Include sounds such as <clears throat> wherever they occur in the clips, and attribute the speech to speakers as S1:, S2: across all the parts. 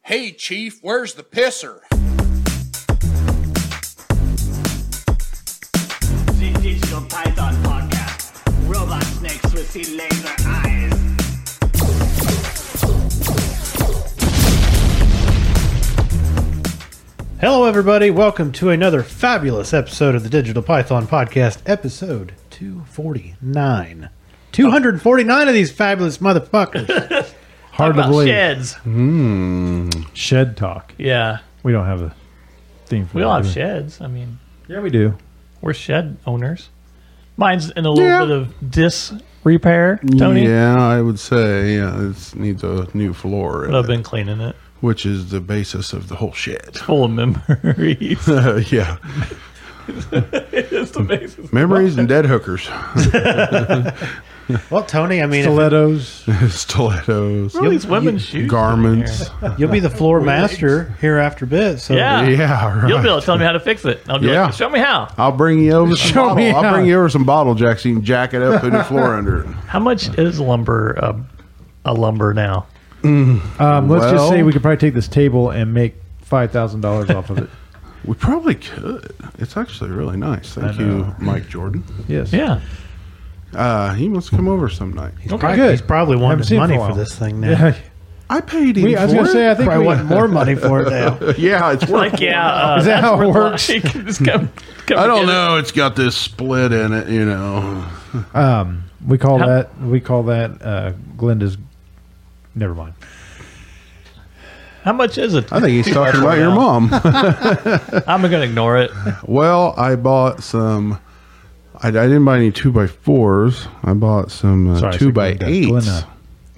S1: Hey, Chief, where's the pisser?
S2: The Digital Python Podcast. Robot snakes with the laser eyes.
S3: Hello, everybody. Welcome to another fabulous episode of the Digital Python Podcast, episode 249. 249 of these fabulous motherfuckers. Hard to
S4: about
S3: believe.
S4: sheds.
S5: <laughs> Shed talk.
S4: Yeah,
S5: We don't have a theme for
S4: we
S5: that,
S4: all have
S5: do we?
S4: sheds. I mean,
S5: Yeah, we do.
S4: we're shed owners. Mine's in a little
S6: Yeah.
S4: bit of disrepair, Tony.
S6: Yeah, I would say yeah, it needs a new floor, in
S4: But I've
S6: it,
S4: been cleaning it.
S6: which is the basis of the whole shit. <laughs>
S4: Full of memories. <laughs>
S6: yeah,
S4: it's the basis.
S6: memories and dead hookers, <laughs>
S3: Well, Tony, I mean, if
S5: Stilettos.
S6: stilettos,
S4: All these women's shoes. in
S6: garments.
S4: here.
S3: you'll be the floor master here after bit. So
S4: Yeah.
S6: Yeah, right.
S4: You'll be able to tell me how to fix it. I'll be
S6: Yeah.
S4: like, show me how.
S6: I'll bring you over. Some
S5: Show
S6: bottle.
S5: me
S6: I'll
S5: how.
S6: bring you over some bottle jacks. so You can jack it up, put a floor under it.
S4: How much is lumber uh, a lumber now?
S5: Um, let's
S6: Well-
S5: just say we could probably take this table and make five thousand dollars off of it.
S6: We probably could. It's actually really nice. Thank you, Mike Jordan.
S5: Yes.
S4: Yeah.
S6: Uh, he must come over some night.
S3: Probably-
S5: Good.
S3: he's probably wanting
S5: Haven't
S3: his
S5: seen it
S3: money
S5: for a
S3: for,
S5: while.
S3: this thing now.
S5: Yeah.
S6: I paid him.
S5: We, I was
S6: for
S5: gonna
S6: it.
S5: say I think
S3: Probably
S5: we,
S3: want more money for it
S5: <laughs>
S3: now.
S6: <laughs> yeah, it's worth.
S4: Like, yeah. Uh,
S5: Is
S4: that's
S5: that how it
S4: worth
S5: works?
S4: like- <laughs> just
S5: <laughs>
S4: come, come
S6: I don't
S4: get it.
S6: know. It's got this split in it, you know.
S5: um, we call
S4: How-
S5: that we call that uh, Glenda's. Never mind.
S4: How much is it?
S6: I think he's talking about your mom.
S4: I'm going to ignore it.
S6: <laughs> Well, I bought some. I, I didn't buy any two by fours. I bought some uh,
S5: Sorry, I
S6: two
S5: said
S6: by
S5: Glinda.
S6: eights.
S5: Glinda.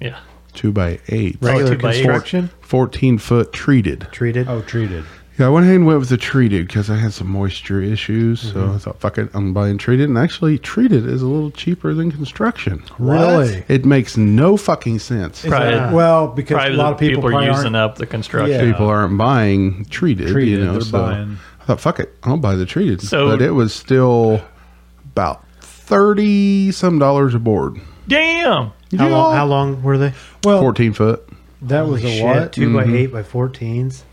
S4: Yeah.
S6: Two by eights.
S4: Oh,
S3: Regular
S4: two by eight.
S3: construction,
S6: Fourteen foot treated.
S3: treated.
S5: Oh, treated.
S6: Yeah, I went ahead and went with the treated because I had some moisture issues. So
S5: Mm-hmm.
S6: I thought, fuck it, I'm buying treated. And actually, treated is a little cheaper than construction.
S5: Really?
S6: It makes no fucking sense.
S4: Probably-
S5: well, because
S4: Probably
S5: a lot of people,
S4: people are
S5: probably
S4: using
S5: aren't
S4: up the construction.
S5: Yeah.
S6: People aren't buying treated.
S5: treated.
S6: you know,
S5: They're
S6: so
S5: buying.
S6: I thought, fuck it, I'll buy the treated.
S4: So-
S6: but it was still about thirty some dollars a board.
S4: Damn.
S3: How, long,
S6: Yeah.
S3: how long were they?
S5: Well,
S6: 14 foot.
S5: that was
S3: Holy
S5: a
S3: shit,
S5: what?
S3: 2 by eight by fourteens.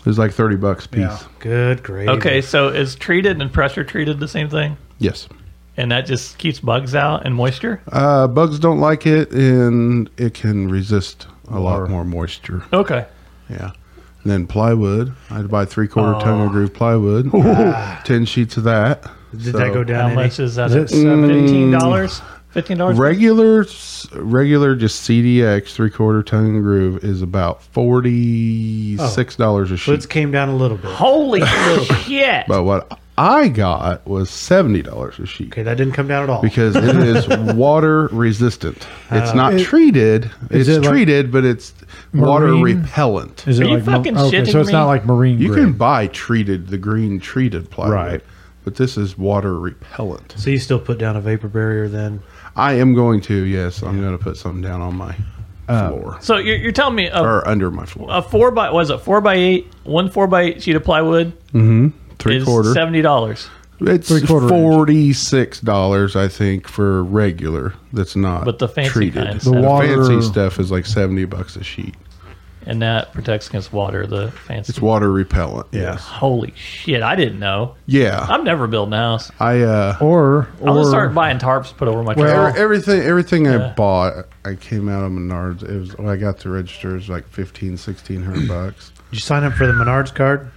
S6: It was like 30 bucks a piece.
S5: Yeah.
S3: Good gravy.
S4: Okay, so is treated and pressure treated the same thing?
S6: Yes.
S4: And that just keeps bugs out and moisture?
S6: Uh, bugs don't like it and it can resist a lot more moisture.
S4: Okay.
S6: Yeah. And then plywood. I'd buy three quarter ton of groove
S5: <laughs>
S6: plywood. 10 sheets of that.
S3: Did that go down?
S4: How
S3: any?
S4: much is that? Uh,
S5: Is it
S4: Fifteen dollars? Fifteen dollars?
S6: Regular, s- regular, just CDX three quarter ton groove is about forty six
S5: Oh.
S6: dollars a
S3: So it's
S6: sheet.
S3: came down a little bit.
S6: <laughs>
S4: Holy shit.
S6: But what I got was seventy dollars a sheet.
S3: Okay, that didn't come down at all.
S6: because it is
S5: <laughs>
S6: water resistant. It's not
S5: Uh, It-
S6: treated. It's
S5: is it like
S6: treated, but it's water
S5: marine?
S6: repellent.
S5: Is it
S4: Are you
S5: like mar-
S4: fucking
S5: okay?
S4: shitting
S5: So it's
S4: me?
S5: not like marine.
S6: You
S5: grade.
S6: can buy treated, the green treated plywood,
S5: Right.
S6: but this is water repellent.
S3: So you still put down a vapor barrier then?
S6: I am going to, yes, I'm going to put something down on my
S5: Uh,
S6: floor
S4: so you're, you're telling me a,
S6: or under my floor.
S4: a four by was it four by eight? One four by eight sheet of plywood
S6: three
S4: is
S6: quarter.
S4: seventy dollars.
S6: it's
S5: three-quarter inch.
S6: forty-six dollars, I think, for regular. That's not.
S4: But the fancy
S6: treated.
S4: kind is
S6: The,
S4: The 70.
S6: fancy
S5: water-
S6: stuff is like seventy bucks a sheet.
S4: And that protects against water, the fancy
S6: It's water repellent. Yes.
S4: Holy shit, I didn't know.
S6: Yeah.
S4: I'm never building a house.
S6: I uh,
S5: or
S4: I'll
S5: or
S4: just start buying tarps put over my
S6: Well,
S4: trailer.
S6: everything everything I bought, I came out of Menards. It was when I got the register, it was like 15, 1600 bucks.
S3: Did you sign up for the Menards card?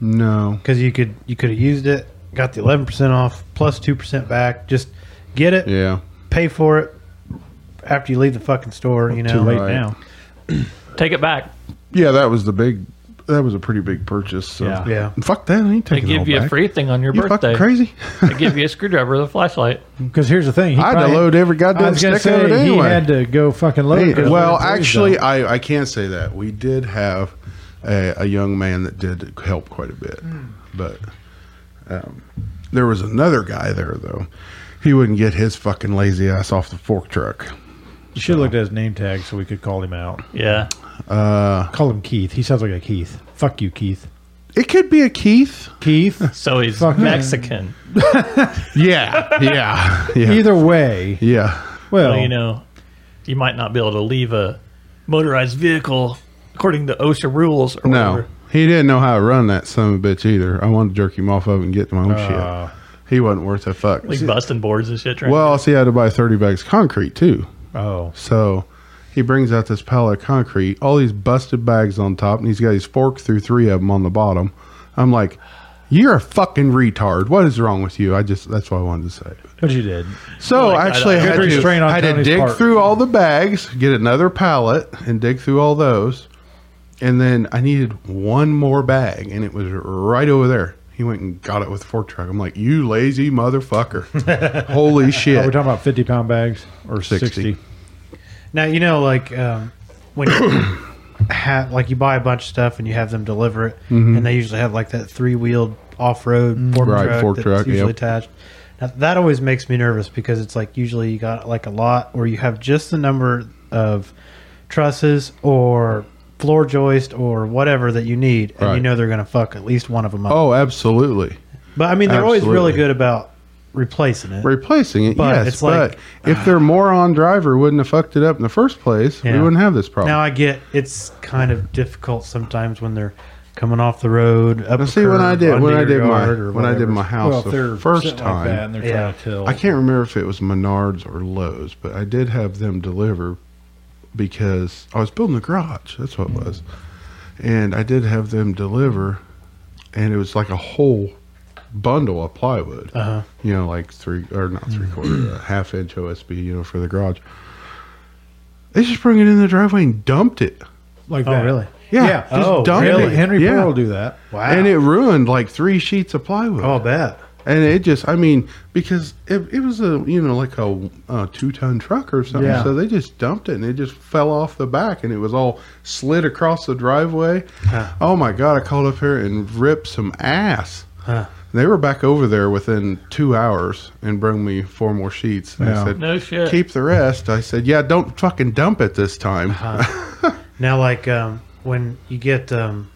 S6: No,
S3: Because you could you could have used it, got the eleven percent off, plus two percent back. Just get it,
S6: yeah,
S3: pay for it after you leave the fucking store, you know.
S5: too late
S6: Right.
S5: now.
S4: Take it back.
S6: yeah, that was the big, that was a pretty big purchase. So.
S5: Yeah.
S3: Yeah.
S6: fuck that. I ain't
S4: They
S6: taking it all
S4: give you
S6: back.
S4: a free thing on your
S6: You
S4: birthday.
S6: fucking crazy? <laughs>
S4: They give you a screwdriver with a flashlight.
S5: Because here's the thing, he
S6: I had to
S5: probably-
S6: load every goddamn
S5: I was gonna
S6: stick of
S5: say
S6: it
S5: he
S6: anyway.
S5: had to go fucking load.
S6: Hey,
S5: it 'cause
S6: well,
S5: it was
S6: actually,
S5: done.
S6: I I can say that we did have a, a young man that did help quite a bit, but um, there was another guy there though. He wouldn't get his fucking lazy ass off the fork truck.
S5: you should have looked at his name tag so we could call him out.
S4: Yeah.
S5: Call him Keith. He sounds like a Keith. Fuck you, Keith.
S6: It could be a Keith.
S4: <laughs>
S5: Keith.
S4: So he's
S5: Fuck.
S4: Mexican.
S6: Yeah, <laughs> yeah, yeah.
S5: Either way,
S6: Yeah,
S5: well,
S4: So, you know, you might not be able to leave a motorized vehicle according to OSHA rules or
S6: No,
S4: whatever.
S6: he didn't know how to run that son of a bitch either. I wanted to jerk him off of it and get my own
S5: Oh.
S6: shit. He wasn't worth a fuck.
S4: Like busting boards and shit. Trying
S6: Well, see, I had to buy 30 bags of concrete too.
S5: Oh,
S6: So he brings out this pallet of concrete, all these busted bags on top, and he's got his fork through three of them on the bottom. I'm like, you're a fucking retard. What is wrong with you? I just, that's what I wanted to say.
S5: but you did.
S6: So
S4: Like, I-
S6: actually, I,
S4: I-
S6: had,
S5: Good
S6: to,
S5: restraint on
S6: I had to
S5: Tony's
S6: dig
S5: part.
S6: through all the bags, get another pallet, and dig through all those. And then I needed one more bag, and it was right over there. He went and got it with a fork truck. I'm like, you lazy
S5: <laughs>
S6: motherfucker. Holy shit.
S5: Are we talking about 50 pound bags or
S6: 60.
S5: 60?
S3: Now you know, like um, when you <coughs> have, like you buy a bunch of stuff and you have them deliver it, and they usually have like that three wheeled off road fork
S6: Mm-hmm. Right,
S3: truck
S6: fork
S3: that's
S6: truck,
S3: usually
S6: yep.
S3: attached. Now that always makes me nervous because it's like usually you got like a lot, or you have just the number of trusses or floor joist or whatever that you need, and you
S6: Right.
S3: know they're going to fuck at least one of them up.
S6: Oh, absolutely.
S3: but I mean, they're always really
S6: absolutely.
S3: good about replacing it.
S6: Replacing it,
S3: But
S6: yes.
S3: it's
S6: but
S3: like- uh,
S6: if their moron driver wouldn't have fucked it up in the first place, we
S3: Yeah.
S6: wouldn't have this problem.
S3: Now I get it's kind of difficult sometimes when they're coming off the road. Up
S6: Now,
S3: a
S6: see when I
S3: curve,
S6: did
S3: onto
S6: when I
S3: your
S6: did my
S3: yard or
S6: when I did
S3: whatever.
S6: my house
S5: Well, if
S6: the
S5: they're
S6: first
S5: sitting like
S6: time.
S5: that and they're
S3: Yeah.
S5: trying to till.
S6: I can't remember if it was Menards or Lowe's, but I did have them deliver because I was building a garage. That's what it was. And I did have them deliver, and it was like a whole bundle of plywood. Uh-huh. You know, like three, or
S3: <clears throat>
S6: not three quarter, a half inch OSB, you know, for the garage. They just bring it in the driveway and dumped it.
S5: Like
S3: Oh,
S5: that.
S3: really?
S6: Yeah.
S5: Yeah.
S6: just
S3: Oh,
S6: dumped
S5: Henry,
S3: Really?
S5: Henry
S6: Yeah.
S5: Poor will do that.
S3: Wow.
S6: And it ruined like three sheets of plywood.
S3: oh, I bet.
S6: And it just, I mean, because it, it was a, you know, like a, uh two ton truck or something.
S5: Yeah.
S6: So they just dumped it and it just fell off the back and it was all slid across the driveway. Oh my God, I called up here and ripped some ass. They were back over there within two hours and bring me four more sheets. And I
S5: Yeah.
S6: said,
S4: No shit.
S6: Keep the rest. I said, Yeah, don't fucking dump it this time.
S3: Uh-huh. Now, like um, when you get um,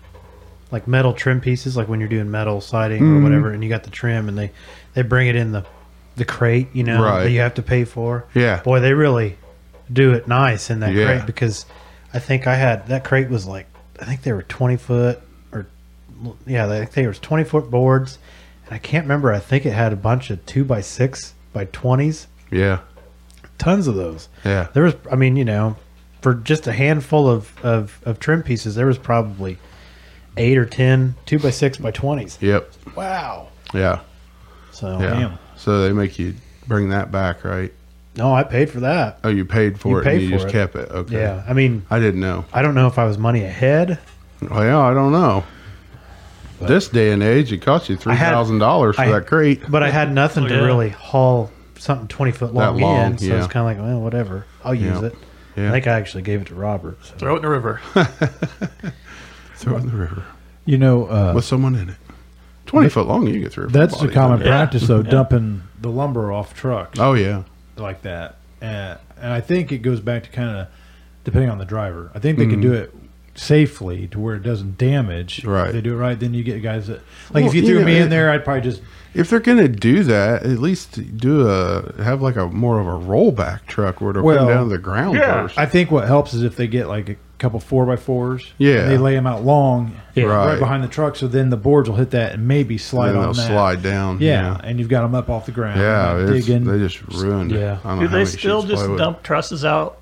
S3: like metal trim pieces, like when you're doing metal siding
S6: Mm-hmm.
S3: or whatever, and you got the trim, and they they bring it in the the crate, you know,
S6: Right.
S3: that you have to pay for.
S6: Yeah.
S3: boy, they really do it nice in that
S6: Yeah.
S3: crate because I think I had that crate was like I think they were twenty foot or yeah, I think they were twenty foot boards, and I can't remember. I think it had a bunch of two by six by twenties
S6: <laughs> yeah.
S3: tons of those.
S6: Yeah.
S3: There was, I mean, you know, for just a handful of, of, of trim pieces, there was probably eight or ten two by six by twenties.
S6: Yep.
S3: Wow.
S6: Yeah.
S3: So
S6: Yeah.
S5: Damn.
S6: So they make you bring that back, right?
S3: no, I paid for that.
S6: Oh, you paid for
S3: You
S6: it
S3: paid
S6: and you
S3: for
S6: just
S3: it.
S6: kept it. Okay.
S3: Yeah. I mean,
S6: I didn't know.
S3: I don't know if I was money ahead.
S6: Well, yeah, I don't know. this day and age, it costs you three
S3: had-
S6: thousand dollars for
S3: I-
S6: that crate.
S3: But I had nothing to
S4: Yeah.
S3: really haul something twenty foot long,
S6: long,
S3: in, so
S6: yeah.
S3: it's kind of like, well, whatever. I'll use
S6: Yeah.
S3: it.
S6: Yeah.
S3: I think I actually gave it to Robert. So.
S4: Throw it in the river.
S6: Throw it in the river
S5: You know, uh,
S6: with someone in it. Twenty foot long, you get through.
S5: that's the common
S4: Yeah.
S5: practice, though, dumping the lumber off trucks
S6: Oh yeah,
S5: like that. And, and I think it goes back to kind of depending on the driver. I think they can do it safely to where it doesn't damage.
S6: Mm-hmm. Right.
S5: If they do it right, then you get guys that, like,
S6: Well,
S5: if you
S6: you
S5: threw
S6: know,
S5: me
S6: it-
S5: in there, I'd probably just
S6: if they're gonna do that, at least do a have like a more of a rollback truck where it'll
S5: Well,
S6: come down to the ground
S4: yeah,
S6: first.
S5: I think what helps is if they get like a couple four by fours.
S6: Yeah.
S5: and they lay them out long,
S4: Yeah.
S5: right.
S6: Right.
S5: behind the truck. So then the boards will hit that and maybe slide
S6: and then
S5: on
S6: they'll
S5: that.
S6: slide down.
S5: Yeah, and you've got them up off the ground.
S6: yeah,
S5: and
S6: it's-
S5: digging.
S6: they just ruined
S3: Yeah.
S6: it. I don't
S4: Do
S6: know
S4: they
S6: how many
S4: still
S6: sheets
S4: just
S6: plywood.
S4: dump trusses out?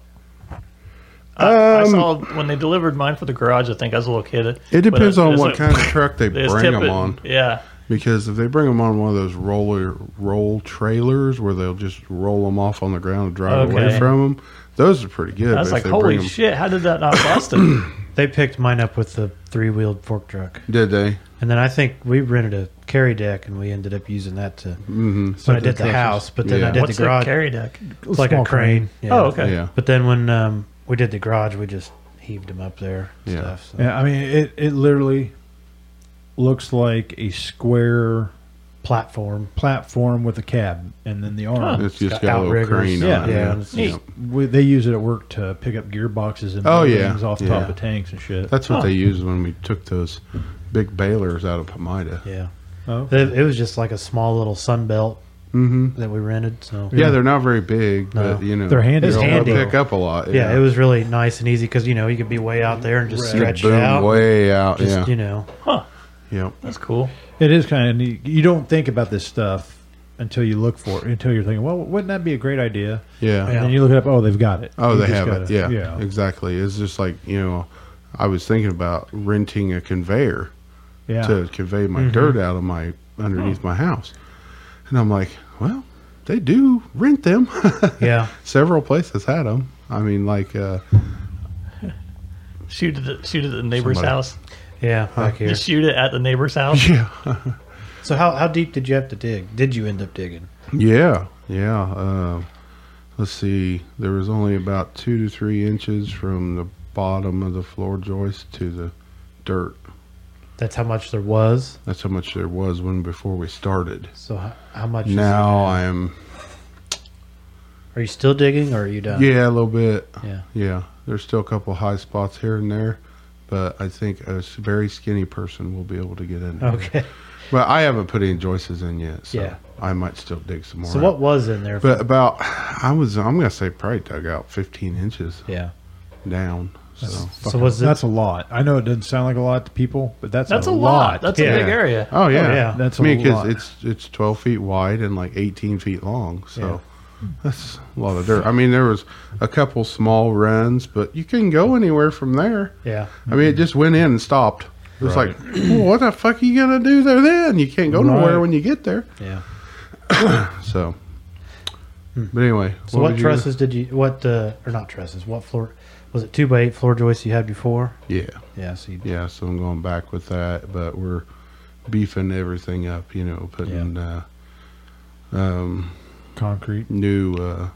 S4: I, I saw when they delivered mine for the garage. I think I was a little kid.
S6: Um, It
S4: But
S6: depends on
S4: it's
S6: what
S4: like-
S6: kind of truck
S4: <laughs>
S6: they
S4: they
S6: bring
S4: just tip
S6: them
S4: it.
S6: on.
S4: Yeah,
S6: Because if they bring them on one of those roller roll trailers where they'll just roll them off on the ground and drive away
S4: Okay.
S6: from them, those are pretty good.
S4: I was
S6: but
S4: like,
S6: if they bring
S4: holy
S6: 'em-
S4: shit! How did
S6: <coughs>
S4: that not bust it?
S3: They picked mine up with the three wheeled fork truck,
S6: Did they?
S3: and then I think we rented a carry deck, and we ended up using that to. When I did the house, but then
S6: Mm-hmm. Yeah.
S3: I did
S4: What's
S3: the
S4: the
S3: garage.
S4: carry deck?
S3: It's like a
S5: Small crane.
S3: crane. Yeah.
S4: Oh, okay.
S6: Yeah.
S3: But then when um, we did the garage, we just heaved them up there. and
S6: Yeah.
S3: Stuff, so.
S5: Yeah, I mean, it, it literally looks like a square
S3: Platform.
S5: platform with a cab, and then the arm.
S6: It's just
S3: got
S6: got a little
S3: outriggers.
S6: crane
S5: Yeah.
S6: on it.
S3: Yeah.
S6: Yeah.
S3: It's
S6: Yeah.
S4: neat.
S5: We, they use it at work to pick up gearboxes and
S6: Oh,
S5: things
S6: yeah.
S5: off
S6: Yeah.
S5: top of tanks and shit.
S6: That's what they used when we took those big balers out of Pomida.
S3: Yeah.
S5: oh,
S3: It, it was just like a small little sunbelt that we rented. So
S6: Mm-hmm. Yeah, they're not very big,
S3: No.
S6: but you know
S5: They're handy.
S6: They'll,
S5: It's
S6: they'll
S4: handy.
S6: pick up a lot.
S3: yeah, it was really nice and easy because you know you could be way out there and just
S6: You
S3: stretch
S6: boom
S3: it out.
S6: way out.
S3: just
S6: yeah,
S3: you know,
S4: Huh.
S6: Yep.
S4: That's cool.
S5: It is kind of neat. You don't think about this stuff until you look for it. Until you're thinking, well, wouldn't that be a great idea?
S6: Yeah.
S5: And then you look it up. Oh, they've got it.
S6: Oh,
S5: You
S6: they
S5: just
S6: have it.
S5: gotta-
S6: Yeah,
S5: yeah.
S6: exactly. It's just like you know, I was thinking about renting a conveyor
S5: yeah.
S6: to convey my dirt out of my underneath my house, and I'm like, well, they do rent them. <laughs>
S3: yeah,
S6: Several places had them. I mean, like uh,
S4: Shoot it. At, shoot it at the neighbor's
S6: Somebody-
S4: house.
S3: yeah, back here.
S4: Just shoot it at the
S3: <laughs>
S4: neighbor's house.
S6: <laughs> yeah,
S3: So how how deep did you have to dig? Did you end up digging?
S6: yeah, yeah. Uh, let's see, there was only about two to three inches from the bottom of the floor joist to the dirt.
S3: That's how much there was.
S6: That's how much there was when before we started.
S3: So how, how much? is it
S6: Now
S3: now?
S6: I'm
S3: are you still digging or are you done?
S6: yeah a little bit.
S3: yeah.
S6: Yeah, there's still a couple high spots here and there, but I think a s- very skinny person will be able to get in. there.
S3: Okay.
S6: But I haven't put any joists in yet, so
S3: Yeah.
S6: I might still dig some more.
S3: So
S6: out.
S3: what was in there?
S6: But about, I was I'm gonna say probably dug out 15 inches
S3: yeah.
S6: down. So
S3: So was it?
S5: that's a lot. I know it doesn't sound like a lot to people, but that's
S4: That's
S5: a,
S4: a
S5: lot.
S4: lot. That's
S3: Yeah.
S4: a big area.
S6: oh yeah,
S3: yeah.
S5: That's
S6: I mean
S5: a
S6: because
S5: lot.
S6: it's it's 12 feet wide and like 18 feet long, so. That's a lot of dirt. I mean, there was a couple small runs, but you couldn't go anywhere from there.
S3: yeah.
S6: I mean, it just went in and stopped. It was
S5: Right.
S6: like, well, what the fuck are you gonna do there? Then you can't go nowhere
S5: Right.
S6: when you get there.
S3: Yeah.
S6: So, but anyway,
S3: Hmm. So what,
S6: was you-
S3: trusses did you? What uh, or not trusses? What floor? Was it two by eight floor joists you had before?
S6: Yeah,
S3: Yeah. So you,
S6: yeah. So I'm going back with that, but we're beefing everything up. You know, putting uh, um,
S5: concrete.
S6: new uh,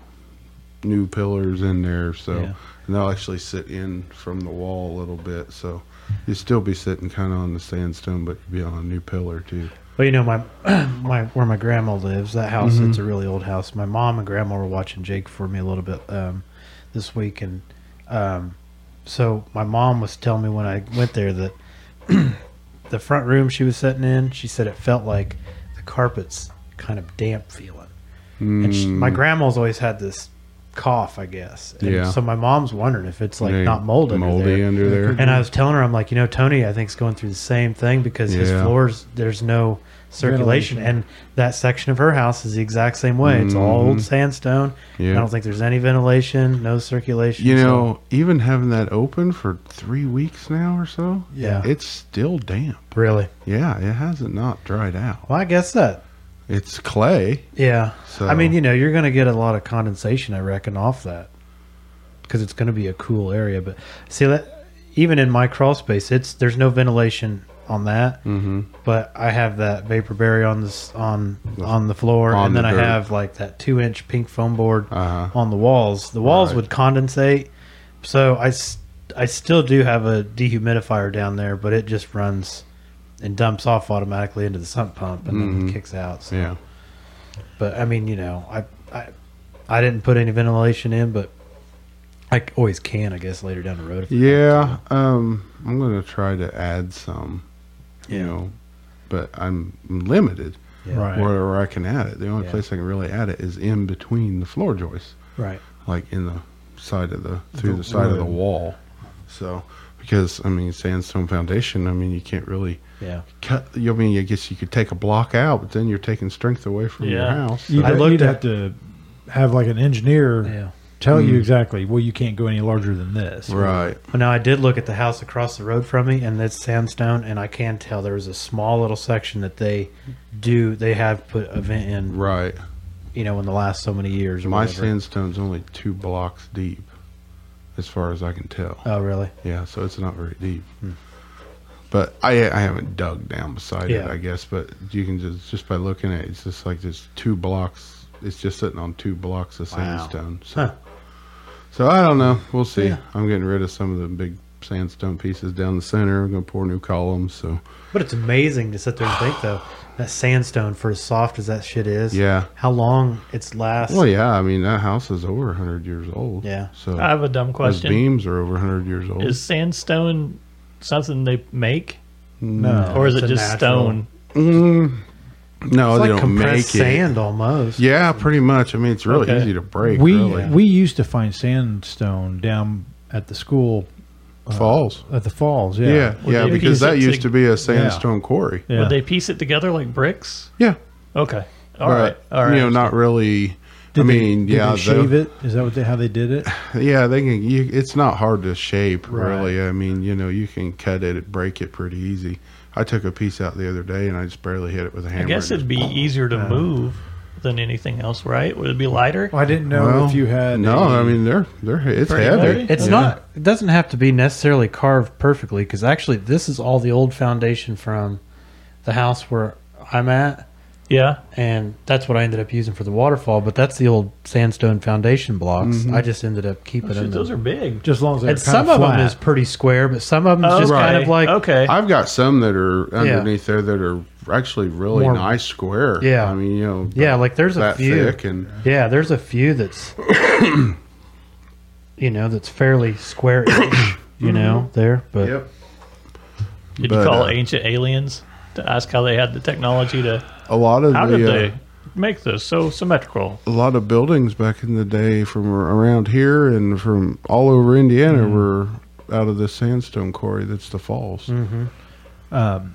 S6: new pillars in there. So
S3: Yeah.
S6: and they'll actually sit in from the wall a little bit. So you'd still be sitting kind of on the sandstone, but you'd be on a new pillar too.
S3: Well, you know my <clears throat> my where my grandma lives. That house, it's
S6: Mm-hmm.
S3: a really old house. My mom and grandma were watching Jake for me a little bit um, this week, and um, so my mom was telling me when I went there that <clears throat> the front room she was sitting in, she said it felt like the carpet's kind of damp feeling. And she, my grandma's always had this cough, I guess. And
S6: Mm. Yeah.
S3: So my mom's wondering if it's like
S6: Yeah,
S3: not mold under
S6: moldy
S3: there.
S6: under there.
S3: And I was telling her, I'm like, you know, Tony, I think is going through the same thing because his
S6: Yeah.
S3: floors, there's no circulation, and that section of her house is the exact same way. It's all old sandstone.
S6: Mm-hmm. Yeah.
S3: I don't think there's any ventilation, no circulation.
S6: You
S3: so-
S6: know, even having that open for three weeks now or so,
S3: Yeah.
S6: it's still damp.
S3: really?
S6: Yeah, it hasn't not dried out.
S3: Well, I guess that.
S6: It's clay.
S3: Yeah.
S6: So-
S3: I mean, you know, you're going to get a lot of condensation, I reckon, off that because it's going to be a cool area. But see that even in my crawl space, it's there's no ventilation on that. Mm-hmm. But I have that vapor barrier on this on on the floor,
S6: On
S3: and
S6: the
S3: then I
S6: dirt.
S3: have like that two inch pink foam board
S6: Uh-huh.
S3: on the walls. The walls
S6: Right.
S3: would condensate, so I s- I still do have a dehumidifier down there, but it just runs. And dumps off automatically into the sump pump and
S6: Mm-hmm.
S3: then kicks out. So
S6: Yeah.
S3: but I mean, you know, I, I, I didn't put any ventilation in, but I c- always can, I guess, later down the road. If
S6: Yeah. Um, I'm going to try to add some, you
S3: Yeah.
S6: know, but I'm limited
S3: Yeah.
S5: Right.
S6: where, where I can add it. The only
S3: Yeah.
S6: place I can really add it is in between the floor joists,
S3: Right.
S6: like in the side of the, through
S5: The
S6: the, side of the
S5: wood.
S6: wall. So, because, I mean, sandstone foundation, I mean, you can't really
S3: Yeah.
S6: cut. I mean, I guess you could take a block out, but then you're taking strength away from your
S4: Yeah.
S6: house.
S5: You'd,
S3: I looked
S5: you'd
S3: at-
S5: have to have like an engineer
S3: Yeah.
S5: tell you exactly. Well, you can't go any larger than this.
S6: Hmm. Right.
S3: But now I did look at the house across the road from me, and it's sandstone, and I can tell there was a small little section that they do they have put a vent in,
S6: Right.
S3: you know, in the last so many years. Or
S6: My
S3: whatever.
S6: sandstone's only two blocks deep, as far as I can tell.
S3: Oh, Hmm. really?
S6: yeah, so it's not very deep. But I I haven't dug down beside it,
S3: Yeah.
S6: I guess. But you can just just by looking at it, it's just like there's two blocks. It's just sitting on two blocks of sandstone. So,
S3: Huh.
S6: so I don't know. We'll see. I'm getting rid of some of the big sandstone pieces down the center. I'm gonna pour new columns. So
S3: But it's amazing to sit there and think, though, that sandstone, for as soft as that shit is,
S6: Yeah.
S3: how long it's lasts.
S6: Well, yeah, I mean that house is over 100 years old.
S3: Yeah.
S6: So
S4: I have a dumb
S6: those
S4: question.
S6: beams are over 100 years old.
S4: Is sandstone something they make,
S5: No.
S4: or is
S3: It's
S4: it
S3: a
S4: just
S3: natural-
S4: stone?
S6: Mm. No,
S3: It's like
S6: they don't make
S3: compressed
S6: it.
S3: sand almost.
S6: Yeah, pretty much. I mean, it's really
S4: Okay.
S6: easy to break.
S5: we
S6: really.
S5: we used to find sandstone down at the school
S6: falls.
S5: at the falls. Yeah,
S6: Yeah, yeah,
S4: they
S6: because
S4: use
S6: that
S4: it
S6: used
S4: to-
S6: to be a sandstone quarry.
S5: Yeah.
S4: Would they piece it together like bricks?
S6: Yeah,
S4: Okay. All right. All right.
S6: You know, not really. I
S5: Did they-
S6: mean,
S5: did
S6: yeah,
S5: they
S6: the-
S5: shave it. Is that what they how they
S6: <laughs>
S5: did it?
S6: yeah. They can. You, it's not hard to shape,
S5: Right.
S6: really. I mean, you know, you can cut it, break it pretty easy. I took a piece out the other day, and I just barely hit it with a
S4: I
S6: hammer.
S4: guess it'd be easier to move than anything else, right? Would it be lighter?
S5: Well, I didn't know
S6: Well,
S5: if you had
S6: no.
S5: a-
S6: I mean, they're they're it's
S4: Pretty
S6: heavy.
S4: heavy.
S3: It's
S4: Yeah.
S3: not. It doesn't have to be necessarily carved perfectly because actually, this is all the old foundation from the house where I'm at,
S4: Yeah.
S3: and that's what I ended up using for the waterfall. But that's the old sandstone foundation blocks. I just ended up keeping
S4: Oh, Shit,
S3: them.
S4: those are big.
S5: just as long as they're
S3: and
S5: kinda
S3: some of them
S5: flat.
S3: is pretty square, but some of them is just kind
S4: Okay,
S3: of like
S4: Oh, okay.
S6: I've got some that are
S3: Yeah.
S6: underneath there that are actually really
S3: More-
S6: nice square.
S3: Yeah.
S6: I mean, you know,
S3: yeah, like there's a
S6: that
S3: few.
S6: thick and
S3: Yeah, there's a few that's you know that's fairly square, you know there, but
S6: yep.
S4: Did
S6: but,
S4: you call
S6: uh,
S4: ancient aliens to ask how they had the technology to?
S6: A lot of
S4: How
S6: the
S4: did
S6: uh,
S4: they make this so symmetrical?
S6: a lot of buildings back in the day from around here and from all over Indiana were out of the sandstone quarry that's the falls. Mm-hmm.
S5: Um,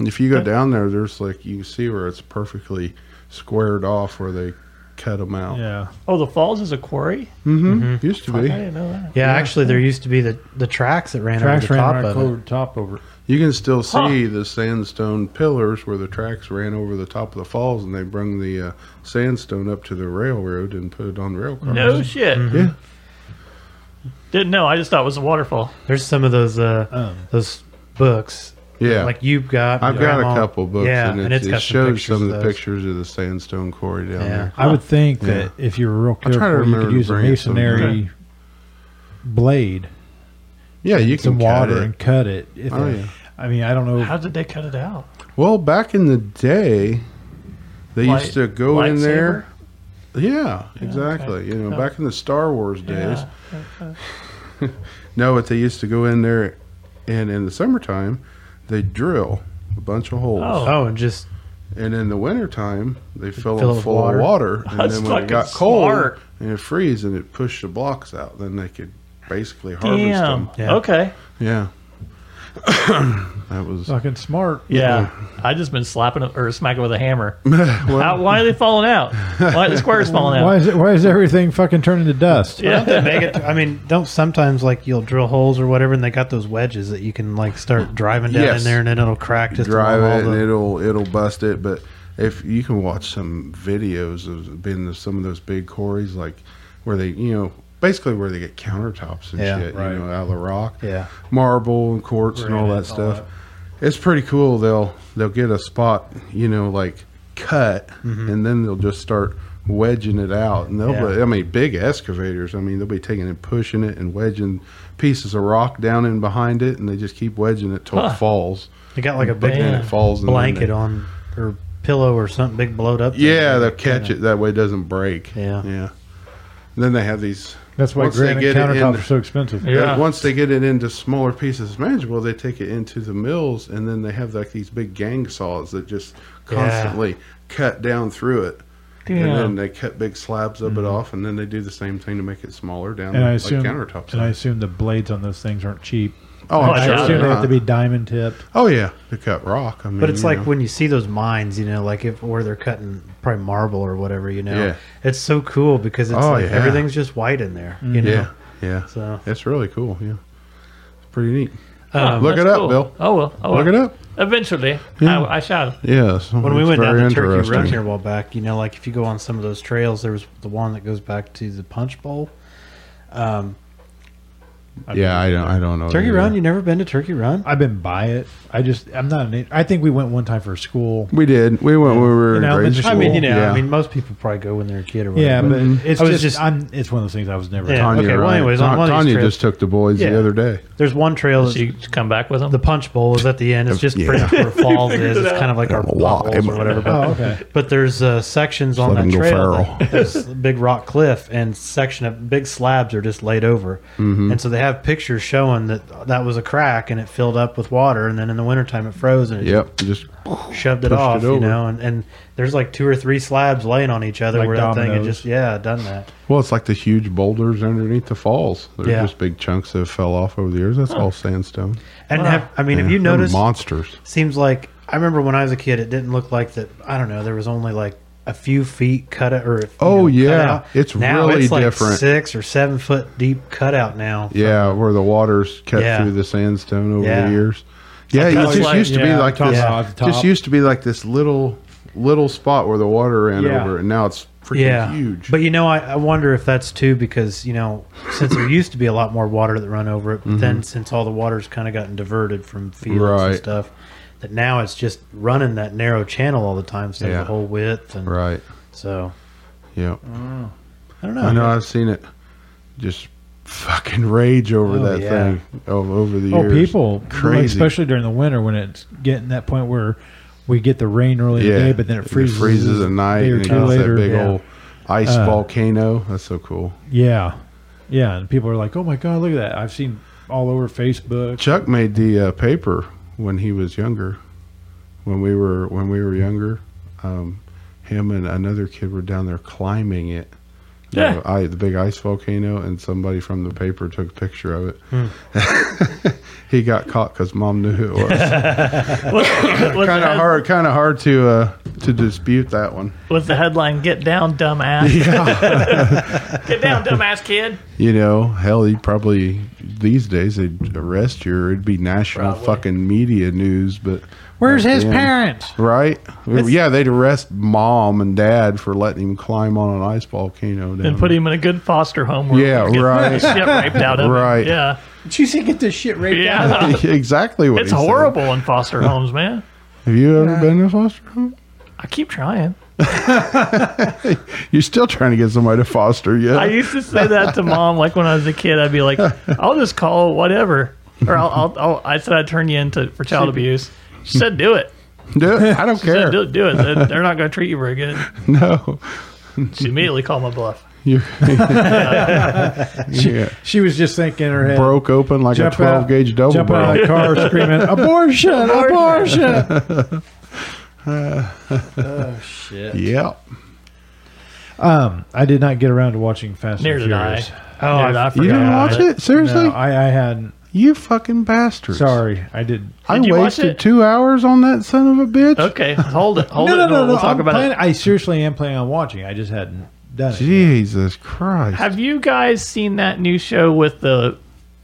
S6: if you go down there, there's like you see where it's perfectly squared off where they cut them out.
S5: yeah.
S4: Oh, the falls is a quarry.
S6: Mm-hmm. Used to
S4: I
S6: be.
S4: didn't know that.
S3: yeah, actually there used to be the the tracks that ran
S5: Tracks
S3: over the
S5: ran
S3: top
S5: right
S3: of
S5: over
S3: it.
S5: the top over. it.
S6: You can still see the sandstone pillars where the tracks ran over the top of the falls, and they brung the uh, sandstone up to the railroad and put it on rail cars.
S4: No
S3: Mm-hmm.
S4: shit.
S6: Yeah.
S4: Didn't know. I just thought it was a waterfall.
S3: There's some of those uh
S5: Um.
S3: those books,
S6: Yeah.
S3: like you've got.
S6: I've
S3: my
S6: got
S3: grandma-
S6: a couple books,
S3: yeah,
S6: and, it,
S3: it's
S6: it
S3: got
S6: shows
S3: pictures
S6: some of the
S3: those.
S6: pictures of the sandstone quarry down
S3: Yeah.
S6: there.
S5: I would think that if you were real
S6: try to
S5: careful, you
S6: remember
S5: could
S6: to
S5: use a
S6: bring it sometime.
S5: masonry blade,
S6: Yeah, you can
S5: some water,
S6: cut it.
S5: and cut it. If
S6: Oh,
S5: it-
S6: yeah.
S5: I mean, I don't know.
S4: How did they cut it out?
S6: Well, back in the day, they used to
S4: Light-
S6: go in there. Yeah, exactly.
S4: okay.
S6: You know,
S4: Oh.
S6: back in the Star Wars days.
S4: Yeah. <laughs>
S6: <laughs> No, but they used to go in there, and in the summertime, they drill a bunch of holes,
S4: Oh.
S3: Oh, and just
S6: and in the wintertime, they fill,
S3: fill it
S6: them
S3: with
S6: full
S3: water.
S4: <laughs>
S6: of water, and
S4: That's
S6: then when it
S4: fucking
S6: got cold
S4: smart.
S6: and it freeze and it pushed the blocks out, then they could basically harvest
S4: Damn.
S6: them.
S3: Yeah.
S4: Okay.
S6: Yeah. <coughs> that was
S5: Fucking smart.
S4: Yeah. I just been slapping it or smacking with a
S6: <laughs>
S4: hammer.
S6: Well-
S4: How, why are they falling out? Why are the squares falling out?
S5: Why is it? Why is everything fucking turning to dust?
S4: <laughs> Yeah.
S3: They make it. I mean, don't sometimes like you'll drill holes or whatever, and they got those wedges that you can like start driving down
S6: Yes.
S3: in there, and then it'll crack just
S6: drive
S3: along
S6: it
S3: all
S6: and
S3: the,
S6: it'll it'll bust it. But if you can watch some videos of been to some of those big quarries, like where they you know basically where they get countertops and
S3: Yeah,
S6: shit,
S5: right.
S6: you know, out of the rock,
S3: Yeah.
S6: marble and quartz and all
S5: Granite,
S6: that
S5: all
S6: stuff. It's pretty cool. They'll they'll get a spot, you know, like cut, and then they'll just start wedging it out and they'll
S3: Mm-hmm. Yeah.
S6: be- i mean big excavators i mean they'll be taking and pushing it and wedging pieces of rock down in behind it and they just keep wedging it till
S4: Huh.
S6: it falls
S3: They got like a
S6: Big
S3: big
S6: man falls and then
S3: blanket
S6: they-
S3: on or pillow or something big blowed up.
S6: Yeah, they'll catch it that way. It doesn't break.
S3: Yeah.
S6: yeah. And then they have these.
S5: That's why
S6: Once they
S5: granite
S6: get it in
S5: countertops
S6: the- uh,
S5: are so expensive.
S4: Yeah.
S6: Once they get it into smaller pieces of manageable, they take it into the mills, and then they have like these big gang saws that just constantly cut down through it. And then
S4: Damn.
S6: they cut big slabs of it off, and then they do the same thing to make it smaller down
S5: And I
S6: like
S5: assume,
S6: countertops.
S5: and I assume the blades on those things aren't cheap.
S6: oh,
S4: Oh,
S6: I'm
S4: yeah.
S6: sure
S5: I assume
S6: they're
S5: they have
S6: not.
S5: to be diamond tipped.
S6: Oh yeah, to cut rock. I mean,
S3: But it's
S6: you
S3: like
S6: know.
S3: when you see those mines, you know, like if where they're cutting probably marble or whatever, you know.
S6: Yeah.
S3: It's so cool because it's
S6: Oh,
S3: like
S6: yeah.
S3: everything's just white in there. You know.
S6: yeah, yeah.
S3: So
S6: It's really cool. Yeah, pretty neat.
S5: Um,
S4: Huh,
S6: Look
S4: that's
S6: it up,
S4: cool.
S6: Bill.
S4: Oh, well. Oh,
S6: Look
S4: well.
S6: it up.
S4: Eventually,
S6: Yeah.
S4: I, I shall.
S6: Yes.
S3: when we went down to Turkey Run here a while back, you know, like if you go on some of those trails, there was the one that goes back to the Punch Bowl.
S6: Yeah, I don't. I don't know.
S3: Turkey
S6: either.
S3: Run? You never been to Turkey Run?
S5: I've been by it. I just I'm not. An, I think we went one time for school.
S6: We did. We went when we were
S5: You know,
S6: in grade
S5: it's-
S6: school.
S3: I mean, you know,
S6: yeah.
S3: I mean, most people probably go when they're a kid or whatever.
S5: Yeah, but
S6: Mm-hmm.
S5: it's
S3: I was
S5: just,
S3: just-
S5: I'm, it's one of those things I was never.
S3: Yeah.
S5: taught.
S6: Tanya,
S3: okay, well,
S6: right.
S3: anyways, on
S6: Ta-
S3: one of these
S6: Tanya
S3: trips-
S6: just took the boys
S3: Yeah.
S6: the other day.
S3: there's one trail.
S4: So
S3: that's-
S4: you just come back with them?
S3: the punch bowl is at the end. It's just pretty much
S6: <laughs>
S3: where falls is. It's kind of like our
S6: Why?
S3: potholes or whatever. But,
S5: Oh, okay.
S3: but there's uh, sections on
S6: let
S3: that
S6: 'em go
S3: trail.
S6: feral. Mm-hmm.
S3: that- There's a big rock cliff and section of big slabs are just laid over, and so they have have pictures showing that that was a crack and it filled up with water, and then in the wintertime it froze and it
S6: Yep. Just
S3: shoved it
S6: Pushed
S3: off,
S6: it
S3: you
S6: over.
S3: know. And, and there's like two or three slabs laying on each other
S5: Like
S3: where that thing had
S5: dominoes.
S3: just yeah done that.
S6: well, it's like the huge boulders underneath the falls. They're
S3: Yeah.
S6: just big chunks that fell off over the years. That's all sandstone.
S3: And have, I mean, have you
S6: Yeah, they're
S3: noticed?
S6: monsters?
S3: seems like I remember when I was a kid, it didn't look like that. I don't know. There was only like a few feet cut out, or you
S6: Oh,
S3: know, cut
S6: yeah.
S3: out.
S6: It's
S3: now
S6: really
S3: it's like
S6: different.
S3: Six or seven foot deep cutout now.
S6: Yeah, where the water's cut
S3: Yeah.
S6: through the sandstone over
S3: Yeah.
S6: the years. Yeah,
S5: kinda
S6: it just
S5: like-
S6: used to be
S5: yeah,
S6: like
S5: top
S6: this.
S5: off the top.
S6: Just used to be like this little little spot where the water ran
S5: Yeah.
S6: over, and now it's freaking
S3: yeah,
S6: huge.
S3: But you know, I, I wonder if that's too because you know, since there used to be a lot more water that run over it, but then since all the water's kind of gotten diverted from fields and
S6: Mm-hmm. Right.
S3: stuff, that now it's just running that narrow channel all the time, so
S6: Yeah.
S3: the whole width and
S6: right.
S3: so
S6: Yeah.
S5: Oh.
S3: I don't know.
S6: I know. I've seen it. Just fucking rage over
S3: Oh,
S6: that
S3: yeah.
S6: thing oh, over the
S5: Oh,
S6: years.
S5: people,
S6: crazy.
S5: like, especially during the winter when it's getting that point where we get the rain early in
S6: yeah.
S5: the day, but then it freezes,
S6: freezes
S5: a
S6: at night,
S5: day or
S6: and it
S5: two
S6: gets
S5: later.
S6: that big
S5: yeah.
S6: old ice
S5: Uh,
S6: volcano. That's so cool.
S5: yeah, yeah. And people are like, "Oh my god, look at that!" I've seen all over Facebook.
S6: Chuck made the uh, paper when he was younger. When we were when we were younger, um, him and another kid were down there climbing it. You
S4: Yeah.
S6: know, I, the big ice volcano, and somebody from the paper took a picture of it. <laughs> he got caught because mom knew who it was.
S4: What's
S6: kind
S4: the
S6: of
S4: head-
S6: hard, kind of hard to uh, to dispute that one.
S4: What's the headline? Get down,
S6: <laughs>
S4: dumbass. <laughs> Get down, dumbass kid.
S6: You know, hell, he probably these days they'd arrest you, or it'd be national
S4: Probably.
S6: fucking media news. But
S5: Where's
S6: back
S5: his
S6: then-
S5: parents?
S6: Right? yeah, they'd arrest mom and dad for letting him climb on an ice volcano. Down
S4: And put
S6: <laughs>
S4: him in a good foster home. Where
S6: Yeah,
S4: he gets
S6: right.
S4: the Shit raped out of him.
S6: Right.
S4: Yeah.
S5: Did you say get this shit right
S4: Yeah.
S6: exactly what
S4: It's
S6: he said.
S4: horrible in foster homes, man.
S6: Have you ever been in a foster home?
S4: I keep trying.
S6: You're still trying to get somebody to foster you. <laughs>
S4: I used to say that to mom, like when I was a kid. I'd be like, "I'll just call whatever," or I'll, I'll, I'll I said I'd turn you into for child abuse. She said, "Do it,
S6: Do it.
S4: <laughs>
S6: I don't
S4: She said,
S6: care.
S4: do, do it." They're they're not going to treat you very good.
S6: No.
S4: She immediately called my bluff. <laughs>
S6: You're, <laughs> yeah.
S5: She was just thinking in her head.
S6: Broke open like
S5: Jump
S6: a 12
S5: out-
S6: gauge double
S5: Jump out
S6: barrel.
S5: of the car
S6: <laughs>
S5: screaming, abortion, abortion.
S6: Yeah.
S5: Um, I did not get around to watching Fast
S4: Near
S5: and
S4: did I.
S5: Furious.
S4: Oh, I
S6: You
S4: forgot.
S6: didn't watch it? Seriously?
S5: No, I, I hadn't.
S6: You fucking bastard.
S5: Sorry, I did.
S6: I
S4: Did you watch
S6: wasted
S4: it?
S6: two hours on that son of a bitch.
S4: Okay, hold it, hold it. and We'll talk
S5: I'm
S4: about
S5: planning,
S4: it.
S5: I seriously am planning on watching. I just hadn't done it.
S6: Jesus Christ.
S4: Have you guys seen that new show with the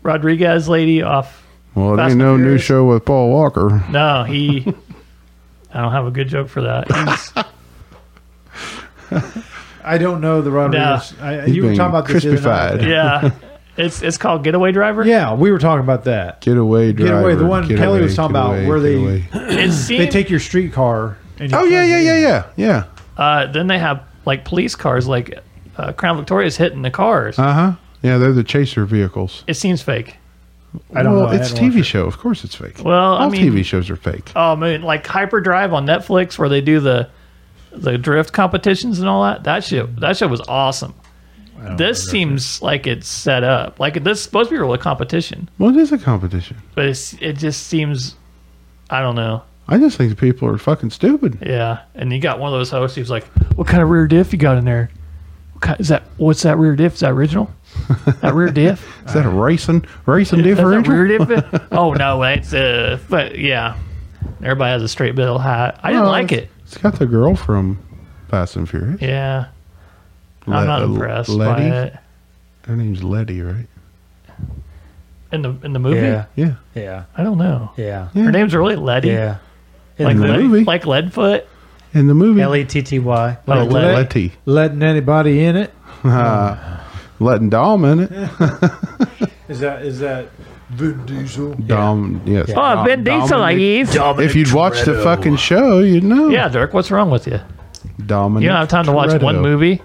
S4: Rodriguez lady off?
S6: well, it
S4: Fast
S6: ain't
S4: and
S6: no new
S4: Furious?
S6: show with Paul Walker.
S4: No, he. I don't have a good joke for that. He's,
S5: I don't know the Rodriguez. I- I,
S6: He's
S5: you were
S6: being
S5: talking about this the other night, I
S6: crispified.
S5: think.
S4: yeah, it's it's called Getaway Driver.
S5: Yeah, we were talking about that.
S6: Get away,
S5: Get
S6: driver.
S5: Away, the one
S6: Get
S5: Kelly
S6: away,
S5: was talking
S6: get
S5: about
S6: away,
S5: where
S6: get
S5: they-
S6: away.
S4: it seems
S5: They take your street car. And you
S6: Oh yeah,
S5: plug
S6: yeah,
S5: it
S6: yeah,
S5: in.
S6: yeah, yeah.
S4: Uh, then they have like police cars, like uh, Crown Victoria's hitting the cars.
S6: Uh
S5: Uh-huh.
S6: huh. Yeah, they're the chaser vehicles.
S4: it seems fake.
S5: I don't
S6: well,
S5: know. I
S6: it's a
S5: hadn't
S6: TV
S5: watched
S6: show. Of course, it's fake.
S4: Well, I
S6: all
S4: mean-
S6: TV shows are fake.
S4: Oh man, like Hyperdrive on Netflix, where they do the the drift competitions and all that. That shit, that shit was awesome. This seems like it's set up. Like this is supposed to be a real competition,
S6: Well, it is a competition.
S4: but it's, it just seems, I don't know.
S6: I just think the people are fucking stupid.
S4: Yeah, and you got one of those hosts who's like, "What kind of rear diff you got in there? What kind, is that? What's that rear diff? Is that original? That rear
S6: <laughs>
S4: diff?
S6: Is
S5: Uh,
S6: that a racing racing
S4: Is that
S6: differential?
S4: rear diff? oh no, it's uh, but yeah, everybody has a straight bill hat. I didn't
S6: No,
S4: like it.
S6: Oh, It's got the girl from Fast and Furious.
S4: Yeah,
S6: Le-
S4: I'm not
S6: uh,
S4: impressed
S6: Letty?
S4: by it
S6: Her name's Letty, right?
S4: in the in the movie.
S3: yeah,
S6: Yeah.
S3: yeah,
S4: I don't know.
S3: yeah,
S4: Her name's really Letty.
S3: yeah.
S4: Like
S6: In the
S4: Led,
S6: movie.
S4: like Leadfoot.
S6: In the movie,
S3: L e t t y.
S4: Oh, Letty.
S5: Like Letty.
S6: Letty,
S5: it. Letting anybody in it.
S6: letting Dom in it.
S5: Is that is that Vin Diesel?
S6: Dom, yes.
S4: Oh,
S6: Dom-
S4: Ben Diesel, I
S6: Dominic-
S4: guess.
S6: If you'd watched the fucking show, you'd know.
S4: Yeah, Dirk, what's wrong with you?
S6: Dominic.
S4: You don't have time to watch
S6: Toretto.
S4: one movie.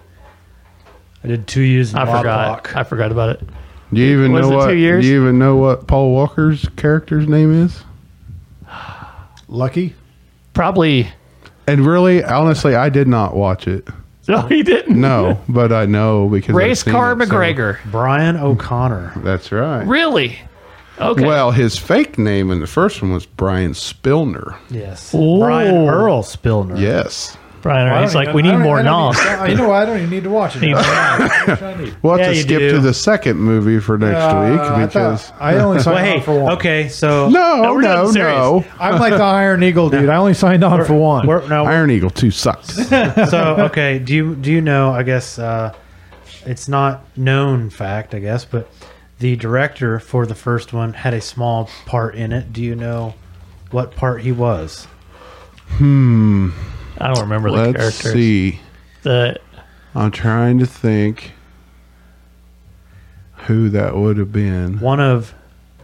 S3: I did two years. In
S4: I
S3: Wapak.
S4: forgot. I forgot about it.
S6: Do you even
S4: Was
S6: know
S4: it
S6: what?
S4: two years?
S6: Do you even know what Paul Walker's character's name is?
S5: Lucky.
S4: Probably
S6: And really, honestly, I did not watch it.
S4: No, he didn't. <laughs>
S6: No, but I know because I've
S4: Race
S6: seen
S4: car
S6: it, so-
S4: McGregor.
S3: Brian O'Connor.
S6: That's right.
S4: Really? Okay.
S6: Well, his fake name in the first one was Brian Spillner.
S3: Yes.
S4: Ooh.
S3: Brian Earl Spillner.
S6: Yes.
S4: Brian, he's like, we need more
S5: <laughs>
S4: Nog.
S5: You know, what? I don't even need to watch it. That's what I need.
S6: We'll have
S3: Yeah,
S6: to
S3: you
S6: skip
S3: do.
S6: to the second movie for next
S5: Uh, I
S6: week
S5: thought-
S6: because
S5: I, only
S3: <laughs>
S5: signed
S3: Well, hey,
S5: on for one.
S3: okay, so
S6: no,
S4: we're
S6: no,
S4: not serious.
S6: no.
S5: I'm like the Iron Eagle, dude. I only signed on for one.
S3: we're, no,
S6: Iron Eagle
S3: <laughs>
S6: two sucked.
S3: so okay do you do you know i guess uh it's not known fact i guess but the director for the first one had a small part in it do you know what part he was
S4: I don't remember the
S6: Let's
S4: characters.
S6: see.
S4: The
S6: I'm trying to think who that would have been.
S3: one of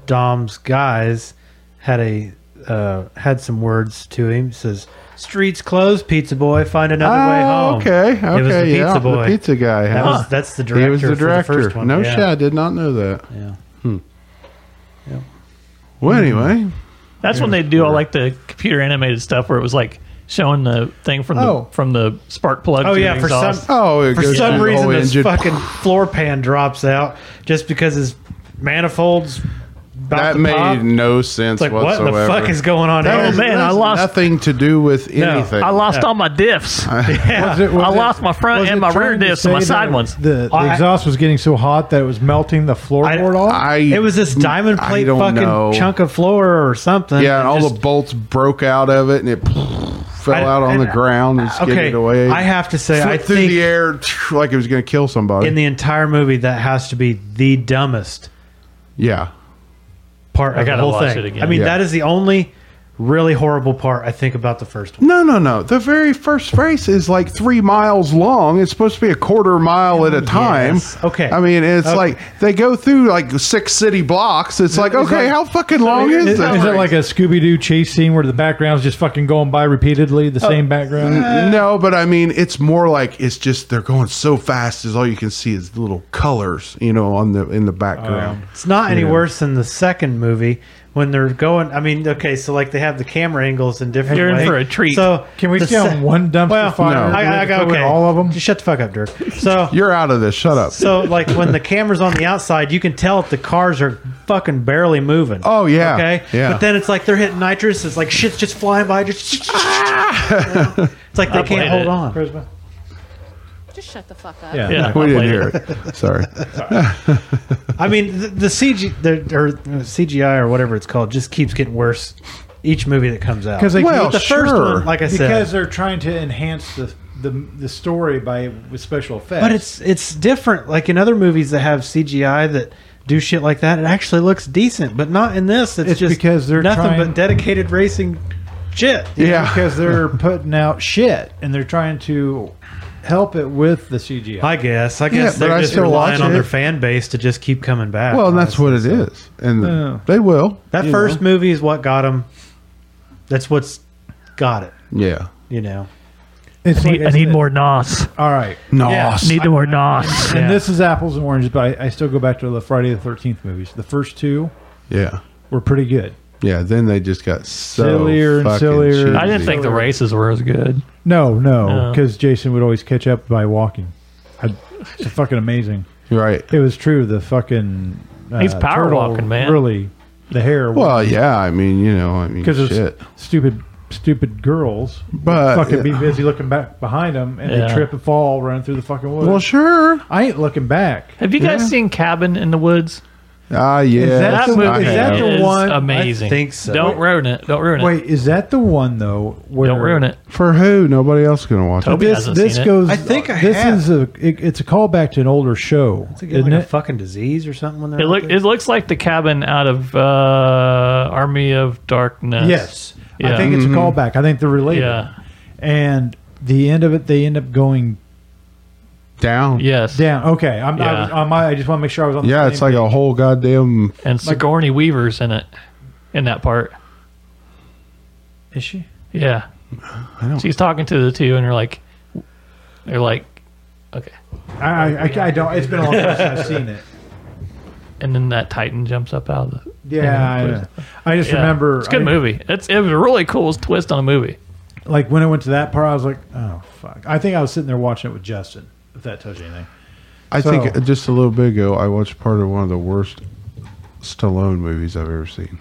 S3: dom's guys had a uh had some words to him says streets closed pizza boy find another way
S6: Oh,
S3: home
S6: okay, okay,
S3: it was the
S6: yeah,
S3: pizza boy
S6: the pizza guy.
S3: that
S6: huh?
S3: was that's the director
S6: he was the
S3: for
S6: director.
S3: first one
S6: No
S3: yeah.
S6: shit, I did not know that. Hmm.
S3: yeah
S6: Well, anyway,
S4: that's when they do all like the computer animated stuff where it was like showing the thing from
S5: Oh.
S4: the from the spark plug.
S3: Oh,
S4: to the
S3: yeah, for some-
S4: exhaust.
S6: oh, it
S3: For
S6: goes
S3: some
S6: through the
S3: reason,
S6: whole
S3: this
S6: engine.
S3: fucking floor pan drops out just because his manifolds. about
S6: that
S3: to
S6: made
S3: pop. It's
S6: no sense
S3: like
S6: whatsoever.
S3: what the fuck is going on Oh,
S6: That
S3: here?
S6: has-
S4: man,
S6: that
S4: I
S6: has
S4: lost-
S6: nothing to do with anything.
S4: I lost all my diffs.
S5: Was it- was
S4: I
S5: it-
S4: lost my front
S5: was
S4: and
S5: it
S4: my rear
S5: trying to
S4: discs and my
S5: say
S4: side
S5: that
S4: ones.
S5: The, the
S3: I-
S5: exhaust was getting so hot that it was melting the floorboard off.
S6: I,
S3: it was this diamond
S6: I
S3: plate
S6: don't
S3: fucking
S6: know.
S3: chunk of floor or something.
S6: Yeah, and all
S3: Just-
S6: the bolts broke out of it, and it fell
S3: I-
S6: out on
S3: and-
S6: the ground and skidded
S3: okay.
S6: away.
S3: I have to say,
S6: Flipped
S3: I
S6: through
S3: think
S6: the air <laughs> like it was going to kill somebody.
S3: in the entire movie that has to be the dumbest
S6: yeah,
S3: part. I of
S4: gotta
S3: the whole
S4: watch
S3: thing.
S4: it again.
S3: I mean,
S6: Yeah.
S3: that is the only really horrible part I think about the first one.
S6: No, no, no. The very first race is like three miles long. It's supposed to be a quarter mile at a time.
S3: Yes. Okay.
S6: I mean, it's
S3: Okay.
S6: like they go through like six city blocks. It's like, okay,
S5: like-
S6: how fucking long is,
S5: Is, is
S6: this?
S5: it like a Scooby Doo chase scene where the background's just fucking going by repeatedly, the same background?
S6: no, but I mean, it's more like it's just they're going so fast. Is all you can see is the little colors, you know, on the in the background.
S3: It's not any
S6: Yeah.
S3: worse than the second movie when they're going. I mean, okay, so like they have the camera angles in different.
S4: You're in
S3: ways.
S4: for a treat.
S3: So
S5: Can we
S3: the
S5: see on
S3: se-
S5: one dumpster
S3: Well,
S5: fire?
S6: No.
S3: I, I, I got
S5: Throw in
S3: okay.
S5: all of them.
S3: Just shut the fuck up,
S5: <laughs>
S3: Dirk. So
S6: You're out of this. Shut up.
S3: so like when the camera's on the outside, you can tell if the cars are fucking barely moving.
S6: Oh, yeah.
S3: Okay.
S6: Yeah.
S3: But then it's like they're hitting nitrous. It's like shit's just flying by. Just.
S5: Ah!
S3: It's
S4: <laughs>
S3: like they can't
S4: played
S3: hold
S4: it.
S3: on.
S5: Charisma?
S7: Just shut the fuck up.
S5: Yeah.
S4: Yeah,
S6: <laughs> <laughs> we
S4: I
S6: didn't
S4: played
S6: hear it.
S5: <laughs>
S6: Sorry.
S3: I mean, the, the CG the, or uh, CGI or whatever it's called just keeps getting worse each movie that comes out.
S5: Because they
S6: Well,
S5: well,
S3: the first
S6: sure.
S3: one, like I said,
S5: because they're trying to enhance the the, the story by with special effects.
S3: But it's it's different. Like in other movies that have CGI that do shit like that, it actually looks decent. But not in this. It's,
S5: It's
S3: just
S5: because they're
S3: nothing
S5: trying-
S3: but dedicated racing shit.
S6: Yeah.
S4: <laughs>
S5: because they're putting out shit and they're trying to help it with the CGI.
S3: I guess. I
S6: Yeah,
S3: guess
S6: but
S3: they're
S6: I
S3: just
S6: still
S3: relying
S6: watch
S3: on their
S6: it.
S3: fan base to just keep coming back.
S6: Well, and that's
S3: honestly.
S6: what it is, and
S5: Yeah.
S6: they will.
S3: that
S6: you
S3: first
S6: know.
S3: movie is what got them. That's what's got it.
S6: Yeah.
S3: You know.
S5: It's
S4: I
S5: like-
S4: need, I need more nos.
S5: All right,
S6: No.
S4: Need more nos.
S5: and
S3: Yeah.
S5: this is apples and oranges, but I, I still go back to the Friday the Thirteenth movies. The first two
S6: Yeah.
S5: were pretty good.
S6: Yeah, then they just got so
S5: Sillier and
S6: fucking
S5: sillier.
S6: cheesy.
S4: I didn't think the races were as good.
S5: No, no,
S4: No.
S5: because Jason would always catch up by walking. I, it's fucking amazing.
S6: right.
S5: It was true. The fucking uh,
S4: He's power
S5: turtle
S4: walking, man.
S5: Really, the hair.
S6: Well, yeah, I mean, you know, I mean,
S5: because
S6: shit.
S5: it's stupid, stupid girls.
S6: But-
S5: fucking be busy looking back behind them, and they
S4: Yeah.
S5: trip and fall, running through the fucking woods.
S6: well, sure.
S5: I ain't looking back.
S4: Have you guys
S6: Yeah.
S4: seen Cabin in the Woods?
S6: Ah, yeah.
S5: that
S4: That
S5: the-
S4: movie
S5: is that the
S4: is
S5: one- I
S4: amazing.
S3: think so.
S4: Don't ruin it. Don't ruin it.
S5: Wait, is that the one though? Where
S4: Don't ruin it.
S6: For who? Nobody else going to watch
S4: Toby
S6: it.
S5: This
S4: hasn't
S5: this
S4: seen it.
S5: goes.
S3: I think I
S5: this
S3: have.
S5: is a. it- it's a callback to an older show,
S3: They get
S5: isn't
S3: like a
S5: it?
S3: fucking disease or something when they're
S4: It
S3: out
S4: look
S3: there.
S4: it looks like the cabin out of uh, Army of Darkness.
S5: yes, I
S4: Yeah. Mm.
S5: think it's a callback. I think they're related.
S4: Yeah.
S5: Mm-hmm. And the end of it, they end up going
S6: Down.
S4: Yes.
S5: down. Okay, I'm. I,
S4: Yeah.
S5: was, on my, I just want to make sure I was on.
S6: Yeah,
S5: the
S6: it's like
S5: a.
S6: a whole goddamn.
S4: And Sigourney Weaver's in it, in that part.
S5: Is she?
S4: Yeah.
S6: don't-
S4: She's talking to the two, and they're like, they're like, okay.
S5: I, I, I, I don't. It's been a long time since I've seen it.
S4: And then that Titan jumps up out of the.
S5: Yeah, I, know. I just
S4: Yeah.
S5: remember.
S4: It's a good
S5: I-
S4: movie. It's it was a really cool twist on a movie.
S5: like when I went to that part, I was like, oh fuck. I think I was sitting there watching it with Justin. If that tells you anything.
S6: I
S5: So-
S6: think just a little bit ago, I watched part of one of the worst Stallone movies I've ever seen.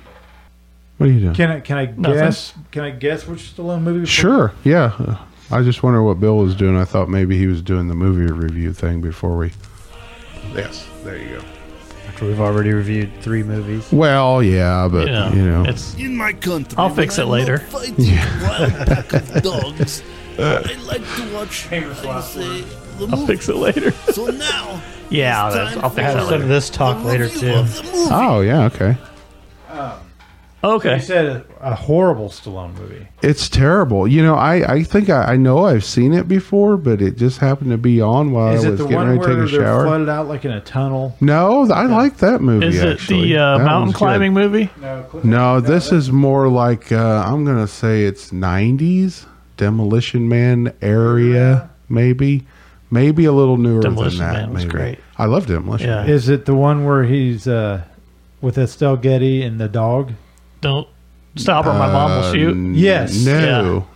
S6: What are you doing?
S5: Can I can I
S4: Nothing.
S5: guess? Can I guess which Stallone movie? before-
S6: sure. Yeah. I just wonder what Bill was doing. I thought maybe he was doing the movie review thing before we. Yes. There you go.
S3: After we've already reviewed three movies.
S6: Well, yeah, but
S4: You know,
S6: you know,
S4: it's
S8: In my country,
S4: I'll fix
S8: when
S4: it
S8: I'm
S4: later.
S8: not Fighting a wild pack of dogs. I like to watch. I say, the
S3: Oh.
S4: I'll
S8: movie.
S4: fix
S3: <laughs>
S4: it later.
S8: So now,
S4: <laughs> yeah, that's, I'll fix that
S3: Some of
S4: later.
S3: this talk
S8: a
S3: later
S8: review
S3: too.
S8: of the movie.
S6: oh yeah, okay.
S4: Okay.
S5: You said a, a horrible Stallone movie.
S6: It's terrible. You know, I I think I, I know I've seen it before, but it just happened to be on while
S5: Is
S6: I
S5: it
S6: was
S5: the
S6: getting
S5: one
S6: ready to
S5: where
S6: take
S5: they're
S6: a shower.
S5: flooded out like in a tunnel?
S6: No, th- I like that movie.
S4: Is it
S6: actually.
S4: the uh,
S6: That
S4: mountain
S6: one's good.
S4: climbing movie?
S5: No.
S6: No, this is more like uh, I'm gonna say it's '90s Demolition Man area, maybe, maybe a little newer
S4: Demolition
S6: than that.
S4: Man was
S6: maybe.
S4: great.
S6: I love Demolition.
S4: Yeah.
S6: Man.
S5: Is it the one where he's uh, with Estelle Getty and the dog?
S4: Don't stop or my mom will shoot.
S6: N-
S5: Yes.
S6: Uh, No.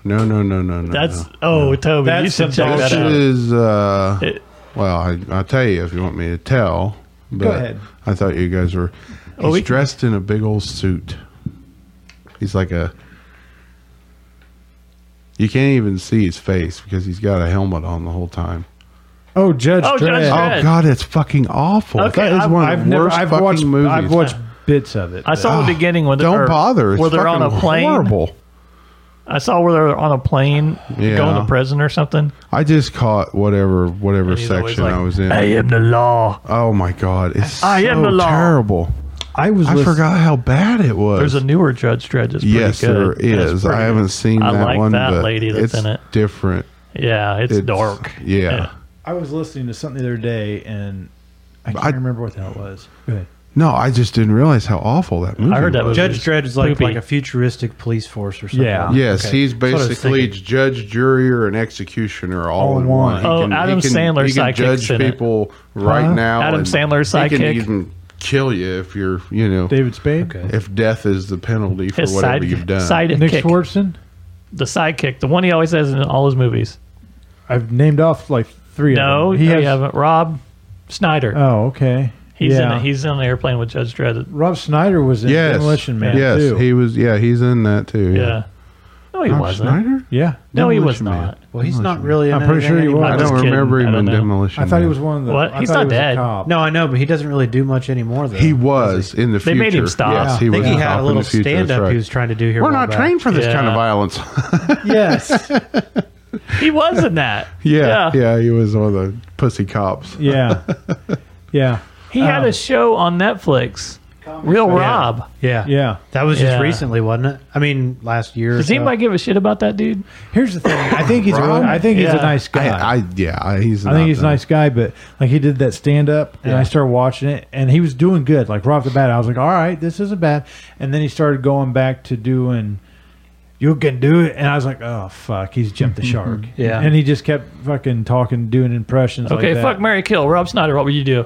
S4: Yeah.
S6: No. No. No. No. No.
S4: That's
S6: no.
S4: oh Toby, you
S5: That's
S4: should
S5: the
S4: check
S5: dog
S4: that
S6: This
S5: shit.
S4: out.
S6: is uh,
S4: It-
S6: well, I, I'll tell you if you want me to tell. But
S5: ahead.
S6: I thought you guys were. He's
S4: Oh, we-
S6: dressed in a big old suit. He's like a. You can't even see his face because he's got a helmet on the whole time.
S5: Oh, Judge
S4: Oh, Judge
S5: Dredd.
S4: Dredd.
S6: Oh God, it's fucking awful.
S4: Okay,
S6: that is
S4: I've-
S6: one of
S5: I've
S6: the
S5: never.
S6: worst
S5: I've
S6: fucking
S5: watched.
S6: movies.
S5: I've watched bits of it.
S4: I saw the
S6: Ah,
S4: beginning when
S6: Don't
S4: or
S6: bother. It's
S4: where they're on a
S6: fucking
S4: plane.
S6: Horrible.
S4: I saw where they're on a plane
S6: Yeah.
S4: going to prison or something.
S6: I just caught whatever whatever
S4: He's always
S6: section
S4: like,
S6: I was in.
S4: I am the law.
S6: oh my God, it's
S4: I am
S6: so
S4: the law.
S6: terrible.
S5: I was.
S6: I
S5: listen-
S6: forgot how bad it was.
S4: There's a newer Judge Dredd. That's pretty
S6: yes, there
S4: good. That's
S6: is.
S4: pretty
S6: I
S4: good.
S6: haven't seen
S4: I
S6: that
S4: like
S6: one.
S4: that
S6: but
S4: lady that's
S6: it's
S4: in it.
S6: Different.
S4: Yeah, it's,
S6: It's-
S4: dark.
S6: yeah.
S5: I was listening to something the other day, and I can't
S6: I-
S5: remember what the hell it was. Go ahead.
S6: No, I just didn't realize how awful that movie.
S4: I heard that was
S6: was.
S3: Judge Dredd is like,
S4: Poopy.
S3: like a futuristic police force or something.
S5: Yeah.
S6: Yes,
S3: Ah, Okay.
S6: he's
S3: That's what I was
S6: basically
S3: thinking.
S6: judge, jury, and executioner all,
S5: All
S6: in
S5: in
S6: one.
S5: one.
S6: He
S4: Oh, Adam
S6: he
S4: Sandler's
S6: He can
S4: sidekick's
S6: judge
S4: in it.
S6: people right
S5: Huh?
S6: now.
S4: Adam
S6: and
S4: Sandler's
S6: He can
S4: sidekick.
S6: even kill you if you're, you know,
S5: David Spade.
S6: if death is the penalty for
S4: His
S6: whatever
S4: side,
S6: you've done.
S5: Nick
S4: sidekick,
S5: Swartzen.
S4: the sidekick, the one he always has in all his movies.
S5: I've named off like three.
S4: No,
S5: of them.
S4: he haven't. Rob Snyder.
S5: Oh, okay.
S4: he's
S5: yeah.
S4: in. A, he's on the airplane with Judge Dredd.
S5: Rob Snyder was in
S6: yes,
S5: Demolition Man
S6: Yes,
S5: too.
S6: he was. Yeah, he's in that too.
S4: Yeah. No, he
S6: Rob
S4: wasn't.
S6: Snyder?
S5: yeah.
S4: No, he was
S6: Demolition Man.
S4: not.
S3: Well, he's not really. In
S5: I'm pretty
S3: anything
S5: sure he
S3: anymore.
S5: was.
S6: I
S4: just
S6: don't
S4: kidding.
S6: remember
S4: I
S6: him
S4: don't
S6: in
S4: know.
S6: Demolition.
S5: I thought he
S6: Man.
S5: was one of the.
S4: What?
S5: I
S4: He's
S5: thought
S4: not
S5: he was a
S4: dead.
S5: cop.
S3: No, I know, but he doesn't really do much anymore. Though
S6: He was in the
S4: They
S6: future.
S4: made him stop.
S6: Yes,
S5: Yeah.
S6: he
S3: I
S5: I
S6: was
S3: think he
S6: a
S3: had
S6: cop
S3: a
S6: in
S3: little
S6: the future, that's
S3: stand up
S6: right.
S3: he was trying to do here. a
S6: We're
S3: while
S6: not
S3: back.
S6: trained for this kind
S4: Yeah.
S6: of violence.
S5: Yes.
S4: He was in that.
S6: <laughs> yeah, yeah, he was one of the pussy cops.
S5: yeah.
S6: <laughs>
S5: Yeah.
S4: He had a show on Netflix. Real Rob.
S3: Yeah.
S5: Yeah.
S3: That was just
S4: Yeah.
S3: recently, wasn't it? I mean, last year. or
S4: Does
S3: so.
S4: anybody give a shit about that dude?
S5: Here's the thing. I think he's. a really- I think he's
S4: Yeah.
S5: a nice guy.
S6: I, I yeah, I- he's.
S5: I think he's a
S6: nothing.
S5: nice guy, but like he did that stand up, and I started watching it, and he was doing good. Like right off the bat, I was like, "All right, this isn't bad." And then he started going back to doing, "You can do it," and I was like, "Oh fuck, he's jumped the shark."
S3: Yeah.
S5: and he just kept fucking talking, doing impressions.
S4: Okay,
S5: like
S4: fuck
S5: that.
S4: Mary Kill. Rob Snyder, what would you do?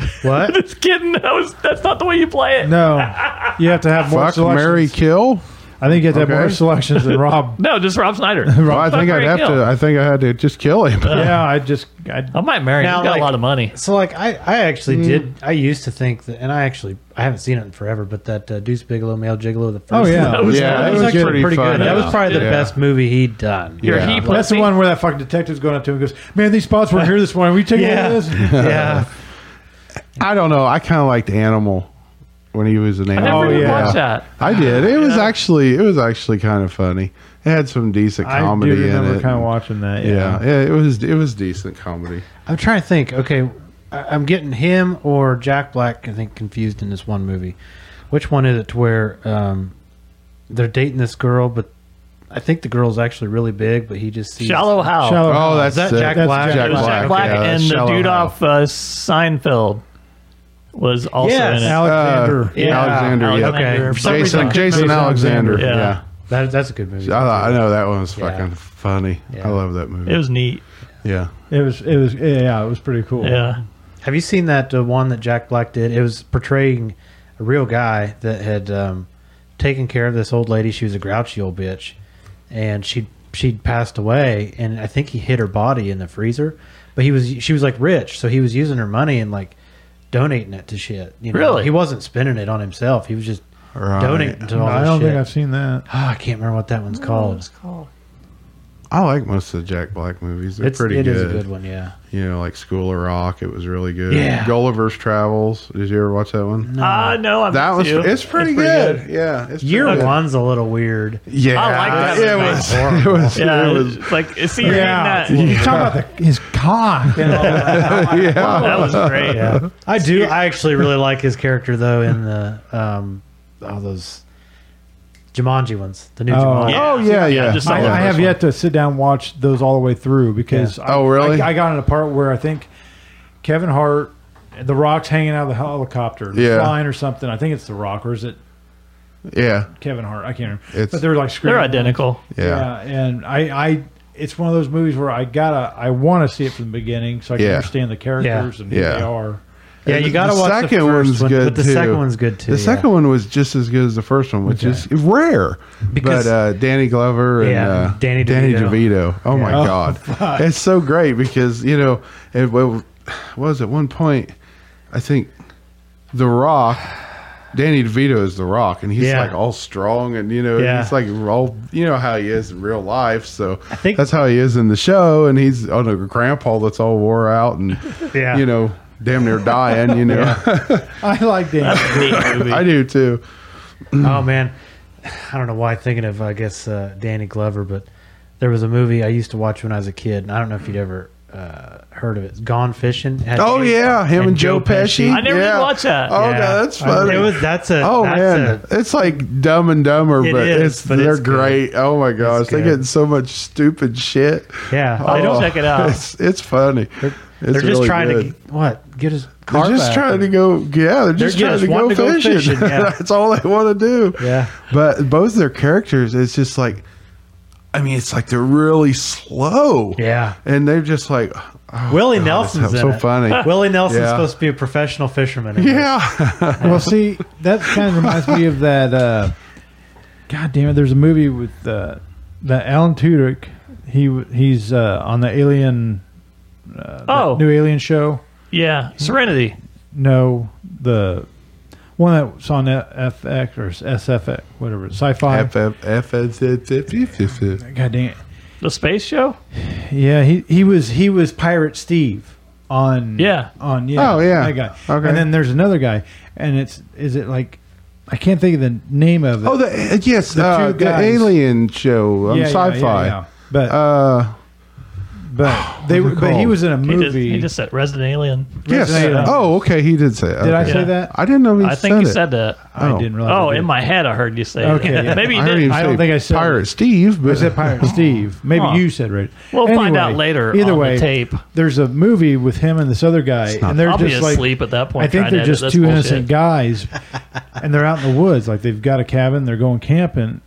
S4: <laughs>
S3: What?
S4: Just kidding. That was, that's not the way you play it. No,
S5: <laughs> No, you have to have more
S6: Fuck,
S5: selections.
S6: Mary kill.
S5: I think you have to have
S6: Okay.
S5: more selections
S6: <laughs>
S5: than Rob. <laughs>
S4: just Rob Snyder.
S6: Well, I
S4: Fuck,
S6: think I'd
S4: Mary,
S6: have
S4: kill.
S6: to. I think I had to just kill him.
S5: yeah, I just, I,
S4: I might marry him.
S3: Now,
S4: He's got
S3: like-
S4: a lot of money.
S3: So like I, I actually
S6: Mm.
S3: did I used to think that and I actually I haven't seen it in forever but that uh, Deuce Bigelow Male Gigolo the first
S5: oh yeah,
S4: That was-
S6: Yeah,
S3: that
S6: it
S3: was,
S6: was
S3: actually
S6: pretty
S3: pretty,
S6: fun.
S3: good that was
S6: Yeah.
S3: probably the
S6: Yeah.
S3: best movie he'd done
S4: You're
S6: Yeah.
S4: he
S6: That's
S5: that's the
S4: pussy.
S5: one where that fucking detective's going up to him and goes, "Man, these spots weren't here this morning. We take
S3: yeah
S5: yeah. this."
S3: yeah
S6: <laughs> I don't know. I kind of liked Animal when he was an
S4: I
S6: animal.
S4: never
S5: Oh,
S4: did
S5: yeah.
S4: watch that.
S6: I did. It was actually. It was actually kind of funny. It had some decent
S5: I do
S6: comedy in
S5: remember
S6: it.
S5: kind of watching that.
S6: yeah. yeah, It was. It was decent comedy.
S3: I'm trying to think okay I, I'm getting him or Jack Black I think confused in this one movie which one is it to where um, they're dating this girl but I think the girl's actually really big but he just sees
S4: Shallow Hal.
S5: Shallow-
S6: Oh,
S5: Oh,
S6: that's
S3: that
S6: it.
S3: Jack
S6: That's
S3: Black?
S6: Jack
S4: It was Jack
S6: Black,
S4: Black
S6: yeah,
S4: and
S6: that's
S4: the
S6: Shallow
S4: dude
S6: Hal.
S4: off uh, Seinfeld was also
S3: Yes.
S4: in it.
S3: Al-
S6: Uh,
S5: Alexander.
S6: Alexander. Yeah.
S4: Alexander.
S3: okay
S4: For some
S6: Jason.
S4: reason-
S6: Jason
S5: Jason
S6: Alexander.
S5: Alexander.
S6: Yeah.
S4: Yeah.
S3: that, that's a good movie
S6: I, I know that one was fucking
S3: Yeah.
S6: funny.
S3: Yeah.
S6: I love that movie.
S4: It was neat.
S6: yeah.
S5: It was. It was. Yeah, it was pretty cool.
S4: Yeah.
S3: Have you seen that uh, one that Jack Black did? It was portraying a real guy that had um, taken care of this old lady. She was a grouchy old bitch, and she she'd passed away, and I think he hid her body in the freezer. But he was she was like rich, so he was using her money and like donating it to shit. You know?
S4: Really?
S3: he wasn't spending it on himself. He was just
S6: Right.
S3: donating to all
S5: I
S3: this
S5: don't
S3: shit.
S5: think I've seen that.
S3: Ah, I can't remember what that one's called.
S6: I like most of the Jack Black movies. They're
S3: It's
S6: pretty
S3: it
S6: good.
S3: is a good one, yeah.
S6: You know, like School of Rock. It was really good.
S3: Yeah.
S6: Gulliver's Travels. Did you ever watch that one?
S4: Ah, no, I'm
S6: That was.
S4: you.
S6: It's pretty, good. Yeah. It's pretty
S3: Year
S6: good.
S3: one's a little weird.
S6: Yeah.
S4: I like that one.
S6: It was. It was.
S4: Yeah,
S6: It was
S4: <laughs> like see, you're
S5: Yeah.
S4: reading that.
S5: You talk about the, his cock. And all that.
S4: That was great.
S3: Yeah, I do. I actually really like his character though in the um, all those Jumanji ones, the new Jumanji.
S4: Yeah.
S6: Oh yeah, yeah.
S4: just
S5: I,
S4: love
S5: I
S4: this
S5: have
S4: one.
S5: yet to sit down and watch those all the way through because I,
S6: Oh, really?
S5: I, I got in a part where I think Kevin Hart, The Rock's hanging out of the helicopter,
S6: Yeah.
S5: flying or something. I think it's The Rock or is it
S6: yeah,
S5: Kevin Hart? I can't remember.
S6: It's-
S5: but they're like screaming.
S4: They're identical.
S6: yeah,
S5: and I, I, it's one of those movies where I gotta, I want to see it from the beginning so I can
S6: Yeah.
S5: understand the characters and who
S6: Yeah.
S5: they are.
S3: Yeah,
S6: And
S3: you gotta watch the first one, but the second one's good, too,
S6: The
S3: yeah.
S6: second one was just as good as the first one, which is rare.
S3: Because-
S6: but uh, Danny Glover and
S3: Yeah,
S6: uh,
S3: Danny DeVito.
S6: DeVito. Oh my
S3: Yeah. <laughs> Oh,
S6: god, it's so great because you know it wa- was at one point. I think The Rock. Danny DeVito is The Rock, and he's
S3: Yeah.
S6: like all strong, and you know
S3: Yeah.
S6: he's like all you know how he is in real life. So I
S3: think-
S6: that's how he is in the show, and he's on a grandpa that's all wore out,
S3: <laughs>
S6: and
S3: Yeah.
S6: you know damn near dying. You know, <laughs>
S5: I like that.
S6: I do too.
S3: <clears throat> Oh man, I don't know why I'm thinking of I guess uh, Danny Glover, but there was a movie I used to watch when I was a kid, and I don't know if you'd ever uh, heard of it. Gone Fishing. Had
S6: Oh
S3: Danny-
S6: yeah, him and, Joe Pesci.
S4: I never did
S6: yeah.
S4: watch that.
S6: Oh
S3: Yeah.
S6: god, that's
S3: I-
S6: funny.
S3: It was that's a
S6: Oh
S3: that's
S6: man,
S3: a-
S6: it's like Dumb and Dumber,
S3: It
S6: but
S3: is,
S6: it's
S3: but
S6: they're
S3: it's good.
S6: great. Oh my gosh, they
S3: good.
S6: get so much stupid shit.
S3: yeah.
S6: Oh,
S3: they don't-
S4: check it out.
S6: It's it's funny. They're,
S3: they're just trying to to what get his
S6: They're
S3: car
S6: just
S3: back.
S6: trying to go. Yeah, they're just
S3: They're
S6: trying
S3: just
S6: to go
S3: wanting to go
S6: fishing.
S3: fishing, yeah.
S6: <laughs> That's all they want to do.
S3: Yeah.
S6: But both their characters, it's just like, I mean, it's like they're really slow.
S3: Yeah.
S6: And they're just like, oh,
S3: Willie
S6: God,
S3: Nelson's
S6: that's
S3: in
S6: so
S3: it.
S6: funny.
S3: <laughs> Willie Nelson's
S6: Yeah.
S3: supposed to be a professional fisherman. in it.
S6: <laughs> yeah.
S5: well, see, that kind of reminds me of that. Uh, God damn it! There's a movie with uh, that Alan Tudyk. He w- he's uh, on the Alien
S4: Oh,
S5: new Alien show.
S4: yeah, Serenity.
S5: No, the one that was on FX or SFX, whatever,
S6: <laughs>
S5: sci-fi.
S6: F- F- F- F- F- F- F- F-
S5: God damn it!
S4: The space show?
S5: Yeah, he he was he was Pirate Steve on
S4: Yeah.
S5: on yeah
S6: Oh, yeah.
S5: that guy.
S6: Okay.
S5: And then there's another guy, and it's is it like I can't think of the name of it.
S6: Oh, the, uh, yes,
S5: The
S6: the, uh,
S5: two
S6: the
S5: guys.
S6: alien show on
S5: Yeah, yeah, yeah,
S6: sci-fi.
S5: yeah. But
S6: Uh,
S5: but they were,
S6: what's it
S5: but he
S6: called?
S5: was in a
S4: He
S5: movie.
S4: just, he just said Resident Alien.
S6: yes.
S5: Alien.
S6: Oh, okay. He did say. It.
S5: Did I
S6: okay.
S5: say
S4: Yeah.
S5: that?
S6: I didn't know. He
S4: I think
S6: said
S4: you
S6: it.
S4: said that.
S5: I
S6: Oh.
S5: didn't realize.
S4: Oh,
S5: I did.
S4: in my head, I heard you say
S5: Okay,
S4: that. <laughs>
S5: yeah.
S4: Maybe you
S6: I, didn't
S4: did.
S6: even
S5: I don't
S6: say
S5: think I said
S6: Pirate
S5: it.
S6: Steve, but
S5: I said Pirate Steve. Maybe
S4: Huh.
S5: you said right.
S4: We'll find out later
S5: Either
S4: on
S5: way,
S4: the tape.
S5: there's a movie with him and this other guy, and they're
S4: I'll be
S5: just like
S4: asleep at that point.
S5: I think
S4: trying to
S5: they're
S4: edit
S5: just
S4: this
S5: two
S4: bullshit.
S5: innocent guys, and they're out in the woods. Like they've got a cabin, they're going camping.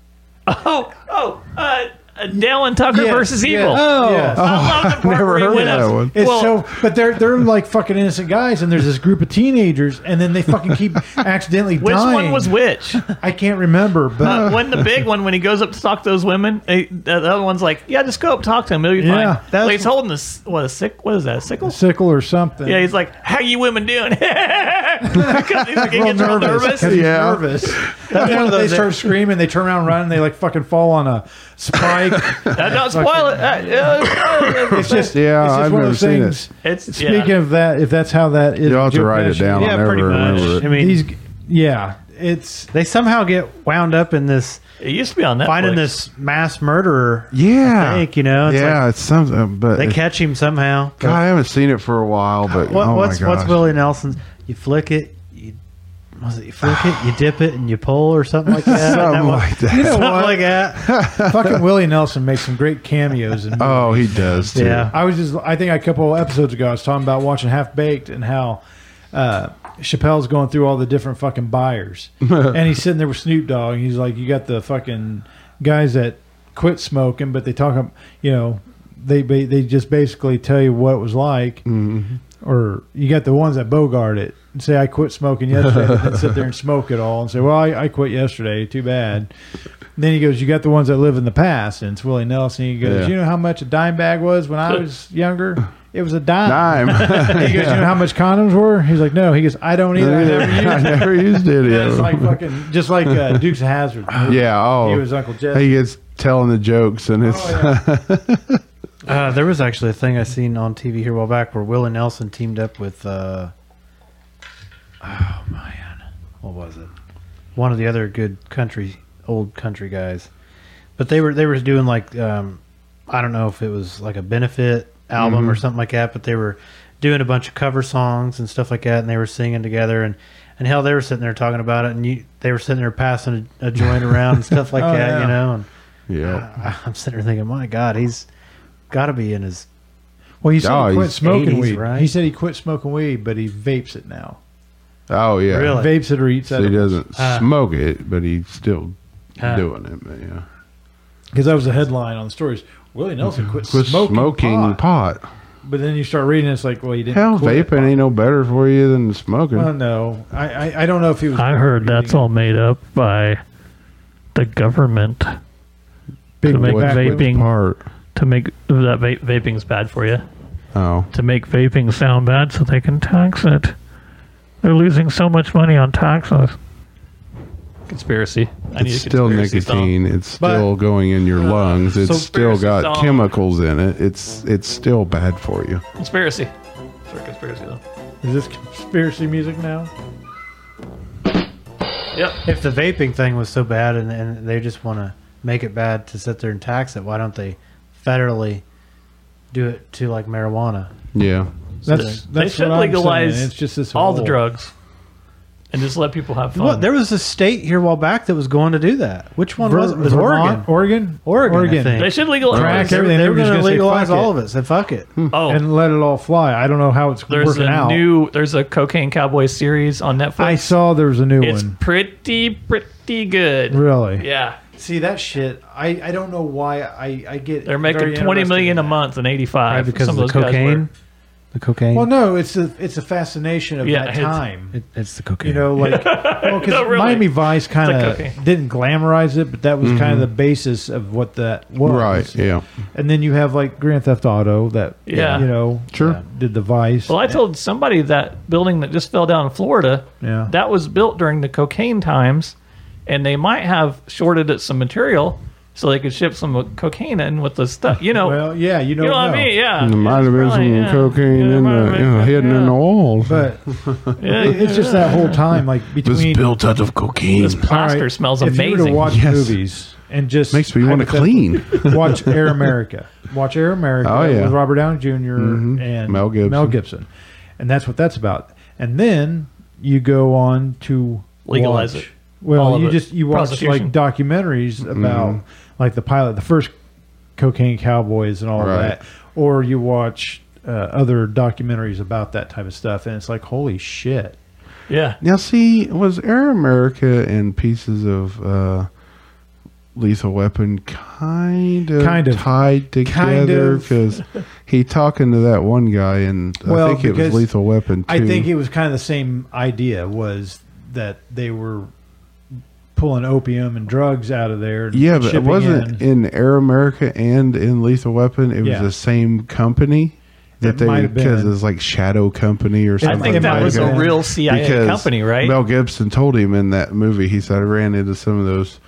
S4: Oh, oh, uh, uh, Dale and Tucker
S5: Yes,
S4: versus
S5: yes,
S4: Evil.
S5: yes.
S4: I love the part
S6: <laughs> never
S4: where he
S6: heard
S4: went
S6: of
S4: up-
S6: that one.
S5: It's
S4: well,
S5: so, but they're they're like fucking innocent guys, and there's this group of teenagers, and then they
S4: <laughs>
S5: fucking keep accidentally
S4: which
S5: dying.
S4: one was
S5: <laughs>
S4: which?
S5: I can't remember, but
S4: Uh, when the big one, when he goes up to talk to those women, they, the other one's like, "Yeah, just go up, talk to him, he'll be
S5: Yeah,
S4: fine."
S5: that's-
S4: Like, he's holding this what a sick what is that a sickle?
S5: sickle or something.
S4: Yeah, he's like, "How you women doing?" <laughs> Because he's like, he gets real nervous.
S5: 'cause he's
S6: Yeah.
S5: nervous.
S6: <laughs>
S5: And they start screaming. They turn around, and run, and they like fucking fall on a spike.
S4: Uh, don't spoil it. Uh, uh,
S5: <laughs> it's just
S6: Yeah,
S5: It's just
S6: I've
S5: one
S6: never
S5: of those
S6: seen
S5: things.
S4: it's
S5: Speaking
S4: yeah.
S5: of that, if that's how that is,
S6: you will have to
S5: Joe
S6: write it
S5: Pesci-
S6: down.
S3: Yeah,
S6: I'll never
S3: pretty much.
S6: remember
S3: I
S6: it.
S3: mean,
S5: These, yeah,
S6: <laughs>
S5: it's
S3: they somehow get wound up in this
S4: It used to be on Netflix.
S3: finding this mass murderer.
S6: Yeah,
S3: I think, you know, it's
S6: yeah, it's something. But
S3: They
S6: it-
S3: catch him somehow.
S6: God, I haven't seen it for a while. But
S3: What,
S6: oh
S3: what's
S6: my
S3: what's
S6: gosh.
S3: Willie Nelson's? You flick it, you was it? You flick it, you dip it, and you pull or something
S6: <laughs>
S3: like that.
S6: Something
S3: That
S6: like that.
S3: was- <laughs> something like that.
S5: fucking Willie Nelson makes some great cameos. And
S6: Oh, he does. Too.
S3: Yeah.
S5: I was just, I think a couple episodes ago, I was talking about watching Half Baked and how uh, Chappelle's going through all the different fucking buyers. and he's sitting there with Snoop Dogg. And he's like, you got the fucking guys that quit smoking, but they talk, ab- you know, they ba- they just basically tell you what it was like. Or you got the ones that bogart it and say, I quit smoking yesterday, but then sit there and smoke it all and say, well, I, I quit yesterday. Too bad. then he goes, "You got the ones that live in the past." And it's Willie Nelson. He goes,
S6: Yeah.
S5: "You know how much a dime bag was
S4: <laughs>
S5: when I was younger? It was a
S3: <laughs>
S5: dime."
S6: Dime.
S5: He goes, "You know how much condoms were?" He's like, "No." He goes, "I don't either. I never used."
S6: I <laughs> <laughs>
S5: it."
S6: never used any of
S5: It's
S6: them.
S5: like fucking, just
S6: <laughs>
S5: like uh, Dukes of Hazard.
S6: yeah. Oh,
S5: He was Uncle Jesse.
S6: He gets telling the jokes, and it's
S3: Uh, there was actually a thing I seen on TV here a while back where Will and Nelson teamed up with. Uh, oh man, what was it? One of the other good country, old country guys, but they were they were doing like um, I don't know if it was like a benefit album
S5: Mm-hmm.
S3: or something like that, but they were doing a bunch of cover songs and stuff like that, and they were singing together and. And hell, they were sitting there talking about it, and you, they were sitting there passing a, a joint around and stuff like
S5: <laughs> Oh,
S3: that,
S5: yeah.
S3: you know. And
S6: <laughs> yeah.
S3: <laughs> I'm sitting there thinking, my God, he's got to be in his.
S5: Well, he said
S6: Oh,
S5: he quit
S6: he's
S5: smoking
S3: 80s,
S5: weed.
S3: right?
S5: He said he quit smoking weed, but he vapes it now.
S6: Oh yeah.
S3: Really?
S5: Vapes it or eats
S6: So he
S5: it.
S6: doesn't smoke it, but he's still doing it. But yeah.
S5: Because that was the headline on the stories. Willie Nelson quit,
S6: Quit
S5: smoking,
S6: smoking,
S5: pot.
S6: pot.
S5: But then you start reading, it's like, well, he didn't.
S6: Hell,
S5: quit
S6: vaping ain't no better for you than smoking.
S5: Well, no, I, I, I don't know if he was.
S4: I heard that's all made up by the government
S5: big
S4: to make
S6: What's
S5: back
S6: with
S5: with-
S4: vaping.
S6: Part.
S4: to make that va- vaping's bad for you.
S6: Oh.
S4: To make vaping sound bad so they can tax it. They're losing so much money on taxes. Conspiracy. I
S6: It's still nicotine. It's
S5: But-
S6: still going in your lungs. It's
S4: So-
S6: still
S4: Conspiracy
S6: got
S4: song.
S6: chemicals in it. It's it's still bad for you.
S4: Conspiracy. Sorry, conspiracy though.
S5: Is this conspiracy music now?
S4: Yep.
S3: If the vaping thing was so bad and, and they just want to make it bad to sit there and tax it, why don't they federally do it to like marijuana?
S6: Yeah.
S5: That's,
S4: they
S5: that's
S4: should
S5: what I'm saying.
S4: legalize
S5: It's just this
S4: all the
S5: whole-
S4: drugs and just let people have fun.
S3: Well, there was a state here a while back that was going to do that. Which one
S5: Ver-
S3: was it? It was
S5: Vermont,
S3: Oregon.
S5: Oregon,
S3: Oregon, I think.
S4: they should legalize
S5: Crack
S4: it.
S5: everything.
S3: They were
S5: They
S3: going
S5: were just
S3: to
S5: gonna say,
S3: legalize
S5: "Fuck
S3: all
S5: it."
S3: of it. Hmm. So fuck it.
S4: Oh,
S5: and let it all fly. I don't know how it's
S4: there's
S5: working
S4: a
S5: out.
S4: new there's a cocaine cowboy series on Netflix.
S5: I saw there was a new
S4: it's
S5: one.
S4: pretty pretty good.
S5: Really?
S4: Yeah.
S5: See that shit? I, I don't know why I, I get.
S4: They're making
S5: very
S4: twenty million
S5: interested
S4: a
S5: in that.
S4: month and eighty five.
S3: because of the cocaine. The cocaine.
S5: Well, no, it's a it's a fascination of
S4: Yeah,
S5: that
S4: it's-
S5: time.
S3: It- it's the cocaine.
S5: You
S4: <laughs>
S5: know, like well, 'cause
S4: No, really.
S5: Miami Vice kind
S4: It's
S5: of
S4: like cocaine.
S5: didn't glamorize it, but that was kind of the basis of what that was.
S6: Mm-hmm. Right. Yeah.
S5: And then you have like Grand Theft Auto that
S4: Yeah.
S5: you know
S6: Sure.
S5: uh, did the Vice.
S4: Well, I told somebody that building that just fell down in Florida,
S5: Yeah.
S4: that was built during the cocaine times, and they might have shorted it some material so they could ship some cocaine in with the stuff. You know,
S5: <laughs> well, yeah, you know,
S4: you know what I mean? Yeah,
S6: There might have been
S4: Probably,
S6: some
S4: Uh, yeah.
S6: cocaine
S4: Yeah,
S6: in
S4: there
S6: the,
S4: might
S6: you know,
S4: have been,
S6: hidden in the
S4: <laughs>
S6: walls.
S5: but
S4: yeah.
S5: it- it's just that whole time, like between
S6: built out of cocaine.
S4: this plaster smells
S5: if you were
S4: amazing.
S5: to watch
S6: Yes.
S5: movies and just
S6: Makes me want to
S5: hypothetically
S6: clean.
S5: watch Air America. Watch Air America
S6: Oh, yeah. Mm-hmm.
S5: with Robert Downey junior and
S6: Mel Gibson.
S5: Mel Gibson. And that's what that's about. And then you go on to
S4: Legalize
S5: watch-
S4: it. All
S5: Well,
S4: of
S5: you
S4: it.
S5: just you watch like
S4: Prostitution.
S6: Mm-hmm.
S5: documentaries about like the pilot, the first cocaine cowboys and all
S6: Right.
S5: that, or you watch uh, other documentaries about that type of stuff, and it's like holy shit.
S4: yeah,
S6: <laughs> Now, see, was Air America and pieces of uh, Lethal Weapon kind of
S5: Kind of.
S6: tied
S5: Kind
S6: together?
S5: of.
S6: Because he talking to that one guy, and
S5: Well,
S6: I think it was
S5: because
S6: Lethal Weapon. Too.
S5: I think it was kind of the same idea was that they were pulling opium and drugs out of there. and
S6: yeah, but it
S5: shipping
S6: wasn't
S5: in.
S6: in. Air America and in Lethal Weapon. It was
S5: Yeah.
S6: the same company
S5: It
S6: that
S5: might
S6: they
S5: have been.
S6: because it's like Shadow Company or
S4: I
S6: something.
S4: think
S5: It
S4: that
S5: might
S4: was
S5: have
S4: a
S5: been.
S4: real CIA
S6: because
S4: company, right?
S6: Mel Gibson told him in that movie, he said, I ran into some of those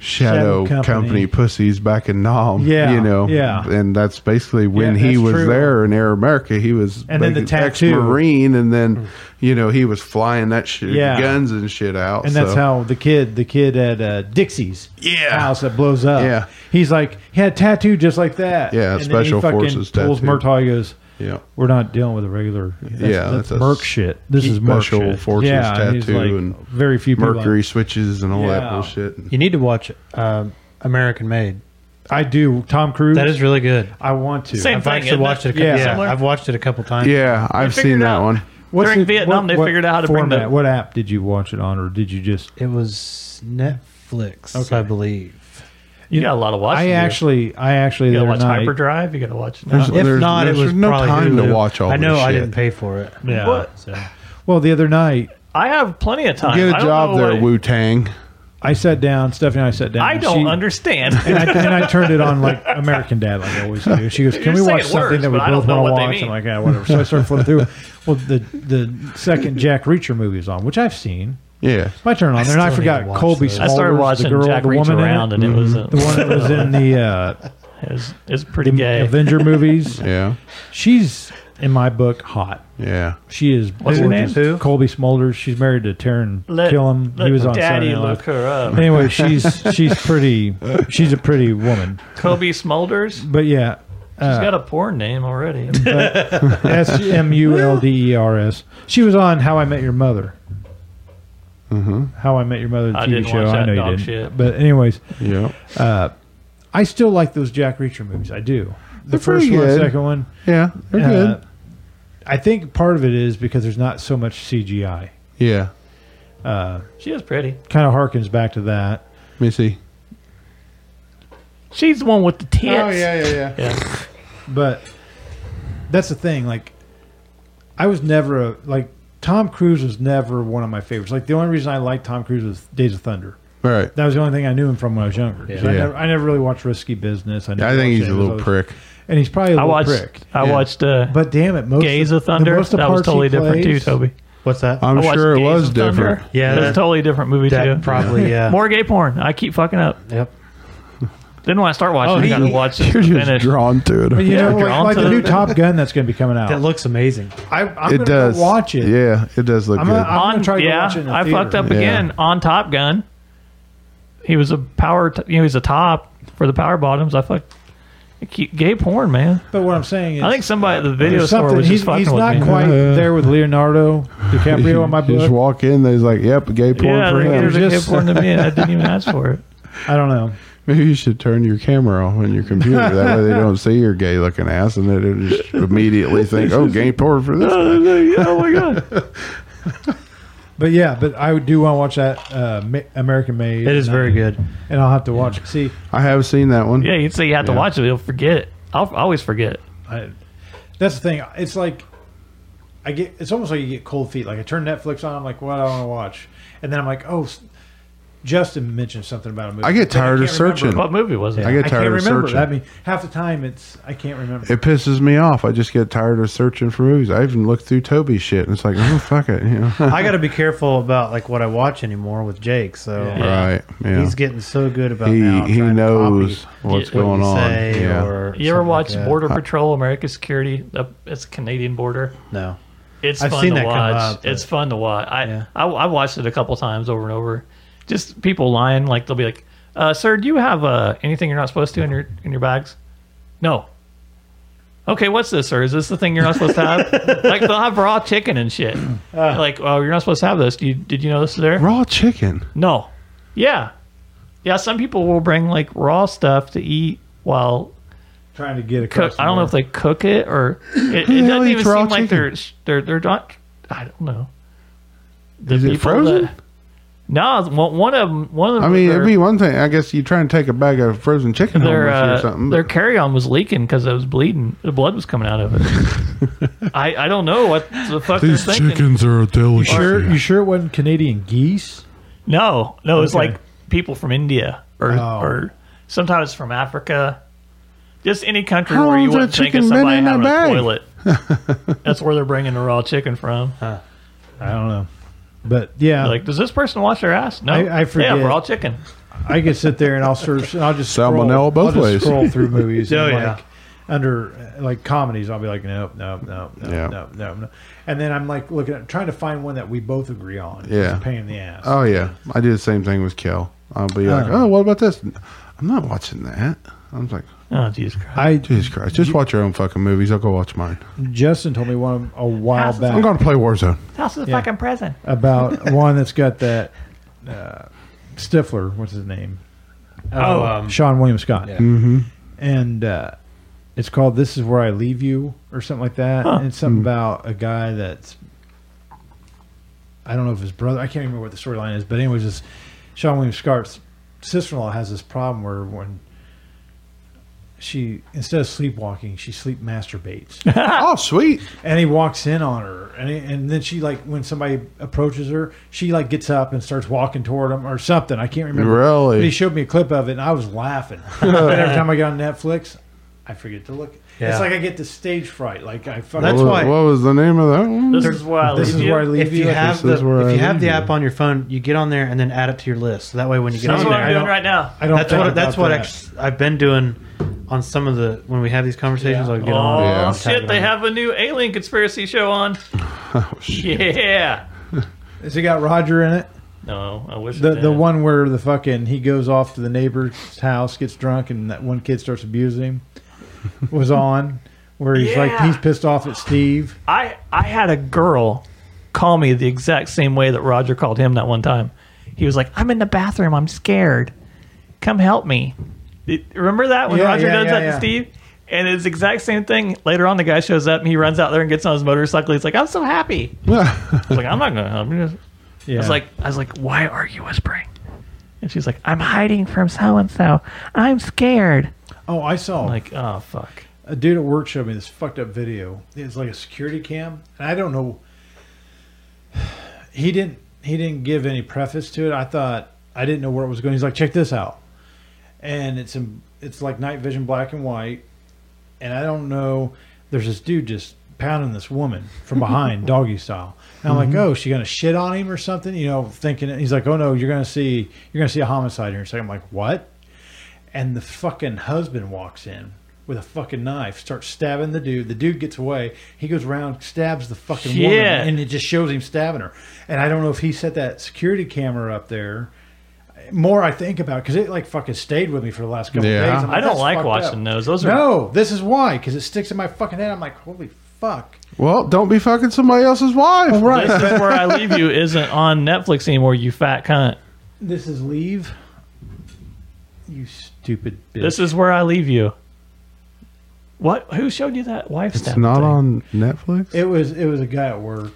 S6: shadow,
S5: Shadow company.
S6: company. pussies back in Nam.
S5: Yeah,
S6: You know?
S5: yeah.
S6: And that's basically when
S5: Yeah,
S6: he
S5: that's
S6: was
S5: true.
S6: there in Air America. He was
S5: And then the
S6: big
S5: tattoo. Hmm.
S6: ex-Marine. And then, you know, he was flying that shit,
S5: Yeah.
S6: guns and shit out.
S5: and that's
S6: so-
S5: how the kid, the kid at uh, Dixie's
S6: Yeah.
S5: house that blows up.
S6: Yeah.
S5: he's like he had a tattoo just like that.
S6: Yeah,
S5: and
S6: Special
S5: then he fucking
S6: Forces
S5: Pulls
S6: tattoo.
S5: Murtaugh he goes.
S6: Yeah.
S5: We're not dealing with a regular. That's,
S6: Yeah,
S5: that's,
S6: that's a
S5: Merc shit. This is Merc
S6: Special
S5: shit.
S6: Forces
S5: and he's
S6: tattoo and
S5: very few people.
S6: Mercury switches and all that
S5: Yeah.
S6: bullshit.
S3: you need to watch um, American Made.
S5: I do. Tom Cruise.
S3: That is really good.
S5: I want to.
S4: Same
S3: I've
S4: thing,
S3: actually
S4: isn't
S3: watched it.
S4: it?
S3: A couple,
S5: Yeah.
S3: yeah,
S4: Similar?
S3: I've watched it a couple times.
S6: Yeah, I've seen
S4: figured
S6: that
S4: out.
S6: one.
S5: What's
S4: During
S5: the-
S4: Vietnam, they figured out how to bring
S5: format,
S4: the-
S5: What app did you watch it on, or did you just?
S3: It was Netflix,
S5: Okay.
S3: I believe.
S4: you got a lot of watching.
S5: I
S4: to do.
S5: actually, I actually,
S4: you
S5: the
S4: got to
S5: other
S4: watch
S5: night,
S4: Hyperdrive. You got to watch.
S6: There's-
S3: If not, it
S6: there's
S3: was
S6: no
S3: probably
S6: time
S3: Hulu.
S6: to watch all
S3: I know
S6: this
S3: I
S6: shit.
S3: didn't pay for it.
S5: Yeah.
S4: What?
S3: So.
S5: Well, the other night,
S4: I have plenty of time.
S6: Get
S4: I
S6: a
S4: don't
S6: job
S4: know
S6: there,
S4: what-
S6: Wu Tang.
S5: I sat down. Stephanie and I sat down.
S4: I
S5: and
S4: don't
S5: she-
S4: understand.
S5: And I, and I turned it on like American Dad, like I always
S4: <laughs>
S5: do. She goes, "Can we
S4: You're saying
S5: watch something
S4: words,
S5: that we
S4: but I
S5: both
S4: don't know
S5: want to
S4: what they
S5: watch?" I'm
S4: mean.
S5: like, "Yeah, whatever." So I
S4: <laughs>
S5: started flipping through. Well, the the second Jack Reacher movie is on, which I've seen.
S6: Yeah.
S5: If I turn it on there, and I
S3: still need to
S5: forgot
S3: watch
S5: Colby.
S3: those.
S4: <laughs> I
S5: Smulders,
S4: started
S5: the
S4: watching
S5: girl,
S4: Jack
S5: the
S4: reach
S5: woman in it.
S4: around, and it was a,
S5: the one that was in
S4: <laughs>
S5: the uh,
S4: it was, it was pretty gay.
S5: Avenger movies.
S6: Yeah.
S5: She's in my book hot.
S6: Yeah.
S5: She is.
S4: What's her
S5: gorgeous.
S4: name? Who?
S5: Colby Smulders. She's married to Taron
S4: Let-
S5: Killam. He
S4: let
S5: was on
S4: Daddy
S5: Saturday Night
S4: look
S5: Live.
S4: her
S5: <laughs>
S4: up. <laughs>
S5: Anyway, she's she's pretty. She's a pretty woman.
S4: Kobe Smulders.
S5: But yeah, Uh.
S4: She's got a porn name
S5: <laughs>
S4: already.
S5: S M U L D E R S. She was on How I Met Your Mother.
S6: Mm-hmm.
S5: How I Met Your Mother, the
S4: I
S5: TV
S4: didn't
S5: show.
S4: watch
S5: I
S4: that
S5: know you
S4: dog
S5: didn't.
S4: shit.
S5: But anyways,
S6: Yeah.
S5: I still like those Jack Reacher movies. I do. The
S6: They're
S5: first
S6: pretty
S5: one,
S6: good.
S5: second one.
S6: Yeah. They're
S5: uh,
S6: good.
S5: I think part of it is because there's not so much CGI.
S6: Yeah.
S4: she is pretty.
S5: Kind of harkens back to that.
S6: Let me see.
S4: She's the one with the tits.
S6: Oh yeah, yeah, yeah.
S5: But that's the thing. Like, I was never a like Tom Cruise was never one of my favorites. Like the only reason I liked Tom Cruise was Days of Thunder.
S6: All right.
S5: That was the only thing I knew him from when I was younger. 'Cause I,
S6: Yeah.
S5: never, I never really watched Risky Business. never
S6: I think
S5: watched
S6: he's
S5: any
S6: a
S5: of
S6: little
S5: those.
S6: prick.
S5: And he's probably a
S4: I
S5: little
S4: watched.
S5: prick.
S4: I
S6: Yeah.
S4: watched uh,
S5: But damn it, most
S4: Gaze of
S5: the
S4: Thunder.
S5: most of
S4: that was
S5: parts he
S4: totally different too,
S5: plays-
S4: Toby.
S3: What's that?
S6: I'm
S4: I watched
S6: sure it
S4: Gaze
S6: was
S4: of Thunder.
S6: different.
S3: Yeah,
S4: it was a
S3: that-
S4: totally different movie
S3: that
S4: too.
S3: probably yeah.
S4: More gay porn. I keep fucking up.
S3: Yep.
S4: Then when I start watching,
S3: Oh,
S4: it, I gotta
S3: he-
S5: <laughs>
S4: watch it
S6: <laughs> You're
S4: to
S6: just
S4: finish.
S6: drawn to
S4: <laughs>
S6: it.
S5: You know,
S4: Yeah,
S5: like,
S4: drawn
S5: like
S4: to
S5: the
S4: the-
S5: new Top Gun that's going to be
S4: <laughs>
S5: coming out.
S3: That looks amazing.
S5: I, I'm
S6: it
S5: gonna
S6: does.
S5: Go watch it.
S6: Yeah, it does look
S5: I'm
S6: good.
S5: gonna, I'm
S4: on
S5: gonna try to go
S4: yeah,
S5: watch it. In the
S4: I
S5: theater.
S4: fucked up
S6: Yeah.
S4: again on Top Gun. He was a power. T- you know, he's a top for the power bottoms. I fucked. I keep- Gay porn, man.
S5: But what I'm saying is,
S4: I think somebody at the video
S5: there's
S4: store
S5: something.
S4: was
S5: He's,
S4: just fucking
S5: he's
S4: with
S5: not
S4: me.
S5: quite
S6: Uh,
S5: there with
S6: <laughs>
S5: Leonardo DiCaprio on my
S6: You Just
S5: book.
S6: walk in, there's like, yep, gay porn
S4: yeah,
S6: for
S4: they-
S6: him.
S4: there's a gay
S5: Just-
S4: porn to me, and I didn't even ask for
S5: <laughs>
S4: it.
S5: I don't know.
S6: Maybe you should turn your camera off on your computer. That way they don't see your gay looking ass and they don't just immediately think, oh, gay porn for this. guy."
S4: oh
S3: <laughs>
S4: my god!
S5: But yeah, but I do want to watch that uh, Ma- American Made.
S3: It is
S5: and I-
S3: very good.
S5: and I'll have to watch it. See,
S6: I have seen that one.
S4: Yeah, you'd say you had to
S6: Yeah.
S4: watch it. You'll forget it. I'll always forget it.
S5: I, that's the thing. It's like I get. It's almost like you get cold feet. Like I turn Netflix on. I'm like, what do I want to watch, and then I'm like, oh, s- Justin mentioned something about a movie.
S6: I get
S5: Then
S6: tired of
S5: can't remember.
S6: searching.
S4: What movie was it?
S6: I get
S5: I
S6: tired
S5: can't
S6: of
S5: remember.
S6: searching.
S5: I mean, half the time it's I can't remember.
S6: it pisses me off. I just get tired of searching for movies. I even look through Toby's shit and it's like, oh, fuck it.
S4: <laughs>
S6: You know?
S3: I got to be careful about like what I watch anymore with Jake. So
S6: Right. Yeah.
S3: he's getting so good about
S6: he
S3: now
S6: he
S3: trying to copy
S6: knows what's
S4: what you
S6: going
S3: what you
S6: on.
S3: say
S6: yeah.
S3: or
S4: You
S3: something
S4: ever
S3: like
S4: watch
S3: that.
S4: Border Patrol, America's Security? Up- It's Canadian border.
S3: No,
S4: It's
S3: I've
S4: fun
S3: seen
S4: to
S3: that come
S4: watch.
S3: up, but-
S4: it's fun to watch. I,
S3: Yeah.
S4: I I watched it a couple times over and over. Just people lying, like they'll be like, uh, "Sir, do you have uh, anything you're not supposed to in your in your bags?" No. Okay, what's this, sir? Is this the thing you're not supposed
S3: <laughs>
S4: to have? like they'll have raw chicken and shit.
S3: Uh.
S4: like, oh, you're not supposed to have this. Do you, did you know this is there?
S6: Raw chicken.
S4: No. Yeah. Yeah. Some people will bring like raw stuff to eat while
S5: Trying to get
S4: cook.
S5: across.
S4: I don't know if they cook it or
S6: <laughs>
S4: it,
S6: the
S4: it
S6: hell
S4: doesn't even
S6: eats raw
S4: seem like they're they're they're not. I don't know. The
S6: Is it
S4: people
S6: frozen?
S4: that- no, one one of them. One of them.
S6: I mean,
S4: their,
S6: it'd be one thing. I guess you try and take a bag of frozen chicken home
S4: their,
S6: with you or
S4: uh,
S6: something.
S4: their
S6: but-
S4: carry on was leaking because it was bleeding. The blood was coming out of it.
S6: <laughs>
S4: I I don't know what the fuck they're thinking.
S6: are a delicacy.
S5: Sure, you sure it wasn't Canadian geese?
S4: No, no, it's
S5: Okay.
S4: like people from India or
S5: Oh.
S4: or sometimes from Africa. Just any country
S6: How
S4: where you
S6: long's that
S4: wouldn't think
S6: chicken
S4: of
S6: been
S4: somebody
S6: in that
S4: having a
S6: bag?
S4: toilet.
S6: <laughs>
S4: That's where they're bringing the raw chicken from.
S5: I don't know. But yeah,
S4: Like, does this person wash their ass? No,
S5: I- I forget.
S4: Yeah, raw chicken.
S5: I could sit there and I'll search. And I'll just scroll,
S6: Salmonella both
S5: I'll just
S6: ways.
S5: Scroll through
S3: <laughs>
S5: movies.
S3: Oh,
S5: and
S3: yeah.
S5: Like, under uh, like comedies, I'll be like, nope, nope, nope, nope,
S6: Yeah.
S5: nope, nope, nope. And then I'm like looking at trying to find one that we both agree on. It's
S6: Yeah.
S5: a pain in the ass.
S6: Oh yeah, I do the same thing with Kel. I'll be like, oh, what about this? I'm not watching that. I'm like,
S4: Oh, Jesus Christ!
S5: I
S6: Jesus Christ, just watch your own fucking movies. I'll go watch mine.
S5: Justin told me one a while
S4: Houses-
S6: I'm
S5: back
S6: going to play Warzone.
S4: House is a
S5: Yeah.
S4: fucking prison.
S5: about one that's got that uh, Stifler. What's his name?
S3: oh, um,
S5: Sean William Scott. And uh, it's called This Is Where I Leave You or something like that. And it's something about a guy that's I don't know if his brother I can't remember what the storyline is, but anyways this Sean William Scott's sister in law has this problem where when she instead of sleepwalking, she sleep masturbates.
S6: oh, sweet.
S5: and he walks in on her, and he- and then she like when somebody approaches her, she like gets up and starts walking toward him or something. I can't remember.
S6: Really?
S5: But he showed me a clip of it, and I
S3: <laughs>
S5: was laughing. and every time I get on Netflix, I forget to look.
S3: Yeah.
S5: It's like I get the stage fright. Like I fucking.
S3: That's
S6: what,
S3: why-
S6: What was the name of that one?
S4: This is why I
S5: this
S4: leave
S5: is
S4: you.
S5: where I leave
S3: If you
S5: you.
S3: have the
S6: this is where
S3: if
S6: I
S3: you have the
S6: leave
S3: app
S6: you.
S3: on your phone, you get on there and then add it to your list. So that way, when you get
S4: That's
S3: on
S4: what
S3: there,
S4: I'm doing right now.
S5: I don't.
S3: that's
S5: think
S3: what
S5: about
S3: that's what
S5: that.
S3: ex- I've been doing on some of the when we have these conversations.
S5: Yeah.
S3: I'll get
S4: Oh
S3: on. there.
S6: Yeah.
S4: shit! They have a new alien conspiracy show on.
S5: <laughs>
S6: Oh,
S4: Yeah.
S5: Has it got Roger in it?
S4: No, I wish
S5: The
S4: it
S5: the
S4: did.
S5: one where the fucking he goes off to the neighbor's house, gets drunk, and that one kid starts abusing him was on. Where he's like
S4: Yeah.
S5: he's pissed off at Steve.
S4: I I had a girl call me the exact same way that Roger called him that one time. He was like, "I'm in the bathroom. I'm scared. Come help me." It- Remember that when
S5: Yeah,
S4: Roger
S5: yeah,
S4: does
S5: yeah,
S4: that
S5: yeah.
S4: to Steve? And it's the exact same thing. Later on, the guy shows up and he runs out there and gets on his motorcycle. He's like, "I'm so happy." I was like, "I'm not gonna help you."
S5: Yeah.
S4: I was like, I was like, why are you whispering? And she's like, I'm hiding from so and so. I'm scared.
S5: oh, I saw
S4: I'm like, oh fuck.
S5: a dude at work showed me this fucked up video. It was like a security cam, and I don't know. <sighs> He didn't. He didn't give any preface to it. I thought I didn't know where it was going. He's like, check this out, and it's in, it's like night vision, black and white, and I don't know. There's this dude just pounding this woman from behind, doggy style. And I'm like, oh, is she gonna shit on him or something? You know, thinking he's like, oh no, you're gonna see, you're gonna see a homicide here. So I'm like, what? and the fucking husband walks in with a fucking knife, starts stabbing the dude. The dude gets away. He goes around, stabs the fucking woman,
S4: Shit.
S5: and it just shows him stabbing her. And I don't know if he set that security camera up there. More I think about because it, like fucking stayed with me for the last couple
S6: Yeah.
S5: of days. I'm
S4: I don't
S5: "That's
S4: like
S5: fucked
S4: watching
S5: up."
S4: those. Those are
S5: No, this is why because it sticks in my fucking head. I'm like, holy fuck.
S6: <laughs> Well, don't be fucking somebody else's wife.
S5: Right.
S4: this is where I leave you isn't on Netflix anymore, you fat cunt.
S5: this is leave. You stupid bitch.
S4: This is where I leave you. What? Who showed you that wife
S6: <laughs> It's
S4: stab
S6: not
S4: thing?
S6: on Netflix.
S5: it was it was a guy at work.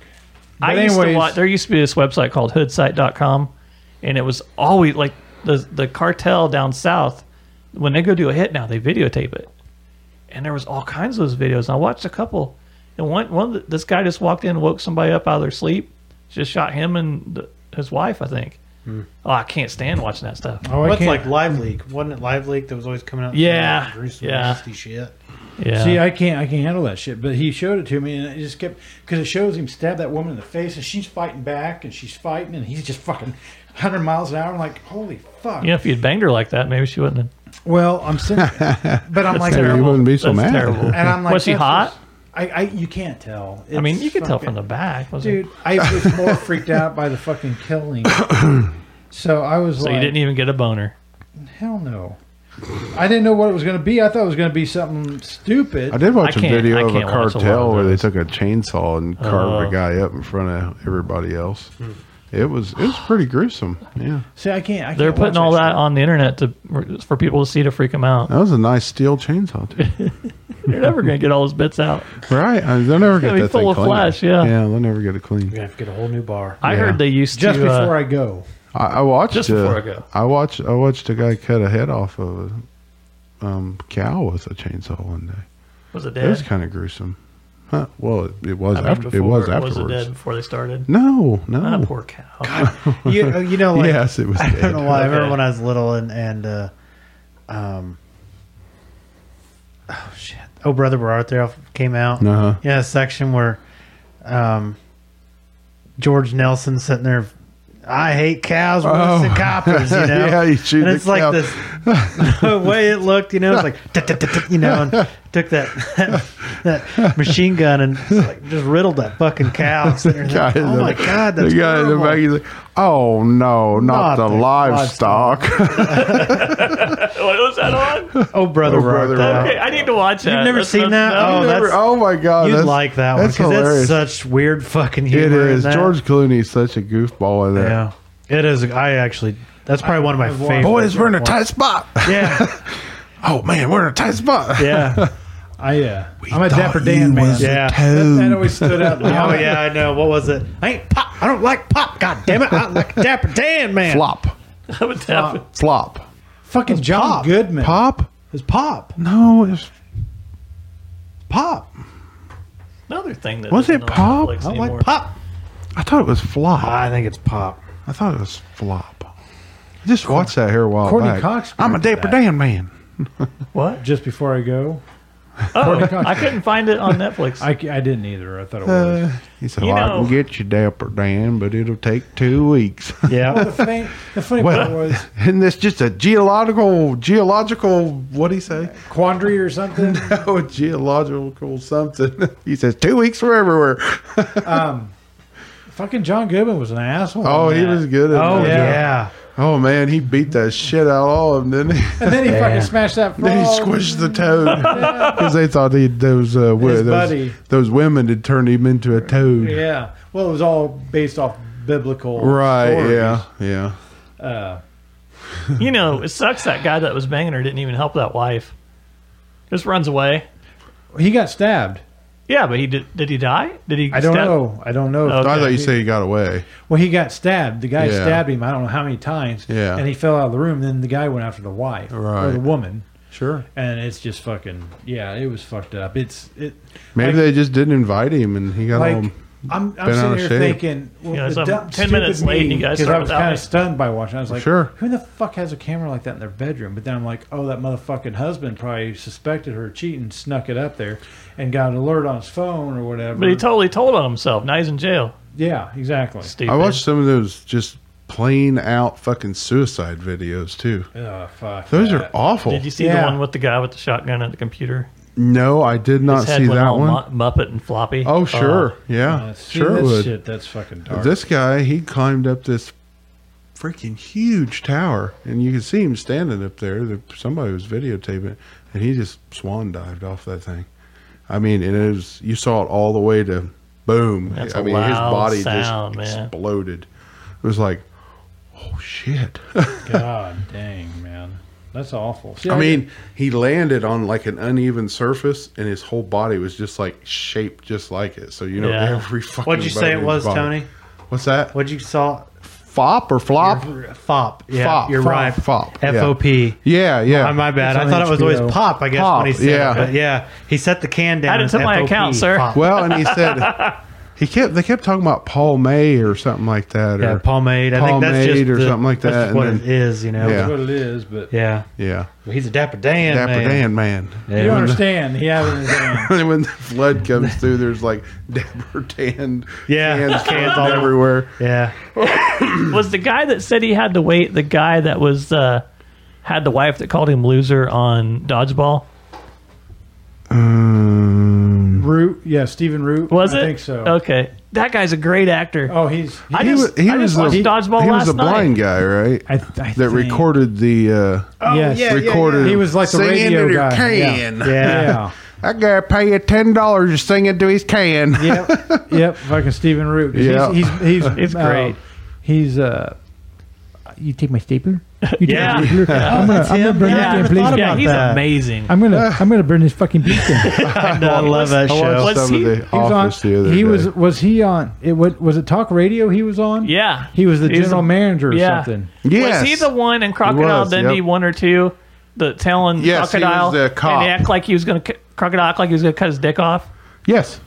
S4: I
S5: But
S4: used to
S5: anyways-
S4: watch. There used to be this website called Hoodsite.com, and it was always like the the cartel down south. When they go do a hit now, they videotape it, and there was all kinds of those videos. And I watched a couple, and one one of the- this guy just walked in, woke somebody up out of their sleep, just shot him and the, his wife, I think.
S5: Hmm.
S4: Oh, I can't stand watching that stuff.
S5: Oh, I
S3: What's
S5: can't-
S3: like Live Leak? Wasn't it Live Leak that was always coming out?
S4: Yeah.
S3: gruesome,
S4: Yeah.
S3: nasty shit.
S4: Yeah,
S5: See, I can't, I can't handle that shit. But he showed it to me, and it just kept because it shows him stab that woman in the face, and she's fighting back, and she's fighting, and he's just fucking hundred miles an hour. I'm like, holy fuck.
S4: you know, if you'd banged her like that, maybe she wouldn't. have.
S5: Well, I'm sitting, but I'm like,
S6: Maybe you wouldn't be so
S4: That's
S6: mad.
S4: terrible.
S5: and I'm like,
S4: Was she
S5: that's
S4: hot?
S5: just- I, I, you can't tell.
S4: I mean,
S5: It's
S4: you could tell from
S5: fucking-
S4: the back, wasn't
S5: dude. I was more freaked out by the fucking
S4: <coughs>
S5: killing. So I was
S4: So
S5: like,
S4: you didn't even get a boner.
S5: hell no. I didn't know what it was going to be. I thought it was going to be something stupid.
S6: I did watch
S4: I
S6: a
S4: can't- I
S6: video of a
S4: can't watch a lot
S6: cartel
S4: of
S6: where they
S4: those.
S6: took a chainsaw and carved
S4: Oh.
S6: a guy up in front of everybody else. It was it was pretty gruesome. Yeah,
S5: See, I can't. I can't
S4: They're putting all
S5: watch shit.
S4: that on the internet to for people to see to freak them out.
S6: <laughs> that was a nice steel chainsaw too.
S4: You're never gonna get all those bits out.
S6: right? I mean, they'll never get
S4: Gotta be
S6: that thing
S4: full of
S6: clean.
S4: flash, yeah.
S6: yeah, they'll never get it clean.
S3: You're gonna have to get a whole new bar.
S4: I
S6: Yeah.
S4: heard they used
S5: just
S4: to.
S5: before
S4: uh,
S5: I go.
S6: I, I watched
S4: Just
S6: uh,
S4: before I go.
S6: I watched I watched a guy cut a head off of a um, cow with a chainsaw one day.
S4: was it
S6: It was
S4: dead?
S6: kind of gruesome. Huh. Well, it, it was
S4: I mean,
S6: after, it was
S4: before-
S6: afterwards.
S4: it dead before they started?
S6: <laughs> No, no.
S4: Ah, poor cow.
S3: <laughs> You, uh, you know, like
S6: yes, it was
S3: <laughs> I don't know
S6: dead.
S3: why. I remember
S4: Okay.
S3: when I was little and and uh, um, oh shit, oh brother, we're out there came out.
S6: Uh-huh.
S3: Yeah, a section where um, George Nelson sitting there. I hate cows. We're
S6: Oh.
S3: the coppers,
S6: <laughs>
S3: you know.
S6: Yeah, you shoot
S3: and
S6: the
S3: it's like
S6: cow.
S3: this
S6: <laughs>
S3: <laughs> the way it looked, you know, it's like <laughs> "Tut, tut, tut, tut," you know, and took that <laughs> that machine gun and just, like, just riddled that fucking cow. Sitting there,
S6: <laughs> guy
S3: like,
S6: in
S3: oh
S6: the-
S3: my god,
S6: the
S3: that's
S6: guy in the
S3: horrible."
S6: back, he's like, "Oh no,
S3: Not
S6: not, the,
S3: the
S4: <laughs>
S6: livestock!" <laughs>
S4: what was that on?
S3: Oh brother,
S6: Oh,
S3: we're out there.
S6: brother, we're out
S4: Okay, I need to watch that.
S3: You've never
S4: That's
S3: seen
S4: not-
S3: that?
S4: no.
S3: Oh,
S6: Never-
S3: that's-
S6: oh my god,
S3: You'd
S6: that's-
S3: like that one
S6: that's
S3: because
S6: hilarious.
S3: that's such weird fucking humor.
S6: it
S3: in
S6: is.
S3: that.
S6: George Clooney's such a goofball in that.
S3: Yeah, it is. I actually, that's probably one of my
S5: I've watched-
S3: favorite.
S6: Boys, we're in a tight spot.
S3: Yeah,
S6: Oh man, we're in a tight
S3: <laughs>
S6: spot. <laughs>
S3: yeah,
S5: I uh, I'm a
S6: thought
S5: Dapper
S6: you
S5: Dan man.
S6: was a
S5: Yeah.
S3: yeah.
S5: That, that always stood
S4: <laughs>
S5: out.
S3: oh yeah, I know. What was it? I ain't pop. I don't like pop. God damn it! I like Dapper Dan, man.
S6: Flop,
S4: What happened?
S6: flop,
S5: Fucking John Goodman.
S6: pop,
S3: was Pop.
S6: No, it's
S3: Pop.
S4: Another thing that
S6: Was
S4: isn't
S6: it
S4: on
S6: Pop?
S4: Netflix
S3: I
S4: anymore.
S3: like Pop.
S6: I thought it was flop.
S3: I think it's Pop.
S6: I thought it was flop. I just watched that here a while
S5: Courtney
S6: back.
S5: Cox
S6: I'm a
S5: did
S6: Dapper
S5: that.
S6: Dan man.
S4: What?
S5: Just before I go,
S4: Oh, I couldn't find it on Netflix.
S5: I, I didn't either. I thought it was.
S6: Uh, he said,
S4: You
S6: well,
S4: know-
S6: I can get you Dapper Dan, but it'll take two weeks. <laughs>
S5: Well,
S3: Yeah.
S5: the, thing, the funny part
S6: well,
S5: was
S6: isn't this just a geological, geological, what'd he say? <laughs>
S5: quandary or something.
S6: Oh, geological something. <laughs> He says, two weeks for everywhere.
S5: Fucking John Goodman was an asshole.
S6: Oh,
S5: in
S6: he
S5: that.
S6: was good. at
S3: Oh
S6: that.
S3: yeah.
S6: Oh, man, he beat the shit out of all of them, didn't he? <laughs>
S5: And then he
S3: Yeah.
S5: fucking smashed that frog.
S6: Then he squished the toad because they thought he, those, uh, wo- those,
S5: His buddy.
S6: those women had turned him into a toad.
S5: Yeah. Well, it was all based off biblical.
S6: Right,
S5: stories.
S6: yeah, yeah.
S5: Uh,
S4: you know, it sucks that guy that was banging her didn't even help that wife. Just runs away.
S5: he got stabbed.
S4: Yeah, but he did. Did he die? Did he?
S5: I don't
S4: stab-
S5: know. I don't know.
S4: Okay.
S6: I thought you said he got away.
S5: Well, he got stabbed. The guy
S6: Yeah.
S5: stabbed him. I don't know how many times.
S6: Yeah.
S5: And he fell out of the room. Then the guy went after the wife or
S6: Right.
S5: the woman.
S6: Sure.
S5: And it's just fucking. Yeah, it was fucked up. It's it.
S6: Maybe
S5: Like-
S6: they just didn't invite him, and he got
S5: like
S6: all.
S5: I'm, I'm
S6: Um, been out
S5: sitting
S6: of
S5: here
S6: shape.
S5: thinking, well,
S4: Yeah,
S5: the
S4: it's up
S5: dumb,
S4: 10
S5: stupid
S4: minutes late and you guys
S5: because
S4: start
S5: I was
S4: without
S5: kind
S4: me.
S5: of stunned by watching. I was like,
S6: Sure.
S5: who the fuck has a camera like that in their bedroom? But then I'm like, oh, that motherfucking husband probably suspected her cheating, snuck it up there, and got an alert on his phone or whatever.
S4: But he totally told on himself. Now he's in jail.
S5: yeah, exactly.
S4: Stupid.
S6: I watched some of those just plain out fucking suicide videos too.
S5: Oh, fuck.
S6: Those
S5: that.
S6: are awful.
S4: Did you see the
S5: Yeah.
S4: one with the guy with the shotgun at the computer?
S6: no, I did not
S4: His head
S6: see
S4: went
S6: that
S4: all
S6: one.
S4: Mu- Muppet and floppy.
S6: oh, sure, yeah,
S5: Uh, see
S6: sure it
S5: this
S6: would.
S5: shit, that's fucking dark.
S6: This guy, he climbed up this freaking huge tower, and you could see him standing up there. The- Somebody was videotaping, it, and he just swan dived off that thing. I mean, and it was you saw it all the way to boom.
S4: That's
S6: I
S4: a
S6: mean, his
S4: loud
S6: body
S4: sound,
S6: just
S4: man.
S6: exploded. It was like, oh shit. <laughs>
S5: God dang, man. That's awful. See,
S6: I mean, he landed on like an uneven surface, and his whole body was just like shaped just like it. So you know
S4: Yeah.
S6: every fucking.
S3: What'd you
S6: bone
S3: say
S6: in
S3: it
S6: his
S3: was,
S6: body.
S3: Tony?
S6: What's that?
S3: What'd you saw?
S6: Fop or flop?
S3: Fop. Yeah,
S6: Fop,
S3: you're
S6: fop,
S3: right.
S6: fop, yeah.
S3: F O P. Uh,
S6: Yeah, yeah.
S3: My bad.
S5: It's
S3: I
S5: on
S3: thought it was
S5: HBO.
S3: always Pop. I guess
S6: Pop,
S3: when he said
S6: yeah.
S3: it, but yeah, he set the can down.
S4: Add it
S3: as
S4: to my
S3: FOP,
S4: account, sir.
S3: Pop.
S6: well, and he
S3: <laughs>
S6: said he kept they kept talking about Paul May or something like that. Or,
S3: Yeah, pomade. I think that's just
S6: Pomade or
S3: the-
S6: something like
S3: that's
S6: that,
S3: just what
S6: and
S3: it is, you know.
S6: Yeah.
S5: that's what it is, but
S3: Yeah.
S6: Yeah,
S3: Well, he's a dapper Dan.
S6: Dapper
S3: man.
S6: Dan man.
S3: Yeah,
S6: <laughs>
S5: you
S3: when the-
S5: understand. He had it in his hand.
S6: when the flood comes through, there's like Dapper Dan
S3: Yeah,
S6: cans,
S3: cans all
S6: all
S3: over.
S6: everywhere.
S3: Yeah.
S4: Was the guy that said he had to wait the guy that was uh, had the wife that called him loser on dodgeball?
S6: Um,
S5: Root. Yeah, Stephen Root.
S4: Was
S5: I
S4: it?
S5: think so.
S4: Okay, that guy's a great actor.
S5: Oh, he's.
S4: I
S6: he
S4: just,
S6: was, he
S4: I
S6: was
S4: just
S6: the,
S4: watched
S6: he,
S4: dodgeball
S6: he was
S4: last
S6: the blind
S4: night.
S6: guy, right?
S5: I, th- I
S6: that
S5: think-
S6: recorded the uh,
S5: Oh, yes.
S3: yeah,
S6: recorded.
S5: He was like the
S6: "Sing
S5: radio
S6: into your
S5: guy.
S6: Can.
S3: Yeah.
S5: Yeah.
S6: That guy pay you ten dollars to sing into his can.
S5: yep. Yep. Fucking Stephen Root. 'Cause
S6: Yeah.
S5: He's he's, he's
S4: <laughs> It's
S5: uh,
S4: great.
S5: He's uh. You take my stapler. You
S4: Yeah.
S5: Take my stapler? I'm gonna, I'm gonna burn
S3: Yeah, I
S5: this
S3: never
S5: damn
S3: thought
S5: place.
S4: Yeah,
S3: about
S4: he's
S3: that.
S4: amazing.
S5: I'm gonna I'm gonna burn this fucking place. down.
S3: I, love that
S6: I
S3: show.
S6: watched
S4: Was
S6: <laughs> some
S4: he-
S6: of
S4: he
S6: the
S5: He was
S6: office
S5: on.
S6: the other
S5: he
S6: day.
S5: was was he on? It was, was it talk radio? He was on.
S4: Yeah,
S5: He was the
S4: He's
S5: general
S4: a-
S5: manager or
S4: yeah.
S5: something.
S6: yes.
S4: Was he the one in Crocodile
S6: was,
S4: Dundee
S6: yep.
S4: one or two? The telling
S6: Yes, he was
S4: crocodile
S6: the cop.
S4: and he act like he was gonna cu- crocodile act like he was gonna cut his dick off.
S6: Yes,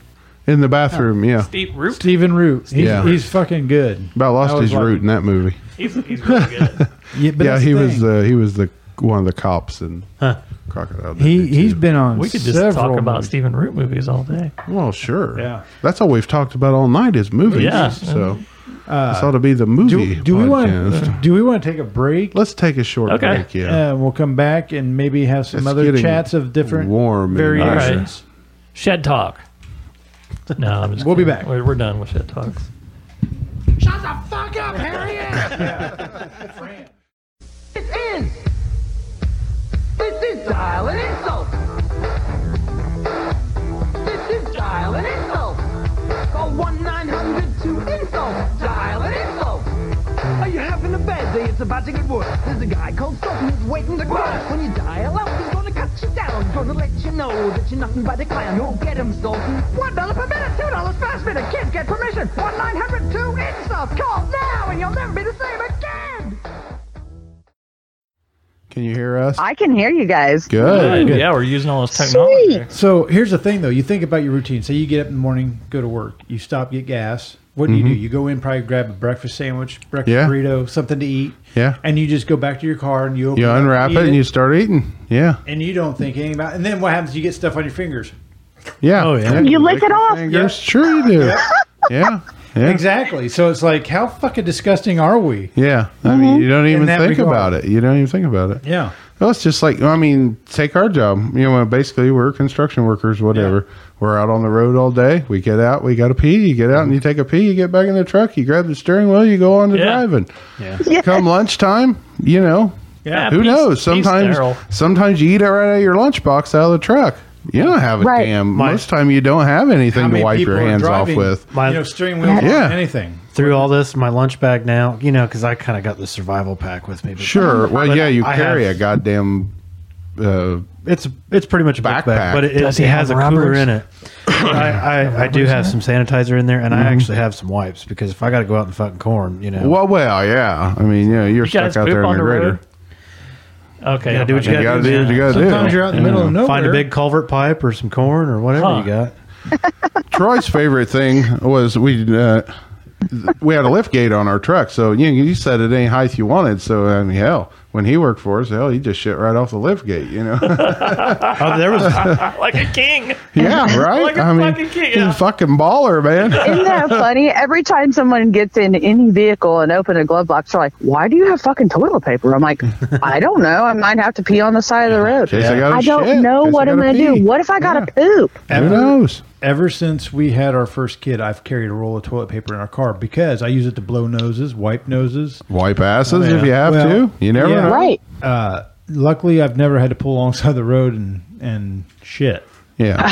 S6: in the bathroom.
S5: Oh.
S6: Yeah,
S4: Deep root.
S5: Stephen Root. He's,
S6: Yeah.
S5: he's fucking good.
S6: about
S5: I
S6: lost
S5: was
S6: his
S5: like-
S6: root in that movie.
S4: <laughs> He's, he's really good.
S5: <laughs>
S4: at it.
S5: Yeah, but
S6: yeah,
S5: that's
S6: he
S5: the
S6: was uh,
S5: thing.
S6: the he was the one of the cops in Crocodile.
S5: He
S6: Dundee,
S5: he's
S6: too.
S5: been on.
S4: We could just
S5: several
S4: talk about
S5: movies.
S4: Stephen Root movies all day.
S6: well, sure.
S5: Yeah.
S6: that's all we've talked about all night is movies.
S4: Yeah.
S6: so this ought to be the movie.
S5: Uh, Do, do we want
S6: podcast.
S5: to? Do we want to take a break?
S6: Let's take a short
S4: Okay.
S6: break. Yeah,
S5: Uh, we'll come back and maybe have some
S6: It's
S5: other
S6: getting
S5: chats of different
S6: warm in
S5: variations.
S4: Shed talk. No, I'm just.
S5: We'll be
S4: kidding.
S5: back.
S4: We're, we're done with shed talks.
S2: <laughs>
S9: It is. This is Dial and Insult. This is Dial and Insult. Call 1-900-2-INSULT. Dial and Insult. Are you having a bad day? It's about to get worse. There's a guy called Sultan who's waiting to grow. When you dial out, he's gonna cut you down. Gonna let you know that you're nothing but a clown. You'll get him, Sultan. One dollar per minute, two dollars fast minute. Kids get permission. One nine hundred two insult. Call now, and you'll never be the same again.
S6: Can you hear us?
S10: I can hear you guys.
S6: Good.
S4: Yeah, we're using all this technology.
S10: Sweet.
S5: So here's the thing, though. You think about your routine. Say you get up in the morning, go to work. You stop, get gas. What do you do? You go in, probably grab a breakfast sandwich, breakfast
S6: Mm-hmm. Yeah.
S5: burrito, something to eat.
S6: Yeah.
S5: And you just go back to your car and you open
S6: You
S5: up,
S6: unwrap
S5: eat
S6: it and you start eating. Yeah.
S5: and you don't think anything about. And then what happens? You get stuff on your fingers.
S6: Yeah.
S3: Oh, yeah.
S10: You lick it
S6: your
S10: off.
S6: Fingers. Sure you do. Yeah. Yeah.
S5: Exactly. So it's like, how fucking disgusting are we?
S6: Yeah. I mean, you don't even
S5: that
S6: think
S5: regard.
S6: about it. You don't even think about it.
S5: Yeah.
S6: Well, it's just like I mean, take our job. You know, basically we're construction workers, whatever. We're out on the road all day. We get out, we got to pee. You get out and you take a pee. You get back in the truck. You grab the steering wheel. You go on to
S4: Yeah.
S6: driving. Come lunchtime, you know.
S4: Yeah,
S6: Who
S4: peace-
S6: knows?
S4: peace
S6: Sometimes,
S4: sterile.
S6: sometimes you eat it right out of your lunchbox out of the truck. You don't have a
S10: Right.
S6: damn. Most time, you don't have anything to wipe your
S5: people are
S6: hands
S5: driving,
S6: off with.
S5: you know, steering wheel,
S6: Yeah.
S5: anything.
S3: through all this, my lunch bag now, you know, because I kind of got the survival pack with me. but-
S6: Sure. Well,
S3: But
S6: yeah, you
S3: I
S6: carry
S3: have-
S6: a goddamn. Uh,
S3: It's it's pretty much a backpack,
S6: Backpack.
S3: but it, it,
S4: Does it
S3: has a
S4: have
S3: cooler
S4: rubbers?
S3: in
S4: <coughs>
S3: it. I, I, I do have some sanitizer in there, and
S4: Mm-hmm.
S3: I actually have some wipes because if I got to go out and fucking corn, you know,
S6: well, well, yeah. I mean, yeah, you're
S4: You guys
S6: stuck out
S4: poop
S6: there in
S4: on
S6: your
S4: the
S6: grader.
S4: road. Okay,
S3: gotta do what you
S6: You gotta do what you gotta
S5: Sometimes
S6: do.
S5: you're out in the middle of nowhere.
S3: find a big culvert pipe or some corn or whatever
S4: Huh.
S3: you got.
S6: Troy's favorite thing was we uh, we had a lift gate on our truck, so you you set it any height you wanted. So I mean, hell, when he worked for us, hell, he just shit right off the lift gate, you
S5: <laughs>
S6: know?
S3: Oh, there was
S4: like a king.
S6: yeah, right.
S4: Like a
S6: I mean,
S4: fucking kid,
S6: he's
S4: yeah.
S6: a fucking baller, man.
S10: <laughs> Isn't that funny? Every time someone gets in any vehicle and open a glove box, they're like, "Why do you have fucking toilet paper?" I'm
S6: <laughs>
S10: like, "I don't know. I might have to pee on the side of the road.
S6: Case I gotta
S10: I don't
S6: shit,
S10: know
S6: case I
S10: what I'm
S6: gotta
S10: gonna
S6: pee."
S10: do. What if I gotta poop?"
S6: Who knows?
S5: Ever since we had our first kid, I've carried a roll of toilet paper in our car because I use it to blow noses, wipe noses.
S6: Wipe asses if you have
S5: Well,
S6: to. You never
S5: yeah.
S6: know.
S10: Right.
S5: Uh, luckily, I've never had to pull alongside <laughs> the road and and shit. <laughs>
S6: Yeah.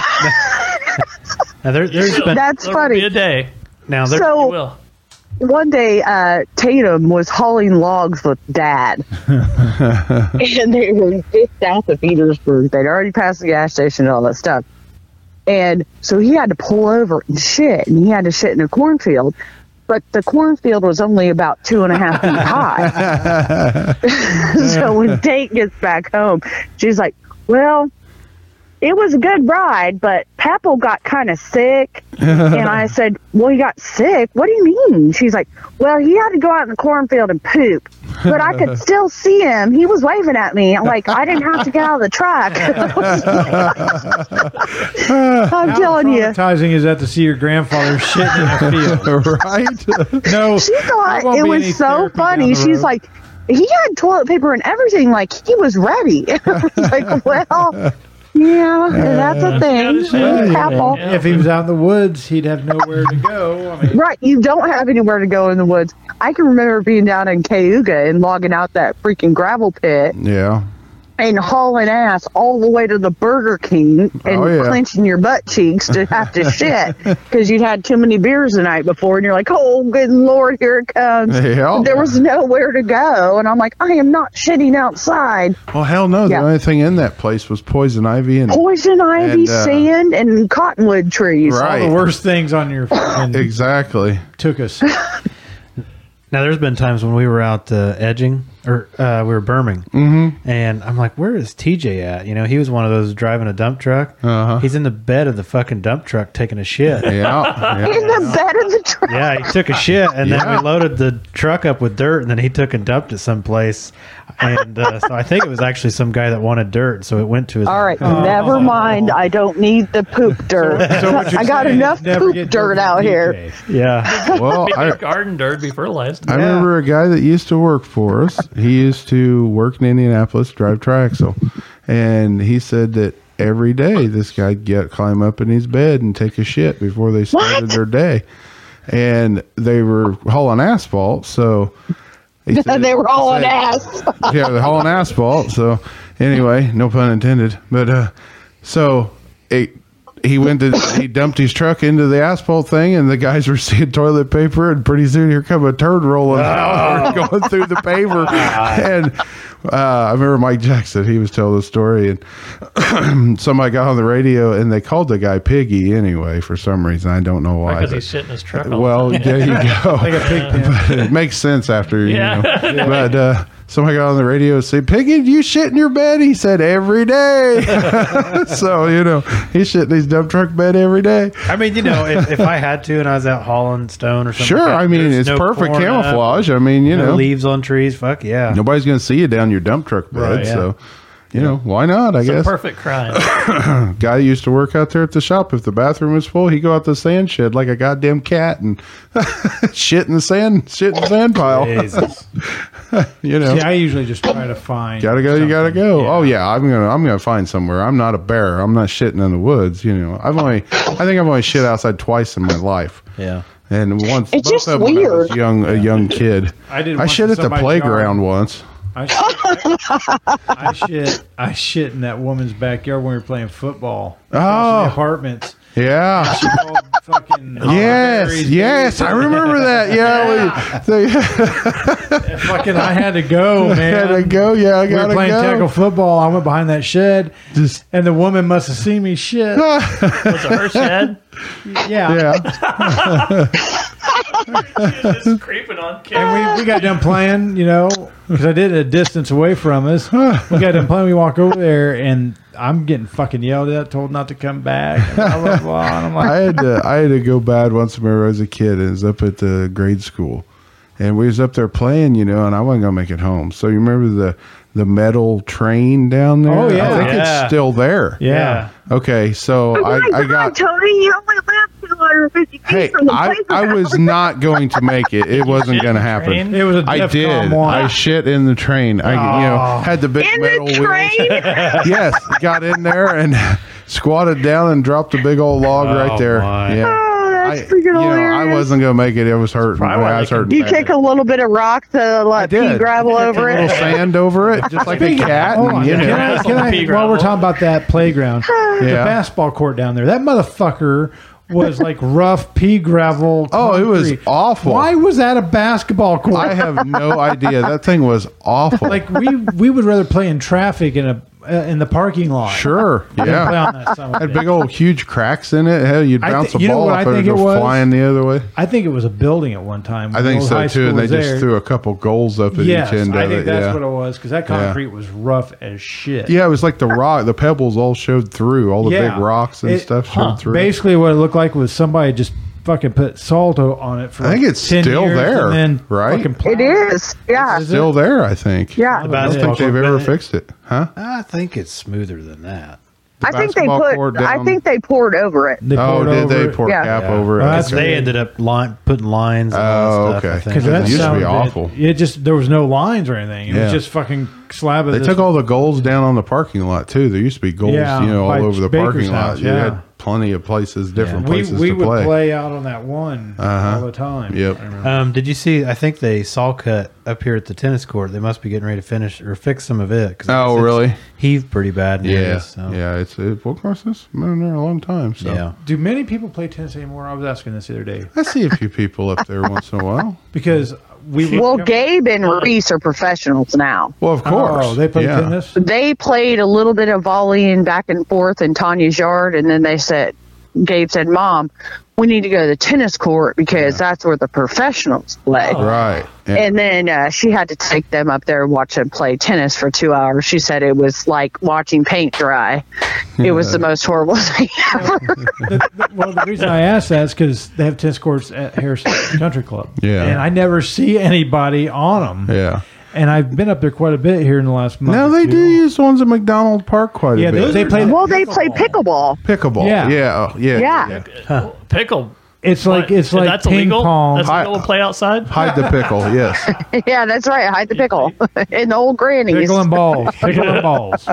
S3: now there,
S4: <laughs>
S3: there's been
S10: That's
S4: There'll be
S10: funny.
S4: a day.
S3: now there,
S4: You
S10: So
S4: will.
S10: one day, uh, Tatum was hauling logs with Dad, and they were just south of Petersburg. They'd already passed the gas station and all that stuff. And so he had to pull over and shit, and he had to shit in a cornfield. But the cornfield was only about two and a half feet high. <laughs> so when Tate gets back home, she's like, Well, it was a good ride, but Papple got kind of sick. and I said, Well, he got sick? What do you mean? She's like, Well, he had to go out in the cornfield and poop. But I could still see him. He was waving at me. I'm like, I didn't have to get out of the truck. <laughs> I'm telling you.
S5: traumatizing is that to see your grandfather <laughs> shitting in a
S6: <laughs>
S5: field.
S6: right.
S5: No,
S10: she
S5: there
S10: thought
S5: won't
S10: it
S5: be any
S10: was so
S5: therapy down
S10: funny.
S5: the
S10: She's
S5: road.
S10: like, he had toilet paper and everything. Like he was ready. <laughs> I
S5: <laughs>
S10: was like, well, yeah, that's a thing. Apple.
S4: Yeah.
S5: if he was out in the woods, he'd have nowhere to go. I mean,
S10: Right, you don't have anywhere to go in the woods. I can remember being down in Cayuga and logging out that freaking gravel pit
S6: Yeah.
S10: and hauling ass all the way to the Burger King and
S6: Oh, yeah.
S10: clenching your butt cheeks to have
S6: <laughs>
S10: to shit because you'd had too many beers the night before and you're like, oh, good Lord, here it comes.
S6: Yeah.
S10: There was nowhere to go. And I'm like, I am not shitting outside.
S6: Well, hell no.
S10: Yeah.
S6: The only thing in that place was poison ivy and
S10: Poison ivy,
S6: And, uh,
S10: sand, and cottonwood trees.
S5: all
S6: right.
S5: the worst things on your fucking
S6: Exactly.
S5: took us.
S3: now there's been times when we were out uh, edging or uh, we were berming, and I'm like, where is TJ at? You know, he was one of those driving a dump truck.
S6: Uh-huh.
S3: He's in the bed of the fucking dump truck taking a shit.
S6: Yeah.
S10: <laughs> In
S6: yeah.
S10: the bed of the truck.
S3: Yeah, he took a shit, and
S6: Yeah.
S3: then we loaded the truck up with dirt, and then he took and dumped it someplace. And uh, so I think it was actually some guy that wanted dirt, so it went to his.
S10: All right, never mind. I don't need the poop dirt. I got enough poop dirt out here.
S3: Yeah,
S6: Well,
S4: Maybe
S6: I,
S4: garden dirt be fertilized.
S6: I remember a guy that used to work for us. he used to work in Indianapolis, drive triaxle, and he said that every day this guy'd get climb up in his bed and take a shit before they started their day. And they were hauling asphalt, so he said-
S10: <laughs> they were all an
S6: said-
S10: ass.
S6: yeah, they're hauling asphalt. So anyway, no pun intended. But uh, so it, he went to he dumped his truck into the asphalt thing, and the guys <laughs> were seeing toilet paper, and pretty soon here come a turd rolling out <laughs> going through the paper. and uh, I remember Mike Jackson; he was telling the story, and <clears throat> somebody got on the radio, and they called the guy Piggy anyway for some reason. I don't know why.
S4: Because
S6: but-
S4: he's shitting his truck. all the
S6: well,
S4: time.
S3: <laughs>
S6: there you go. it makes sense after you
S4: Yeah.
S6: know. But uh, somebody got on the radio and said, Piggy, do you shit in your bed? He said, every day. <laughs> so, you know, he's shitting his dump truck bed every day.
S3: I mean, you know, if, if I had to and I was out hauling stone or something,
S6: Sure,
S3: like that,
S6: I mean,
S3: there's
S6: it's perfect
S3: corn up,
S6: camouflage. I mean, you
S3: no
S6: know.
S3: leaves on trees. Fuck yeah.
S6: Nobody's going to see you down your dump truck bed.
S3: Right, yeah.
S6: So, you know, why not? I
S4: It's a
S6: guess.
S4: perfect crime.
S6: Guy that used to work out there at the shop, if the bathroom was full, he'd go out the sand shed like a goddamn cat and <laughs> shit in the sand, shit in the sand pile.
S3: Jesus.
S6: you know.
S5: See, I usually just try to find.
S6: Gotta go, you gotta go.
S5: Yeah.
S6: Oh yeah, I'm gonna I'm gonna find somewhere. I'm not a bear. I'm not shitting in the woods. You know, I've only I think I've only shit outside twice in my life.
S3: Yeah.
S6: And once
S10: It's just
S6: of them when I was
S10: weird.
S6: young a young kid.
S5: I did
S6: I
S5: once
S6: shit
S5: in
S6: at the
S5: somebody's
S6: playground
S5: yard.
S6: once.
S5: I shit, I shit. I shit in that woman's backyard when we were playing football. Across
S6: Oh.
S5: the apartments. <laughs>
S6: Yeah.
S5: She rolled fucking
S6: yes.
S5: berries,
S6: Yes. I remember that.
S5: <laughs>
S6: Yeah. we- they <laughs>
S5: dude. Fucking, I had to go, man.
S6: had to go. Yeah. I
S5: We were
S6: gotta
S5: playing
S6: go.
S5: tackle football. I went behind that shed,
S6: Just
S5: and the woman must have seen
S6: <laughs>
S5: me shit.
S4: Was it her shed?
S5: Yeah.
S6: yeah.
S4: Just creeping on camera.
S5: And we, we got done playing, you know, because I did it a distance away from us. We got done playing. We walk over there, and I'm getting fucking yelled at, told not to come back. and Blah, blah, blah. And I'm like,
S6: I had to I had to go bad once when I was a kid and it was up at the grade school. And we was up there playing, you know, and I wasn't gonna make it home. So you remember the the metal train down there?
S5: Oh, yeah.
S6: I think
S4: Yeah.
S6: it's still there.
S5: yeah.
S6: Okay, so
S10: Oh my
S6: I, I
S10: God,
S6: got
S10: Tony. You only live 250 feet
S6: Hey,
S10: from the
S6: I, I
S10: playground.
S6: was not going to make it. It
S4: shit
S6: wasn't
S4: in
S6: going to
S4: the
S6: happen.
S4: train?
S5: It was a
S6: I
S5: DEFCON
S6: did.
S5: one.
S6: I shit in the train. I you know had the big
S10: <laughs> in
S6: metal
S10: the <laughs>
S6: wheels.
S10: train.
S6: Yes, got in there and <laughs> squatted down and dropped a big old log right there. Yeah.
S10: Oh, that's
S6: I,
S10: freaking
S6: you know, I
S10: hilarious.
S6: wasn't gonna make it. It was hurting.
S4: Probably why
S6: I
S4: they
S6: was hurting.
S10: you
S6: bad.
S10: kick a little bit of rock to
S6: I
S10: like pea
S6: did. <laughs>
S10: gravel over
S6: a
S10: it.
S6: little sand over it, just like a cat.
S5: Hold on.
S6: And, you
S5: Can
S6: know,
S5: I,
S4: That's
S5: can
S4: on the
S5: I-
S4: playground.
S5: while we're talking about that playground, the
S6: yeah.
S5: basketball court down there, that motherfucker was like rough pea gravel.
S6: <laughs> Oh, it was
S5: concrete.
S6: awful.
S5: Why was that a basketball court?
S6: I have no idea. That thing was awful.
S5: <laughs> like we we would rather play in traffic in a uh, in the parking lot.
S6: sure.
S5: Than play
S6: Yeah.
S5: on
S6: <laughs>
S5: that son of a
S6: Had
S5: bitch.
S6: big old huge cracks in it. Hell, you'd
S5: I
S6: bounce
S5: thi- you
S6: a
S5: know
S6: ball
S5: what
S6: off
S5: I
S6: it and
S5: think
S6: go
S5: it was?
S6: flying the other way.
S5: I think it was a building at one time.
S6: I think so too, and they just threw a couple goals up at
S5: Yes,
S6: each end of
S5: I think
S6: it.
S5: that's
S6: yeah.
S5: what it was because that concrete was rough as shit.
S6: yeah, it was like the rock, the pebbles all showed through, all the
S5: Yeah.
S6: big rocks and
S5: It-
S6: stuff showed
S4: huh.
S6: through.
S5: Basically, what it looked like was somebody just fucking put salto on it for.
S6: I think it's
S5: 10
S6: still
S5: years
S6: there,
S5: and then
S6: right?
S5: fucking
S10: It is. Yeah.
S5: Is it?
S6: Still there, I think.
S10: Yeah.
S6: I don't think they've ever fixed it, huh?
S3: I think it's smoother than that.
S10: I think they
S6: basketball
S10: put
S6: court
S10: I
S6: down.
S10: think they poured over it.
S5: They
S6: Oh,
S5: poured
S6: did
S5: over
S6: they
S5: it.
S6: pour
S10: Yeah.
S6: cap
S3: Yeah.
S6: over it?
S5: Well,
S3: Because
S5: that's-
S6: Okay.
S3: they ended up line, putting lines. And all
S6: Oh,
S3: that stuff,
S6: okay.
S3: I
S5: Because
S3: think.
S5: that
S6: It used to be
S5: sounded-
S6: awful.
S5: It just there was no lines or anything. It
S6: Yeah.
S5: was just fucking slab of
S6: They
S5: this-
S6: took all the goals down on the parking lot too. There used to be goals,
S5: Yeah,
S6: you know,
S5: by
S6: all over the
S5: Baker's
S6: parking
S5: house,
S6: lot. You
S5: yeah.
S6: had plenty of places, different
S5: We,
S6: places
S5: we
S6: to
S5: would
S6: play. Uh-huh.
S5: play. out on that one all the time.
S6: Yep.
S5: I remember.
S3: Um, did you see? I think they saw cut up here at the tennis court. They must be getting ready to finish or fix some of it. 'cause
S6: Oh,
S3: it's
S6: really?
S3: Heaved pretty bad. in
S6: Yeah,
S3: areas, so-
S6: yeah. It's it, well, of course, it's been in there a long time. So
S3: Yeah.
S5: Do many people play tennis anymore? I was asking this the other day
S6: I see a few people up there once in a while.
S5: because we would-
S10: Well, Gabe and Reese are professionals now.
S6: Well, of course,
S5: Oh, they play
S6: yeah.
S5: tennis.
S10: They played a little bit of volleying back and forth in Tanya's yard, and then they said, Gabe said, "Mom, we need to go to the tennis court because that's where the professionals play."
S5: Oh.
S6: Right. Yeah.
S10: And then uh, she had to take them up there and watch them play tennis for two hours. She said it was like watching paint dry. It was the most horrible <laughs> thing ever.
S5: Well, the reason I asked that is because they have tennis courts at Harris Country Club.
S6: Yeah.
S5: and I never see anybody on them.
S6: yeah.
S5: And I've been up there quite a bit here in the last month.
S6: Now
S5: or
S6: they
S5: two.
S6: do use the ones at McDonald Park quite
S5: Yeah,
S6: a bit.
S5: they, they play.
S10: well, they play pickleball.
S6: pickleball.
S5: Yeah.
S6: Yeah. oh, yeah.
S10: Yeah.
S4: Pickle.
S5: It's like
S4: What?
S5: it's like
S4: that's
S5: ping
S4: illegal.
S5: pong.
S4: That's
S6: Hi-
S4: illegal to play outside.
S6: Hide the pickle.
S5: <laughs>
S6: Yes.
S10: <laughs> Yeah, that's right. Hide the pickle <laughs> in the old grannies.
S5: Pickling balls, pickling balls.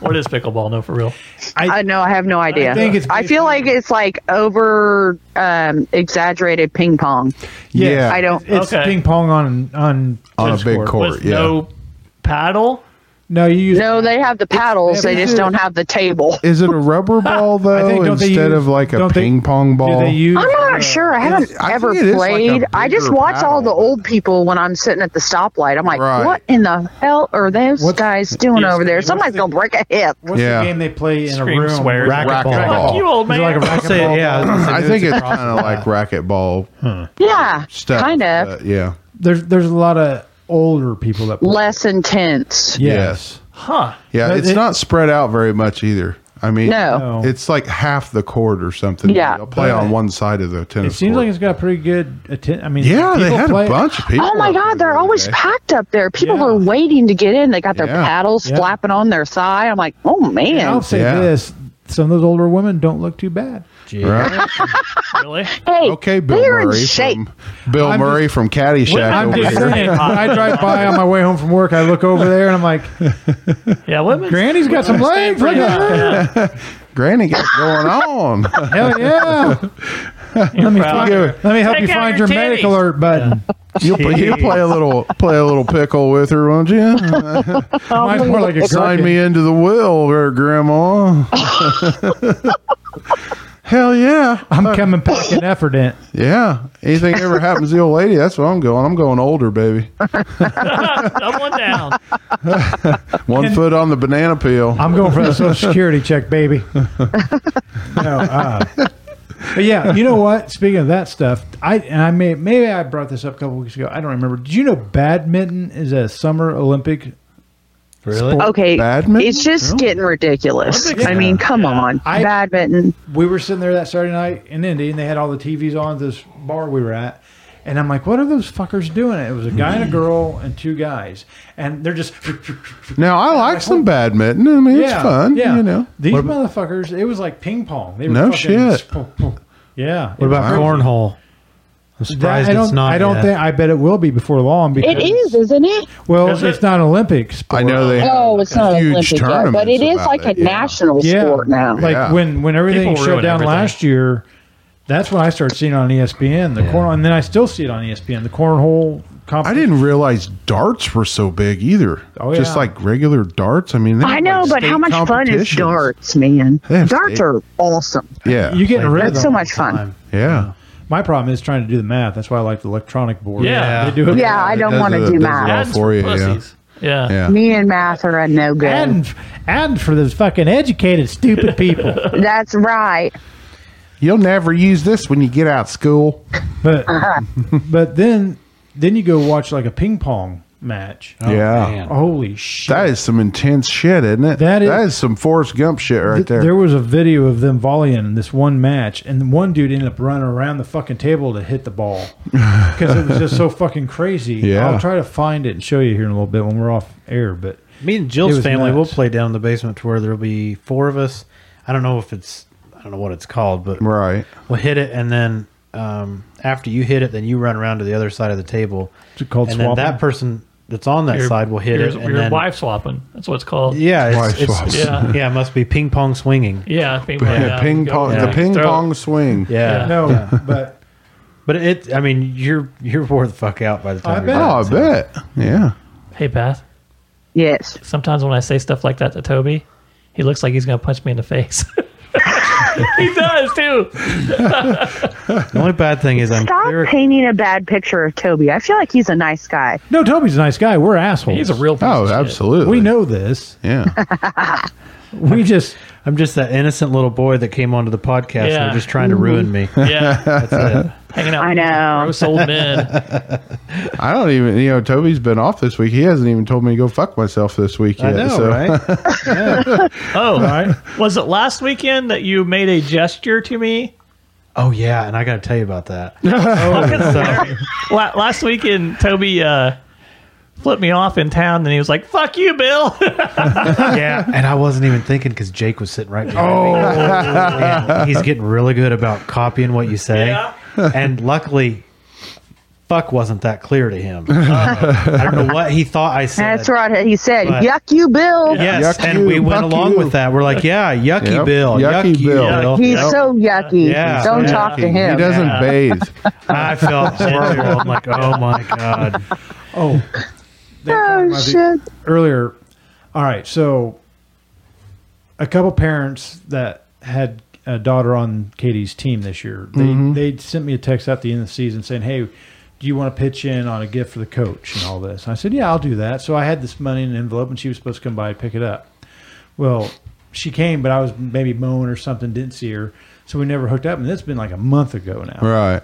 S4: What is pickleball? No, for real.
S10: <laughs> I know. I have no idea. I,
S5: think it's
S10: feel like it's like over um, exaggerated ping pong.
S6: Yeah.
S10: I don't.
S5: It's
S4: Okay.
S5: ping pong on on
S6: On a
S5: tennis
S6: big court.
S4: With
S6: yeah.
S4: no paddle.
S5: No, you use
S10: No, they have the paddles. They just don't have the table.
S6: Is
S5: <laughs>
S6: it a rubber ball though
S5: think- don't they
S6: instead
S5: use-
S6: of like a
S5: don't they-
S6: ping pong
S5: Do
S6: ball?
S5: they use?
S10: I'm
S5: uh,
S10: not sure. I haven't
S6: I
S10: ever
S6: think it is like a
S10: played. I just
S6: bigger
S10: watch all the
S6: paddle.
S10: old people when I'm sitting at the stoplight. I'm like,
S6: Right.
S10: what in the hell are those
S5: What's-
S10: guys doing
S4: Yes,
S10: over there?
S4: what's
S10: Somebody's
S5: the-
S10: gonna break a hip.
S5: What's
S6: Yeah.
S5: the game they play in
S4: Scream
S5: a room?
S4: swears.
S3: Racquetball.
S6: Racquetball.
S4: Fuck you, old
S5: Is
S4: man.
S5: it like a
S3: I
S5: racquetball?
S3: say, yeah, I was gonna say,
S6: I
S3: dude,
S6: think
S3: it's
S6: it's kind of like racquetball
S10: Yeah,
S6: stuff.
S10: kind of.
S6: but yeah.
S5: There's there's a lot of older people that
S10: less intense.
S5: Yes.
S4: Huh.
S6: Yeah,
S5: But
S6: it's
S5: it-
S6: not spread out very much either. I mean,
S10: No.
S6: it's like half the court or something.
S10: Yeah.
S6: they'll play on one side of the
S5: It
S6: tennis.
S5: seems
S6: court.
S5: like it's got pretty good atten- I mean,
S6: yeah, they
S5: people
S6: had
S5: play-
S6: a bunch of people.
S10: Oh my
S6: up there
S10: God, they're
S6: the other
S10: always
S6: day.
S10: packed up there. People are waiting to get in. They got their
S6: Yeah.
S10: paddles
S5: Yeah.
S10: flapping on their thigh. I'm like, oh man.
S5: I'll say
S6: Yeah.
S5: this: some of those older women don't look too bad.
S6: Right?
S4: Really?
S10: hey,
S6: Okay, Bill
S10: they're
S6: Murray
S10: in shape.
S6: from Bill
S5: I'm
S6: Murray from Caddyshack
S5: I'm
S6: over
S5: just
S6: here.
S5: saying. When I drive by on my way home from work, I look over there and I'm like,
S4: Yeah, women.
S5: "Granny's got some legs." Look at her.
S6: Granny got going
S5: <laughs>
S6: on.
S5: Hell yeah! let me
S4: proud.
S5: let me help
S4: Take
S5: you
S4: out
S5: find
S4: your
S5: your, medic
S4: titties.
S5: alert button.
S6: You'll, play- you'll play a little play a little pickle with her, won't you?
S5: Mine's more like a
S6: Sign
S5: gherkin.
S6: me into the will, there, Grandma.
S5: <laughs>
S6: Hell yeah,
S5: I'm coming back in effort in.
S6: yeah. Anything ever happens to the old lady, that's what I'm going. I'm going older, baby.
S4: Another one down.
S6: <laughs> One foot on the banana peel.
S5: I'm going for the social
S6: <laughs>
S5: security check, baby. no, uh, but yeah, you know what? Speaking of that stuff, I and I may maybe I brought this up a couple weeks ago. I don't remember. Did you know badminton is a summer Olympic?
S3: Really?
S10: Okay,
S6: Badminton?
S10: it's just getting ridiculous.
S4: Olympics,
S10: I mean, come on,
S5: I-
S10: badminton.
S5: We were sitting there that Saturday night in Indy, and they had all the TVs on at this bar we were at. And I'm like, what are those fuckers doing? It was a guy
S6: Mm.
S5: and a girl and two guys, and they're just
S6: Now I like some badminton. I mean, it's fun.
S5: Yeah.
S6: You know,
S5: these motherfuckers. It was like ping pong. They were
S6: No
S5: fucking
S6: shit.
S5: sp- sp- yeah.
S3: What about
S6: Wow.
S3: cornhole? I'm
S5: That-
S3: surprised
S5: I don't.
S3: it's not.
S5: I don't
S3: yet.
S5: think. I bet it will be before long. Because,
S10: It is, isn't it?
S5: Well,
S4: Is
S5: it's
S4: it?
S5: not an Olympic sport.
S6: I know they.
S10: Oh,
S6: have
S10: it's not
S6: huge
S10: Olympic, yet, but it
S6: tournaments
S10: is
S6: about
S10: like
S6: it,
S10: a
S6: yeah.
S10: national
S5: Yeah.
S10: sport now.
S5: Like
S6: Yeah.
S5: when when everything
S4: People
S5: shut
S4: ruin
S5: down
S4: everything.
S5: last year, that's when I started seeing it on E ESPN the corn, and then I still see it on E ESPN the cornhole. Comp-
S6: I didn't realize darts were so big either.
S5: Oh, yeah.
S6: Just like regular darts. I mean, they
S10: I
S6: have,
S10: know,
S6: like,
S10: but
S6: state
S10: how much fun is
S6: competitions.
S10: darts, man?
S6: They have
S10: Darts
S6: state-
S10: are awesome.
S6: Yeah,
S5: You get in a rhythm.
S10: That's so much fun.
S6: yeah.
S5: My problem is trying to do the math. That's why I like the electronic board.
S4: Yeah.
S5: they do it.
S10: Yeah, I don't
S6: does
S10: want
S6: it-
S10: to do
S6: does it
S10: math.
S6: all for you. Yeah,
S4: Pussies. Yeah.
S6: yeah.
S10: Me and math are a no good.
S5: And and for those fucking educated
S4: <laughs>
S5: stupid people.
S10: That's right.
S6: You'll never use this when you get out of school.
S5: But
S10: Uh-huh.
S5: but then then you go watch like a ping pong match.
S6: yeah.
S3: man.
S5: Holy shit!
S6: That is some intense shit, isn't it?
S5: That is-
S6: that is some Forrest Gump shit right
S5: Th-
S6: there.
S5: was a video of them volleying this one match, and the one dude ended up running around the fucking table to hit
S6: <laughs>
S5: the ball because it was just so fucking crazy.
S6: Yeah.
S5: I'll try to find it and show you here in a little bit when we're off
S4: <laughs>
S5: air. But
S3: Me and
S5: It
S3: Jill's
S5: was
S3: family will
S5: nuts.
S3: play down in the basement to where there'll be four of us. I don't know if it's I don't know what it's called, but
S6: right.
S3: we'll hit it and then um, after you hit it, then you run around to the other side of the table.
S5: Is it called
S3: and
S5: swapping?
S3: then that person that's on that
S4: Your-
S3: side will hit
S4: your,
S3: it. And
S4: your
S3: then,
S4: wife swapping. That's what it's called.
S3: yeah,
S6: Wife
S3: it's, it's,
S6: swaps.
S3: yeah, yeah, it must be ping pong swinging.
S4: Yeah.
S6: <laughs>
S4: Ping
S6: Yeah, ping pong, the ping pong swing.
S3: Yeah.
S5: no, but
S3: but it. I mean, you're you're wore the fuck out by the time.
S5: I
S3: you're
S5: bet.
S3: done,
S6: Oh, I
S3: so.
S6: bet. Yeah.
S4: Hey, Beth.
S10: Yes.
S4: Sometimes when I say stuff like that to Toby, he looks like he's gonna punch me in the face. <laughs> he does too.
S3: The only bad thing is I'm
S10: Stop
S3: clear.
S10: painting a bad picture of Toby. I feel like he's a nice guy.
S5: no, Toby's a nice guy. We're assholes.
S4: He's a real. Piece
S6: Oh,
S4: of shit. <laughs>
S6: absolutely.
S5: We know this.
S6: Yeah.
S5: We just
S3: I'm just that innocent little boy that came onto the podcast. and
S4: Yeah.
S3: They're just trying to ruin me.
S6: <laughs>
S4: Yeah,
S3: That's it.
S4: hanging out.
S10: I
S4: with
S10: know.
S4: Gross old men.
S6: I don't even. You know, Toby's been off this week. He hasn't even told me to go fuck myself this week
S3: I
S6: yet.
S3: know,
S6: so
S3: right?
S4: Oh, was it last weekend that you made a gesture to me?
S3: Oh yeah, and I got to tell you about that.
S4: La- last weekend, Toby uh, flipped me off in town, and he was like, "Fuck you, Bill." <laughs>
S3: yeah, and I wasn't even thinking because Jake was sitting right behind me. And he's getting really good about copying what you say,
S4: Yeah.
S3: and luckily, fuck wasn't that clear to him. I don't know what he thought I said.
S10: That's right. He said,
S3: But-
S10: "Yuck, you, Bill."
S3: Yes,
S6: Yuck
S3: and
S6: you,
S3: we went
S6: fuck
S3: along
S6: you.
S3: with that. We're like, yeah, yucky
S6: Yep.
S3: Bill,
S6: Yucky
S3: yucky
S6: Bill.
S3: Bill.
S10: He's
S6: Yep.
S10: so yucky.
S3: Yeah.
S10: Don't
S3: Yeah.
S10: talk to
S6: he
S10: him.
S6: doesn't
S4: Yeah.
S6: bathe.
S3: I felt horrible. I'm like, oh my god.
S5: oh
S10: oh shit!
S5: earlier. All right, so a couple parents that had a daughter on Katie's team this year, they they sent me a text at the end of the season saying, "Hey, do you want to pitch in on a gift for the coach and all this?" And I said, "Yeah, I'll do that." So I had this money in an envelope, and she was supposed to come by and pick it up. Well, she came, but I was maybe mowing or something, didn't see her, so we never hooked up. And it's been like a month ago now.
S6: Right.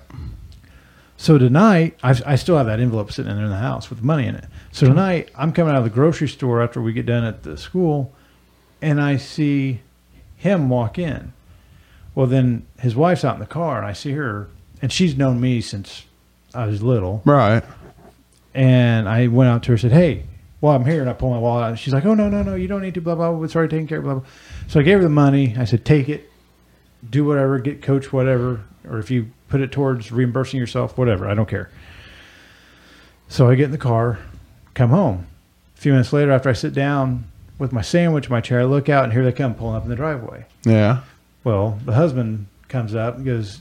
S5: So tonight, I've, I still have that envelope sitting in there in the house with money in it. So tonight, I'm coming out of the grocery store after we get done at the school, and I see him walk in. Well, then his wife's out in the car, and I see her, and she's known me since I was little.
S6: Right.
S5: And I went out to her and said, Hey, well, I'm here. And I pull my wallet out. She's like, Oh, no, no, no. You don't need to, blah, blah, blah. It's already taken care of, blah, blah. So I gave her the money. I said, Take it, do whatever, get coach, whatever. Or if you put it towards reimbursing yourself, whatever. I don't care. So I get in the car, come home. A few minutes later, after I sit down with my sandwich in my chair, I look out and here they come pulling up in the driveway.
S6: Yeah.
S5: Well, the husband comes up and goes,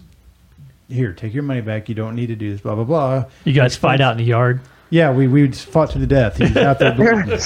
S5: Here, take your money back. You don't need to do this, blah, blah, blah.
S4: You guys fight out in the yard.
S5: Yeah, we we fought to the death. He was out
S10: <laughs>
S5: there. bleeding.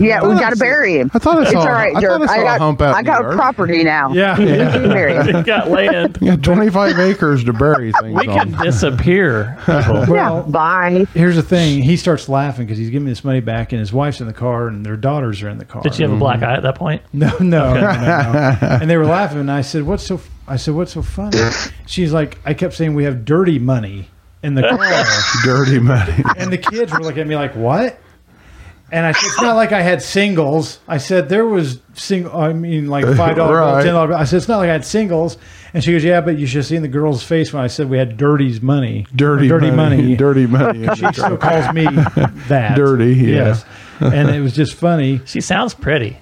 S10: yeah, we got to bury him.
S6: I thought I
S10: It's
S6: saw
S10: all
S6: a-
S10: right,
S6: I thought
S10: Dirk.
S6: I saw a
S10: got,
S6: hump out
S10: I
S6: in
S10: got
S6: Europe.
S10: property
S4: <laughs>
S10: now. <laughs>
S5: yeah.
S10: You can bury him.
S4: Got land.
S6: <laughs> Yeah, 25 acres to bury things
S4: We can
S6: on.
S4: disappear.
S10: <laughs>
S4: people.
S10: Yeah,
S5: Well,
S10: bye.
S5: here's the thing. He starts laughing because he's giving me this money back, and his wife's in the car, and their daughters are in the car.
S4: Did you have a black eye at that point?
S5: No, no, no, no,
S4: <laughs>
S5: no. And they were laughing, and I said, "What's so?" I said, "What's so funny?" She's like, "I kept saying we have dirty money in
S4: <laughs>
S5: the car,"
S6: Dirty money.
S5: and the kids were looking at me like, "What?" And I said, "It's not like I had singles." I said, "There was single. I
S6: <laughs>
S5: mean, like five dollar,
S6: Right.
S5: ten dollar." I said, "It's not like I had singles." And she goes, "Yeah, but you should have seen the girl's face when I said we had dirty's money,
S6: Dirty,
S5: dirty
S6: <laughs>
S5: money,
S6: Dirty money. in the
S5: She still
S6: dirt. <laughs>
S5: calls me that
S6: Dirty, yeah.
S5: and it was
S6: <laughs>
S5: just funny.
S4: She sounds pretty.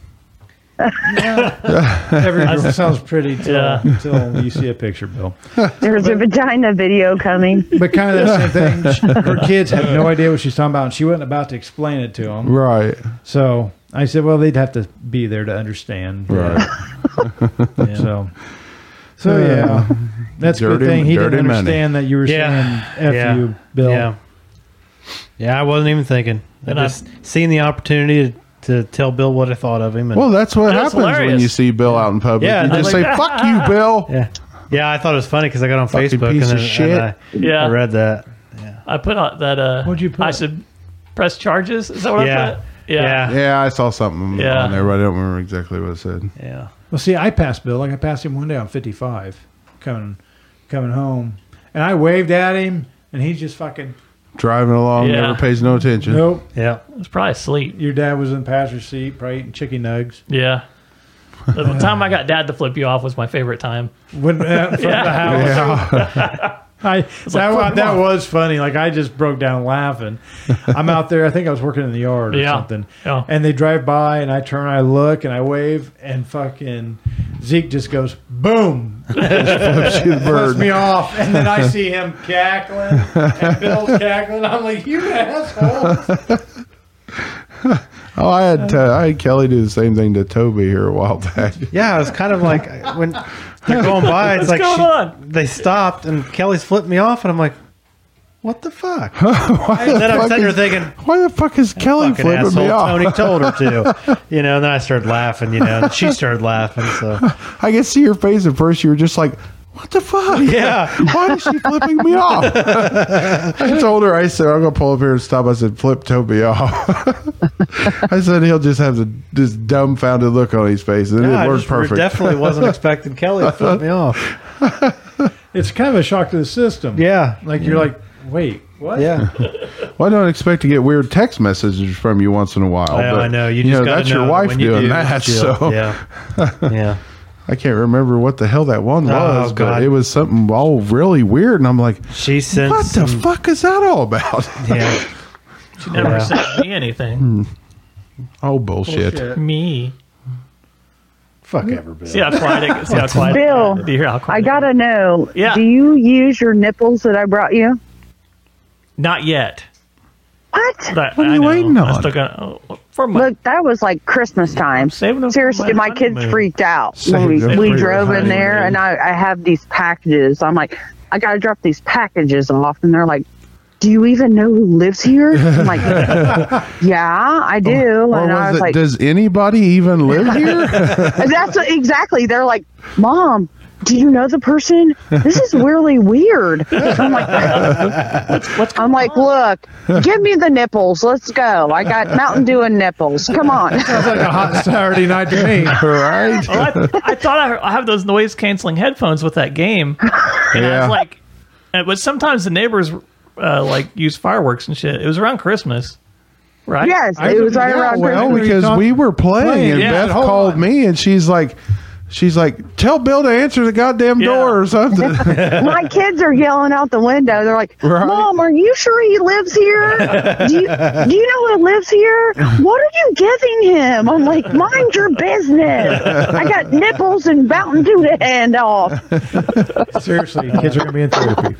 S5: Every girl sounds pretty till,
S4: Yeah.
S5: till you see a picture, Bill.
S10: There's a vagina video
S6: <laughs>
S10: coming.
S5: But kind of that same thing. She- Her kids had no idea what she's talking about, and she wasn't about to explain it to them.
S6: Right.
S5: So I said, well, they'd have to be there to understand.
S6: Right. <laughs> Uh,
S5: Yeah. So, so yeah, that's a good
S6: Dirty-
S5: thing. He didn't
S6: dirty money.
S5: understand that you were
S4: Yeah.
S5: saying "f
S3: Yeah.
S5: you, Bill."
S3: Yeah. Yeah, I wasn't even thinking. I
S4: And I-
S3: just seen the opportunity to, to tell Bill what I thought of him. And,
S6: Well, that's what
S4: That's
S6: happens when
S4: hilarious.
S6: you see Bill out in public.
S3: Yeah,
S6: you
S3: I'm
S6: just
S3: like,
S6: say, fuck you, Bill.
S3: yeah. Yeah, I thought it was funny because I got on
S6: Fucking
S3: Facebook and,
S6: piece
S3: then,
S6: of shit.
S3: and I,
S4: Yeah.
S3: I read that.
S4: I put on that. Uh,
S5: What'd you put?
S4: I should press charges. Is that what
S3: Yeah.
S4: I put?
S3: Yeah.
S6: Yeah, I saw something
S4: Yeah.
S6: on there, but I don't remember exactly what it said.
S3: Yeah.
S5: Well, see, I passed Bill. Like I passed him one day on 55, coming coming home, and I waved at him, and he just fucking
S6: Driving along,
S4: Yeah.
S6: never pays no attention.
S5: nope.
S3: Yeah.
S4: It was probably asleep.
S5: Your dad was in the passenger seat, probably eating chicken nugs.
S4: Yeah. The time I got dad to flip you off was my favorite time.
S5: Went out uh, from the house. I, that, wa- that was funny. Like I just broke down laughing. I'm out there. I think I was working in the yard or
S4: Yeah.
S5: something.
S4: Yeah.
S5: And they drive by, and I turn, I look, and I wave, and fucking Zeke just goes boom,
S6: <laughs> She's a
S5: flips
S6: bird.
S5: me off, and then I see him cackling, and Bill cackling. I'm like, you asshole!
S6: Oh, I had uh, I had Kelly do the same thing to Toby here a while back. <laughs>
S3: Yeah, it was kind of like <laughs> when they're going by, it's
S4: What's
S3: like
S4: going
S3: she-
S4: on?
S3: they stopped and Kelly's flipped me off, and I'm like, what the fuck? and then I'm sitting there <laughs> thinking,
S6: Why the fuck is Kelly
S3: fucking
S6: flipping
S3: asshole,
S6: me off? <laughs>
S3: Tony told her <laughs> to. You know, and then I started laughing, you know, and she started laughing. So,
S6: I could see your face at first. You were just like, "What the
S3: <laughs> <laughs>
S6: fuck?
S3: Yeah.
S6: why is she flipping
S3: <laughs>
S6: me off?" I told her, I said, "I'm gonna pull up here and stop." I said, "Flip Toby off." <laughs> I said, "He'll just have the, this dumbfounded look on his face, and
S3: yeah, I
S6: it worked
S3: just re-
S6: perfect."
S3: definitely wasn't expecting Kelly to flip me off.
S5: It's kind of a shock to the system.
S3: Yeah.
S5: Like you're like, wait, what?
S3: Yeah.
S6: Well, I don't expect to get weird text messages from you once in a while.
S3: Well,
S6: but,
S3: I know. You just got to
S6: that's your wife doing that.
S3: <laughs>
S6: So
S3: yeah, yeah.
S6: I can't remember what the hell that one
S3: Oh,
S6: was,
S3: God.
S6: but it was something all really weird, and I'm like,
S3: She sent
S6: "What the
S3: some-
S6: fuck is that all about?"
S3: <laughs> Yeah,
S5: <laughs>
S4: She never
S3: Yeah.
S4: sent me anything.
S6: oh, bullshit.
S4: me.
S5: Fuck ever, Bill.
S4: See how quiet it See how quiet
S10: Bill,
S4: it Do you hear how quiet
S10: I
S4: it-
S10: gotta know.
S4: Yeah.
S10: Do you use your nipples that I brought you?
S4: Not yet.
S10: What?
S4: But
S6: What are
S4: I
S6: you
S4: know.
S6: waiting
S4: I'm
S6: on?
S4: still gonna, oh, for my,
S10: Look, that was like Christmas time.
S4: saving up for
S10: Seriously,
S4: my
S10: my kids
S4: honeymoon.
S10: freaked out.
S6: Saved
S10: when
S6: up
S10: we,
S6: for
S10: we
S6: your
S10: drove in there,
S6: honeymoon.
S10: and I, I have these packages. I'm like, I gotta drop these packages off, and they're like, Do you even know who lives here?
S6: <laughs>
S10: I'm like, Yeah, I do.
S6: Or
S10: and
S6: Oh was
S10: I was
S6: it,
S10: like,
S6: does anybody even
S10: <laughs>
S6: live here? <laughs>
S10: And That's what- exactly. They're like, Mom, do you know the person? This is really weird. I'm like,
S6: <laughs>
S10: I'm like, look, give me the nipples. Let's go. I got Mountain Dew and nipples. Come
S6: <laughs>
S10: on. <laughs>
S5: Sounds like a hot Saturday night to me.
S6: right?
S4: Well, I, I thought I, heard, I have those noise canceling headphones with that game, and I
S6: Yeah.
S4: was like, and- but sometimes the neighbors uh, like use fireworks and shit. It was around Christmas, right?
S10: Yes,
S6: I
S10: it was
S6: didn't
S10: right
S6: know
S10: around
S6: well
S10: Christmas.
S6: because we were playing,
S4: Playing,
S6: and
S4: yeah,
S6: Beth
S4: hold
S6: called
S4: on.
S6: me and she's like, she's like, tell Bill to answer the goddamn
S3: <laughs>
S4: Yeah.
S6: door or something. <laughs>
S10: My kids are yelling out the window. They're like,
S6: Right.
S10: "Mom, are you sure he lives here? Do you, do you know who lives here? What are you giving him?" I'm like, "Mind your business. I got nipples and Mountain Dew to hand off."
S5: Seriously, kids are gonna be in therapy.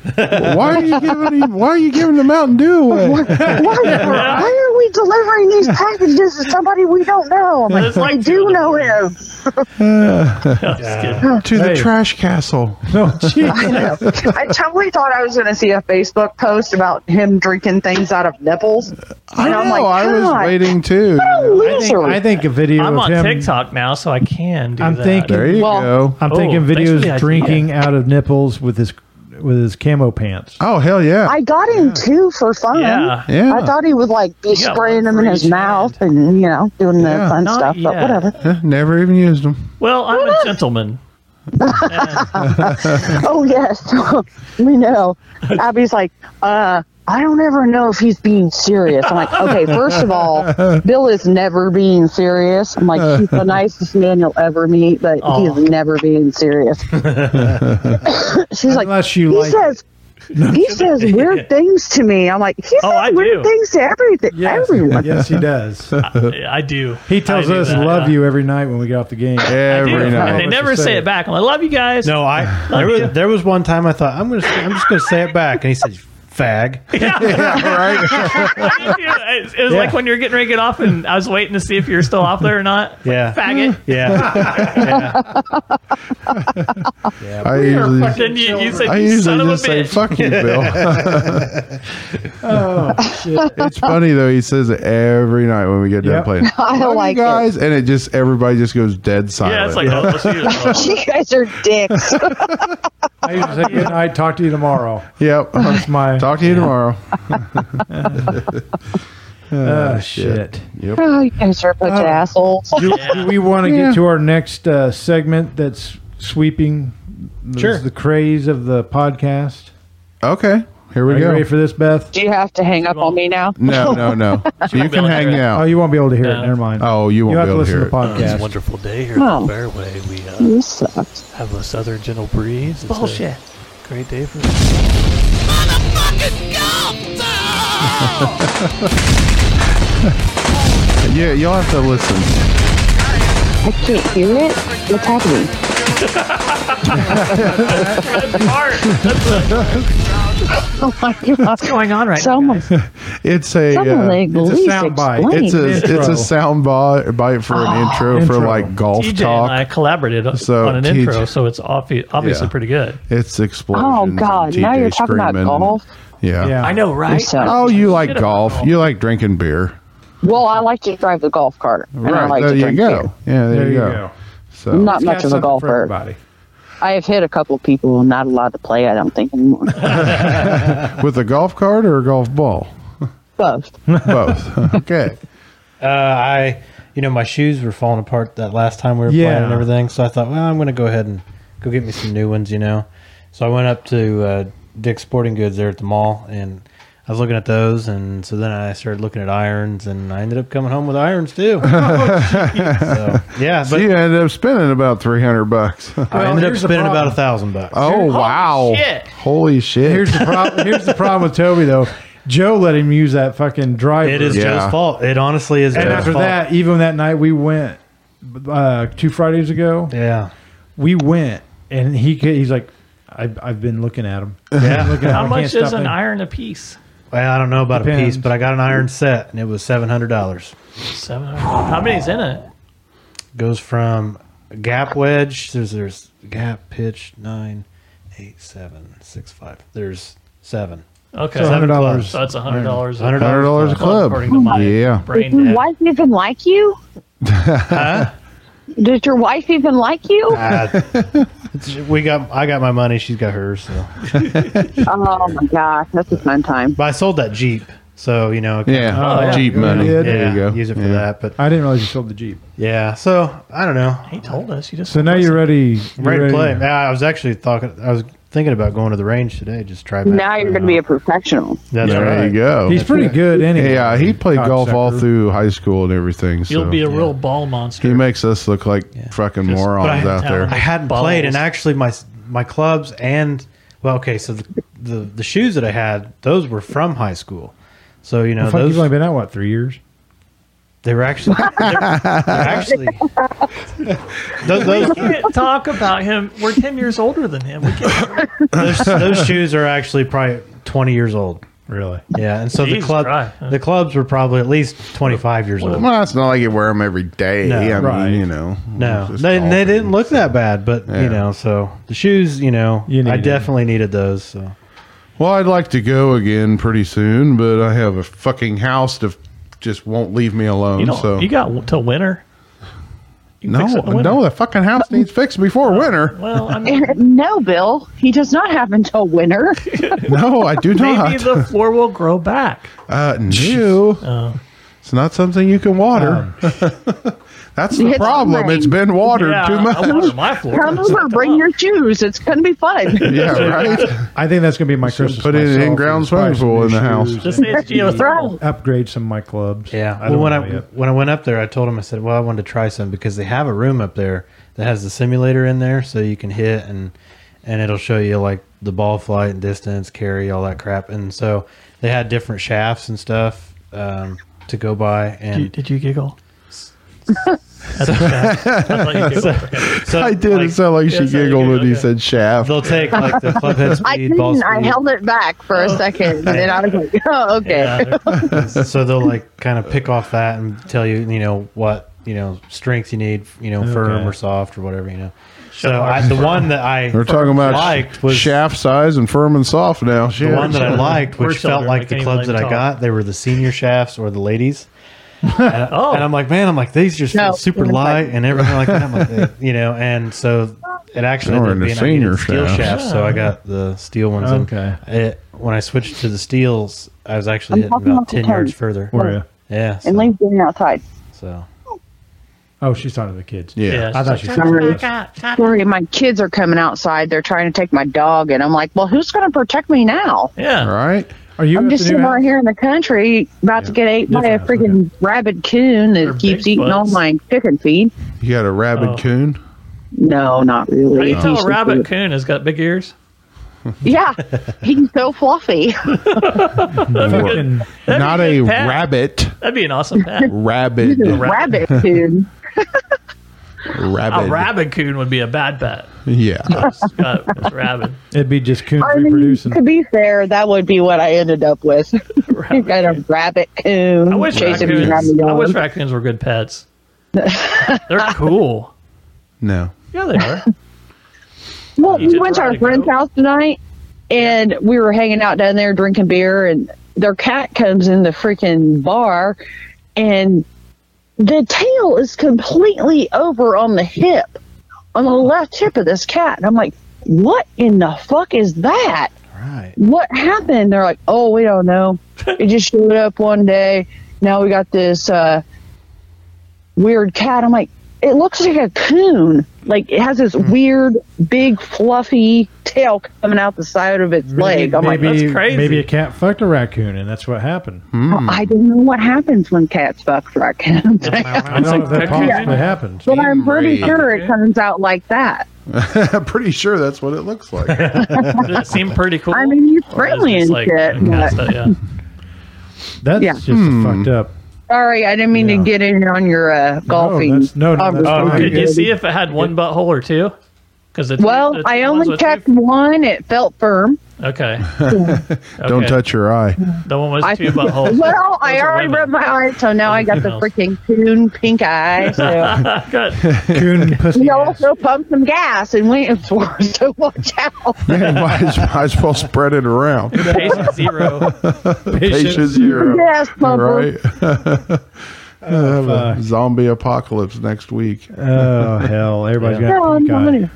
S6: why are you giving him? Why are you giving the Mountain
S4: <laughs>
S6: Dew away?
S10: Why,
S6: <laughs>
S10: why are we delivering these packages to somebody we don't know? I'm like,
S4: It's like
S10: "I do know him."
S6: to the
S5: Hey.
S6: trash castle.
S5: No, <laughs> gee.
S10: Yeah. I totally thought I was going to see a Facebook post about him drinking things out of nipples.
S6: I
S10: And
S6: know.
S10: I'm like,
S6: I
S10: "God,
S6: was waiting too.
S10: what a
S5: I think,
S10: loser.
S5: I think a video
S4: I'm
S5: of
S4: on
S5: him.
S4: TikTok now, so I can do
S5: I'm
S4: that.
S5: thinking-
S6: There you
S10: Well-
S6: go.
S5: I'm
S4: Oh,
S5: thinking
S4: thanks for the
S5: videos
S4: idea.
S5: drinking out of nipples with his with his camo pants.
S6: Oh hell yeah!
S10: I got him two for fun.
S4: Yeah.
S6: yeah.
S10: I thought he would like be
S4: got
S10: spraying
S4: one
S10: them in
S4: for
S10: his
S4: each
S10: mouth and you know doing
S6: Yeah.
S10: the fun
S4: Not
S10: stuff, but
S4: yet.
S10: whatever.
S6: Eh, Never even used them.
S4: Well, I'm a gentleman.
S10: oh yes, <laughs> we know. Abby's like, uh, I don't ever know if he's being serious. I'm like, okay, first of all, Bill is never being serious. I'm like, he's the nicest man you'll ever meet, but
S4: Aw.
S10: he's never being <laughs> serious. She's like,
S5: Unless you
S10: he
S5: like
S10: says. He says weird things to me. I'm like, he says
S4: Oh, I
S10: weird
S4: do.
S10: things to everything,
S5: Yes,
S10: everyone.
S5: yes, he
S4: <laughs>
S5: does.
S4: I do.
S5: He tells
S4: I do
S5: us
S4: that,
S5: love
S4: yeah.
S5: you every night when we get off the game.
S4: I do.
S6: Every night.
S4: They never
S5: Just
S4: say
S5: say
S4: it
S5: it.
S4: back. I'm like, love you guys. <laughs>
S3: No, I there was, there was one time I thought I'm gonna say- I'm just gonna say it back, and he said,
S5: <laughs>
S3: "Fag."
S4: it was like
S5: Yeah.
S4: when you're getting ready to get off, and I was waiting to see if you're still off there or not.
S3: Yeah.
S4: Faggot.
S5: <laughs>
S3: Yeah,
S6: I usually,
S4: Then you, you said,
S6: I
S4: you
S6: usually
S4: son of a
S6: just say
S4: bitch.
S6: "fuck you, Bill."
S4: <laughs>
S6: <laughs>
S4: Oh,
S6: It's funny though. He says it every night when we get done
S5: Yep.
S6: playing.
S10: <laughs> I
S6: "Love you
S10: <laughs> like it."
S6: guys, and it just everybody just goes dead silent.
S4: yeah, it's like, oh, let's do this.
S10: <laughs> You guys are dicks.
S5: I usually say good night. Talk to you tomorrow.
S4: <laughs>
S6: yep.
S5: That's my
S6: Talk to you tomorrow.
S5: oh, shit.
S10: <laughs> Oh, you guys are a bunch of assholes.
S5: Do, do we want to
S6: Yeah.
S5: get to our next uh, segment that's sweeping the,
S3: Sure.
S5: the craze of the podcast?
S6: Okay, here we
S5: Are you
S6: go.
S5: ready for this, Beth?
S10: Do you have to hang up on me now?
S4: <laughs>
S6: no, no, no. you can hang
S5: Oh,
S6: out.
S5: you won't be able to hear it.
S4: No.
S5: Never mind.
S6: Oh, you
S5: you
S6: won't
S5: have
S6: be
S5: to
S6: able to
S5: listen
S6: hear
S5: to the
S6: it.
S8: It's a
S5: podcast.
S8: wonderful day here at
S10: Oh.
S8: the fairway. We uh,
S10: You sucked.
S8: have a southern gentle breeze. It's
S4: Bullshit.
S8: A great day for
S6: Yeah, you'll have to listen.
S10: I can't hear it. What's happening?
S4: That's hard. That's
S10: Oh my
S4: <laughs>
S10: god.
S4: what's going on right now. <laughs>
S10: Someone,
S6: It's a
S10: someone
S6: uh,
S10: like
S5: It's
S10: Louise
S5: a soundbite.
S10: explain.
S6: it's a
S5: Intro. Ah,
S6: it's a sound bite bite for an intro, for
S5: Intro.
S6: like golf
S4: TJ and I
S6: talk.
S4: collaborated
S6: So,
S4: on an
S6: TJ
S4: intro, so it's obvi- obviously
S6: Yeah.
S4: pretty good.
S6: It's explosions.
S10: oh
S6: and
S10: god, now
S6: TJ
S10: you're talking about
S6: screaming.
S10: golf.
S6: Yeah.
S5: Yeah.
S4: I know, right?
S10: So-
S6: Oh, you like
S4: Shit
S6: golf?
S4: about
S6: You like drinking beer?
S10: Well, I like to drive the golf cart. And I like
S6: there
S10: to
S6: you
S10: drink
S6: go.
S10: beer.
S6: Yeah, there,
S5: There
S6: you go. So
S10: I'm not
S5: It's got
S10: much of a
S5: something for
S10: golfer.
S5: everybody.
S10: I have hit a couple people and not allowed to play, I don't
S4: <laughs>
S10: think anymore.
S6: with a golf cart or a golf
S5: <laughs>
S6: ball?
S10: Both.
S6: Both. <laughs> okay.
S3: uh, I you know my shoes were falling apart that last time we were playing
S5: Yeah.
S3: and everything, so I thought, well, I'm gonna go ahead and go get me some new ones, you know. So I went up to uh, Dick's Sporting Goods there at the mall, and I was looking at those, and so then I started looking at irons, and I ended up coming home with irons too.
S5: <laughs>
S3: so, yeah,
S6: So
S3: but
S6: you ended up spending about three hundred bucks. <laughs> oh
S3: I ended up
S5: here's the
S3: spending about a
S5: problem. Oh,
S3: thousand bucks.
S6: wow!
S4: shit.
S6: Holy shit!
S5: Here's
S6: <laughs>
S5: the problem. Here's the problem with Toby though. Joe let him use that fucking driver.
S3: It is
S6: Yeah.
S3: Joe's fault. It honestly is.
S5: And
S3: Joe's
S5: after
S3: fault.
S5: that, even that night we went uh, two Fridays ago.
S3: yeah,
S5: We went, and he ca- he's like, I've, I've been looking at him.
S3: yeah.
S4: How much is an iron a piece?
S3: Well, I don't know about a
S5: Depends.
S3: piece, but I got an iron set, and it was seven hundred dollars.
S4: Seven hundred. How many's in it?
S3: Goes from a gap wedge. There's there's gap pitch nine, eight seven six five. There's seven.
S4: Okay,
S5: So hundred dollars.
S4: So that's hundred dollars.
S3: Hundred
S6: Hundred dollars a
S3: dollars.
S6: club.
S4: According to my
S6: Yeah.
S10: Did
S4: brain
S10: your
S4: dead.
S10: wife even
S6: <laughs>
S10: like you? Did your wife even like you?
S3: We got. I got my money. She's got hers. So.
S10: Oh my gosh, that's a fun time.
S3: But I sold that Jeep, so you know. it kinda-
S6: Yeah.
S4: Oh, yeah.
S6: Cheap
S5: Yeah,
S6: money.
S5: yeah,
S6: There you go.
S3: Use it for
S6: Yeah.
S3: that. But
S5: I didn't realize you sold the Jeep.
S3: yeah. So I don't know.
S4: He told us. You just
S5: So now you're ready. you're
S3: ready to play. Yeah, I was actually talking. I was thinking about going to the range today. Just try. Back
S10: Now you're going to be a professional. <laughs>
S3: That's
S6: there
S3: right.
S6: you go.
S5: He's pretty good anyway.
S6: Yeah, he played golf all
S5: Cocksucker.
S6: through high school and everything. So
S4: You'll be a real ball monster.
S6: he makes us look like fucking
S3: I
S6: morons
S3: had
S6: out there.
S3: I hadn't
S4: Balls.
S3: played, and actually my my clubs and well, okay, so the, the the shoes that I had those were from high school, so you know
S5: Fuck,
S3: those
S5: you've only been out what three years?
S3: they were actually they're, they're actually those, those,
S4: We can't talk about him. We're ten years older than him.
S6: <laughs>
S4: We can't.
S3: those those shoes are actually probably twenty years old.
S5: Really?
S3: Yeah, and so the
S4: Jeez,
S3: club
S4: right.
S3: the clubs were probably at least twenty five years old.
S6: Well, it's not like you wear them every day.
S3: No,
S6: I mean,
S5: right.
S6: you know.
S3: No,
S6: it's just
S3: they, they
S6: golfing.
S3: didn't look that bad, but
S6: Yeah.
S3: you know, so the shoes, you know,
S5: You
S3: I
S5: needed.
S3: definitely needed those. So
S6: Well, I'd like to go again pretty soon, but I have a fucking house that just won't leave me alone.
S4: You know,
S6: so
S4: you got till winter. You can
S6: no,
S4: fix it in winter. Oh.
S6: no, the fucking house needs fixed before
S4: <laughs>
S6: winter.
S4: Well, I mean,
S10: No, Bill, he does not have until winter.
S6: No, I do
S4: maybe
S6: <laughs> not.
S4: the floor will grow back.
S6: <laughs> Uh, no,
S4: Oh.
S6: it's not something you can water. <laughs> That's the
S10: It's
S6: problem.
S10: rain.
S6: It's been watered
S4: yeah,
S6: too
S4: I
S6: much.
S4: water my floor.
S10: Come over, bring your shoes. It's going to
S6: <laughs>
S10: be fun.
S6: Yeah, right.
S5: I think that's going to be my Christmas.
S6: put in an
S5: myself,
S6: in-ground
S5: is
S6: swimming
S5: probably some
S6: pool
S5: new
S6: in the house.
S5: shoes
S4: Just say it's geothermal.
S10: Right.
S5: upgrade some of my clubs.
S3: yeah,
S5: I
S3: well,
S5: don't
S3: when I
S5: know yet.
S3: when I went up there, I told him I said, well, I wanted to try some because they have a room up there that has the simulator in there, so you can hit and and it'll show you like the ball flight and distance, carry, all that crap. And so they had different shafts and stuff um, to go by,
S4: Did you,
S3: and
S4: did you
S6: <laughs>
S4: giggle? That's bad. I thought you
S6: <laughs>
S4: giggled.
S3: so
S6: I did.
S3: like,
S6: it sounded like she
S4: yeah, so you
S6: giggled
S4: can-
S6: when you
S4: okay.
S6: said shaft.
S3: They'll take like the club head speed,
S10: I
S3: ball
S10: didn't.
S3: speed.
S10: I held it back for a
S4: Oh.
S10: second, and then I was like, <laughs> "Oh, okay."
S4: Yeah.
S3: so they'll like kind of pick off that and tell you, you know, what you know strength you need, you know, firm
S5: Okay.
S3: or soft or whatever, you know. So I, the one that I
S6: We're talking about
S3: liked
S6: sh-
S3: was
S6: shaft size and firm and soft now.
S3: the
S6: Shit.
S3: one that I liked,
S4: We're
S3: which felt
S4: children, we
S3: like the
S4: can't
S3: clubs
S4: even
S3: that I
S4: talk.
S3: got. They were the senior shafts or the ladies. And,
S4: Oh.
S3: and I'm like, man, I'm like these just
S10: No,
S3: feel super
S10: it's like-
S3: light and everything like that, I'm like, eh, you know. And so it actually
S6: They were
S3: ended up
S6: in the
S3: being I needed
S6: senior
S3: steel
S6: shafts.
S3: shafts, so I got the steel ones. and
S5: Okay.
S3: it- when I switched to the steels, I was actually hitting
S10: I'm talking
S3: about
S10: about the
S3: ten yards
S10: cone.
S3: further.
S5: Where you?
S3: Yeah. so-
S10: And leave dinner outside.
S3: so.
S5: Oh, she's talking to the kids.
S6: yeah.
S4: Yeah,
S5: I thought
S4: she's
S5: she
S4: like,
S5: said
S4: "Turn
S5: that.
S4: back out, turn back out."
S10: Sorry, my kids are coming outside. They're trying to take my dog, and I'm like, "Well, who's going to protect me now?"
S4: Yeah.
S6: Right?
S5: Are you?
S10: I'm
S5: at
S10: just
S5: the new
S10: sitting
S5: house?
S10: right here in the country, about to get ate by a
S5: Different
S10: freaking rabid coon that
S4: Or
S10: keeps
S4: big
S10: eating all
S4: butts.
S10: my chicken feed.
S6: You got a rabid
S4: Oh.
S6: coon?
S10: No, not
S4: How do
S10: really.
S4: you tell
S10: He's
S4: a
S10: just-
S4: rabbit coon has got big ears?
S10: Yeah, he's
S4: <laughs>
S10: so fluffy.
S5: Fucking-
S6: Not a
S4: good pet.
S6: rabbit.
S4: That'd be an
S6: <laughs>
S4: awesome pet.
S6: Rabid.
S10: rabbit coon.
S6: Rabid.
S4: A rabbit coon would be a bad
S6: <laughs>
S4: pet.
S6: Yeah.
S4: It's got- it's rabid.
S5: It'd be just coons
S10: I mean,
S5: reproducing.
S10: to be fair, that would be what I ended up with. <laughs> You've got a rabbit coon
S4: I wish
S10: chasing me around
S4: raccoons.
S10: the
S4: I wish
S10: yard.
S4: raccoons were good
S10: <laughs>
S4: pets. They're cool.
S6: no. <laughs>
S4: Yeah, they are.
S10: Well,
S4: You
S10: we
S4: just
S10: went to
S4: try
S10: our
S4: to
S10: friend's
S4: go.
S10: house tonight, and we were hanging out down there drinking beer, and their cat comes in the freaking bar, and the tail is completely over on the hip, on the left hip of this cat, and I'm like, "What in the fuck is that?"
S3: Right.
S10: what happened? They're like, oh, we don't know. It just showed up one day. Now we got this uh, weird cat. I'm like, it looks like a coon. Like it has this
S5: Hmm.
S10: weird, big, fluffy tail coming out the side of its leg. I'm like,
S5: maybe,
S4: That's crazy.
S5: maybe a cat fucked a raccoon, and that's what happened.
S10: Hmm. "Oh, I don't know what happens when cats fuck <laughs> raccoons.
S5: I don't know if that
S4: raccoon.
S5: possibly happened.
S10: But I'm pretty
S6: Inbreed.
S10: sure it comes out like that.
S6: I'm pretty sure that's what it looks
S4: <laughs>
S6: like.
S4: Does it seem pretty cool?
S10: I mean, he's
S4: Or is it
S10: friendly
S4: just
S10: and
S4: like-
S10: shit.
S4: That's
S10: but-
S4: it, yeah.
S5: That's
S10: Yeah.
S5: just fucked up.
S10: sorry, I didn't mean
S5: Yeah.
S10: to get in on your uh, golfing.
S5: that's- no, no, that's
S10: conversation.
S5: fine.
S4: Could you see if it had one butthole or two? Because
S10: Well, I only checked one. It felt firm.
S4: Okay.
S6: <laughs> Don't
S4: Okay.
S6: touch your eye. <laughs>
S4: The one was
S10: I-
S4: two buttholes.
S10: <laughs> Well, I
S4: Those are
S10: already
S4: women.
S10: rubbed my eyes, so now I got the
S4: Females.
S10: freaking coon pink
S5: <laughs>
S10: eye. So
S4: Good.
S5: Coon pussy.
S10: we
S5: ass.
S10: also pumped some gas and went <laughs> for her, so watch
S5: <laughs>
S10: out.
S6: Man, might, as, might as well spread it around.
S10: <laughs>
S4: Patient
S6: <laughs>
S4: zero.
S6: Patient
S5: Patience.
S6: zero.
S10: Yes, pumper.
S6: Right? <laughs> Have a
S5: fuck.
S6: zombie apocalypse next week.
S5: Oh hell! Everybody's
S10: No,
S5: got
S10: I'm,
S5: pink eye.
S10: going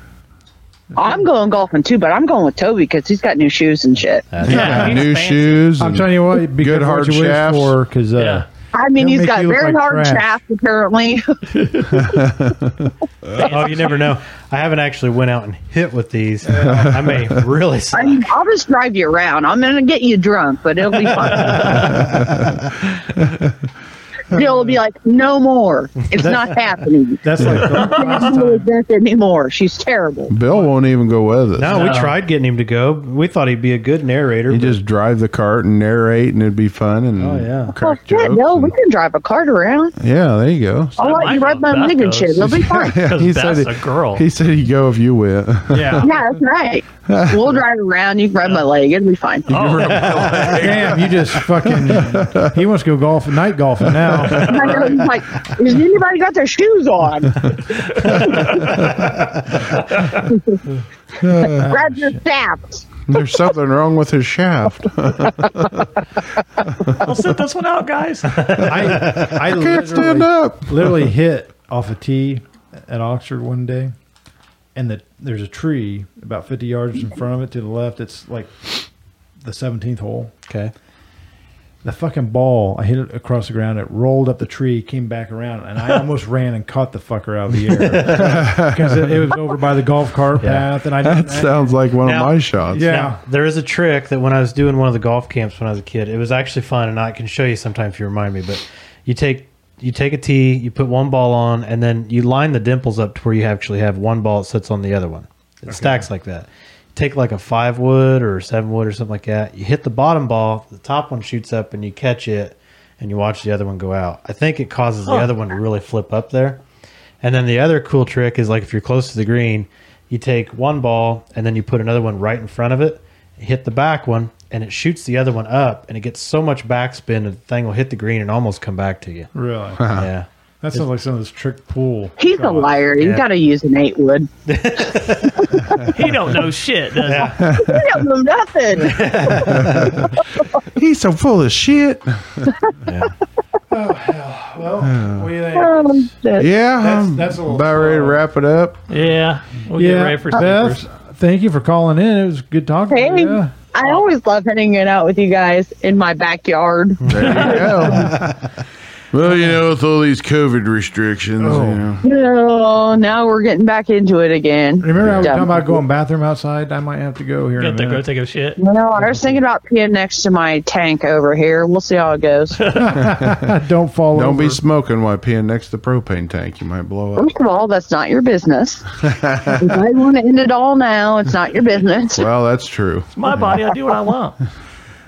S10: I'm going golfing too, but I'm going with Toby because he's got new shoes and shit.
S4: Yeah, he's
S6: New
S4: fancy.
S6: shoes.
S5: I'm
S6: and-
S5: telling you what, be
S6: Good
S5: good
S6: hard
S5: hard what you wish
S6: shafts.
S5: for because uh,
S4: Yeah.
S10: I mean,
S5: It'll
S10: he's
S5: make
S10: got
S5: you look
S10: very
S5: like
S10: hard
S5: trash.
S10: chaff apparently.
S3: oh, you never know. I haven't actually went out and hit with these. I may really. s-
S10: <laughs> I, I'll just drive you around. I'm gonna get you drunk, but it'll be fun. Jill will be like, "No more. It's not happening.
S5: That's like
S10: <laughs> I'm
S5: last
S10: not
S5: time.
S10: drink anymore. She's terrible."
S6: Bill won't even go with
S3: <laughs>
S6: us.
S3: No, we
S4: No.
S3: tried getting him to go. We thought he'd be a good narrator.
S6: You
S3: but-
S6: just drive the cart and narrate, and it'd be fun. And
S3: Oh, yeah.
S10: Well,
S6: crack
S10: shit,
S6: jokes
S10: no, we
S6: and-
S10: can drive a cart around.
S6: yeah, there you go.
S10: I'll let you ride my wig and shit. It'll be fun.
S6: Yeah,
S4: Because that's a girl.
S6: He said he'd go if you went. <laughs>
S5: Yeah.
S10: Yeah, that's right. We'll drive around. You can ride my leg. It'll be fine.
S5: Damn, you just fucking. He wants to go golf, night golfing now.
S10: <laughs> I know, he's like, has anybody got their shoes on? Grab your saps.
S6: There's something wrong with his shaft.
S4: I'll sit this one out, guys.
S6: <laughs>
S5: I, I
S6: Can't stand
S5: literally,
S6: up.
S5: literally hit off a tee at Oxford one day, and the, there's a tree about 50 yards in front of it to the left. It's like the 17th hole.
S3: okay.
S5: The fucking ball, I hit it across the ground. It rolled up the tree, came back around, and I almost ran and caught the fucker out of the air
S4: <laughs>
S5: because it, it was over by the golf cart path. And I
S6: That sounds like one
S3: Now-
S6: of my shots.
S5: yeah.
S3: Now, there is a trick that when I was doing one of the golf camps when I was a kid, it was actually fun, and I can show you sometime if you remind me. But you take you take a tee, you put one ball on, and then you line the dimples up to where you actually have one ball that sits on the other one. It stacks like that. Take like a five wood or a seven wood or something like that. You hit the bottom ball, the top one shoots up, and you catch it, and you watch the other one go out. I think it causes the other one to really flip up there. And then the other cool trick is like if you're close to the green, you take one ball and then you put another one right in front of it, hit the back one, and it shoots the other one up, and it gets so much backspin that the thing will hit the green and almost come back to you.
S5: <laughs>
S4: <laughs>
S5: Really?
S3: Yeah.
S5: That sounds like some of this trick pool.
S10: He's a liar. You
S3: Yeah.
S10: got to use an eight wood.
S4: he don't know shit. Does he?
S10: You don't know nothing. <laughs>
S6: He's so full of shit.
S5: Well, we,
S10: Oh, shit.
S6: Yeah,
S5: That's-
S6: I'm
S5: that's a little
S6: about ready to
S5: slow.
S6: wrap it up.
S4: Yeah, we'll get ready for
S5: Beth,
S4: sleepers.
S5: thank you for calling in. It was good talking to
S10: Hey,
S5: you. Yeah.
S10: I always love hanging out with you guys in my backyard.
S6: There you go. well, you know, with all these COVID restrictions, you know.
S10: oh, now we're getting back into it again.
S5: Remember, I was
S10: Dumb.
S5: talking about going bathroom outside. I might have to go here.
S4: You
S5: In a
S4: have to go
S5: minute.
S4: take a shit.
S10: No, I was thinking about peeing next to my tank over here. We'll see how it goes.
S5: <laughs> Don't fall
S6: Don't
S5: over.
S6: be smoking while peeing next to the propane tank. You might blow
S10: <laughs>
S6: up.
S10: First of all, that's not your business. if I want to end it all now, it's not your business.
S6: Well, that's true.
S4: It's my body. I do what I <laughs> want.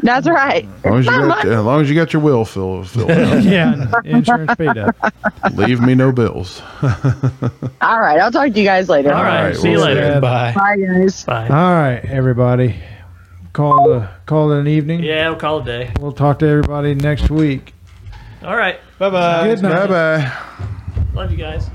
S10: That's right.
S6: As long as you got, as long as you got your will filled, filled out.
S5: yeah, and <laughs> insurance paid up.
S6: leave me no bills.
S10: All right. I'll talk to you guys later.
S4: All right,
S6: right,
S4: see you
S6: we'll
S4: later.
S5: Yeah.
S3: Bye.
S10: Bye, guys.
S4: Bye.
S5: All right, everybody, call the call it an evening.
S4: Yeah, we'll call it a day.
S5: We'll talk to everybody next week.
S4: All right,
S3: Bye bye.
S5: Good
S6: Bye
S5: night.
S6: bye.
S4: love you guys.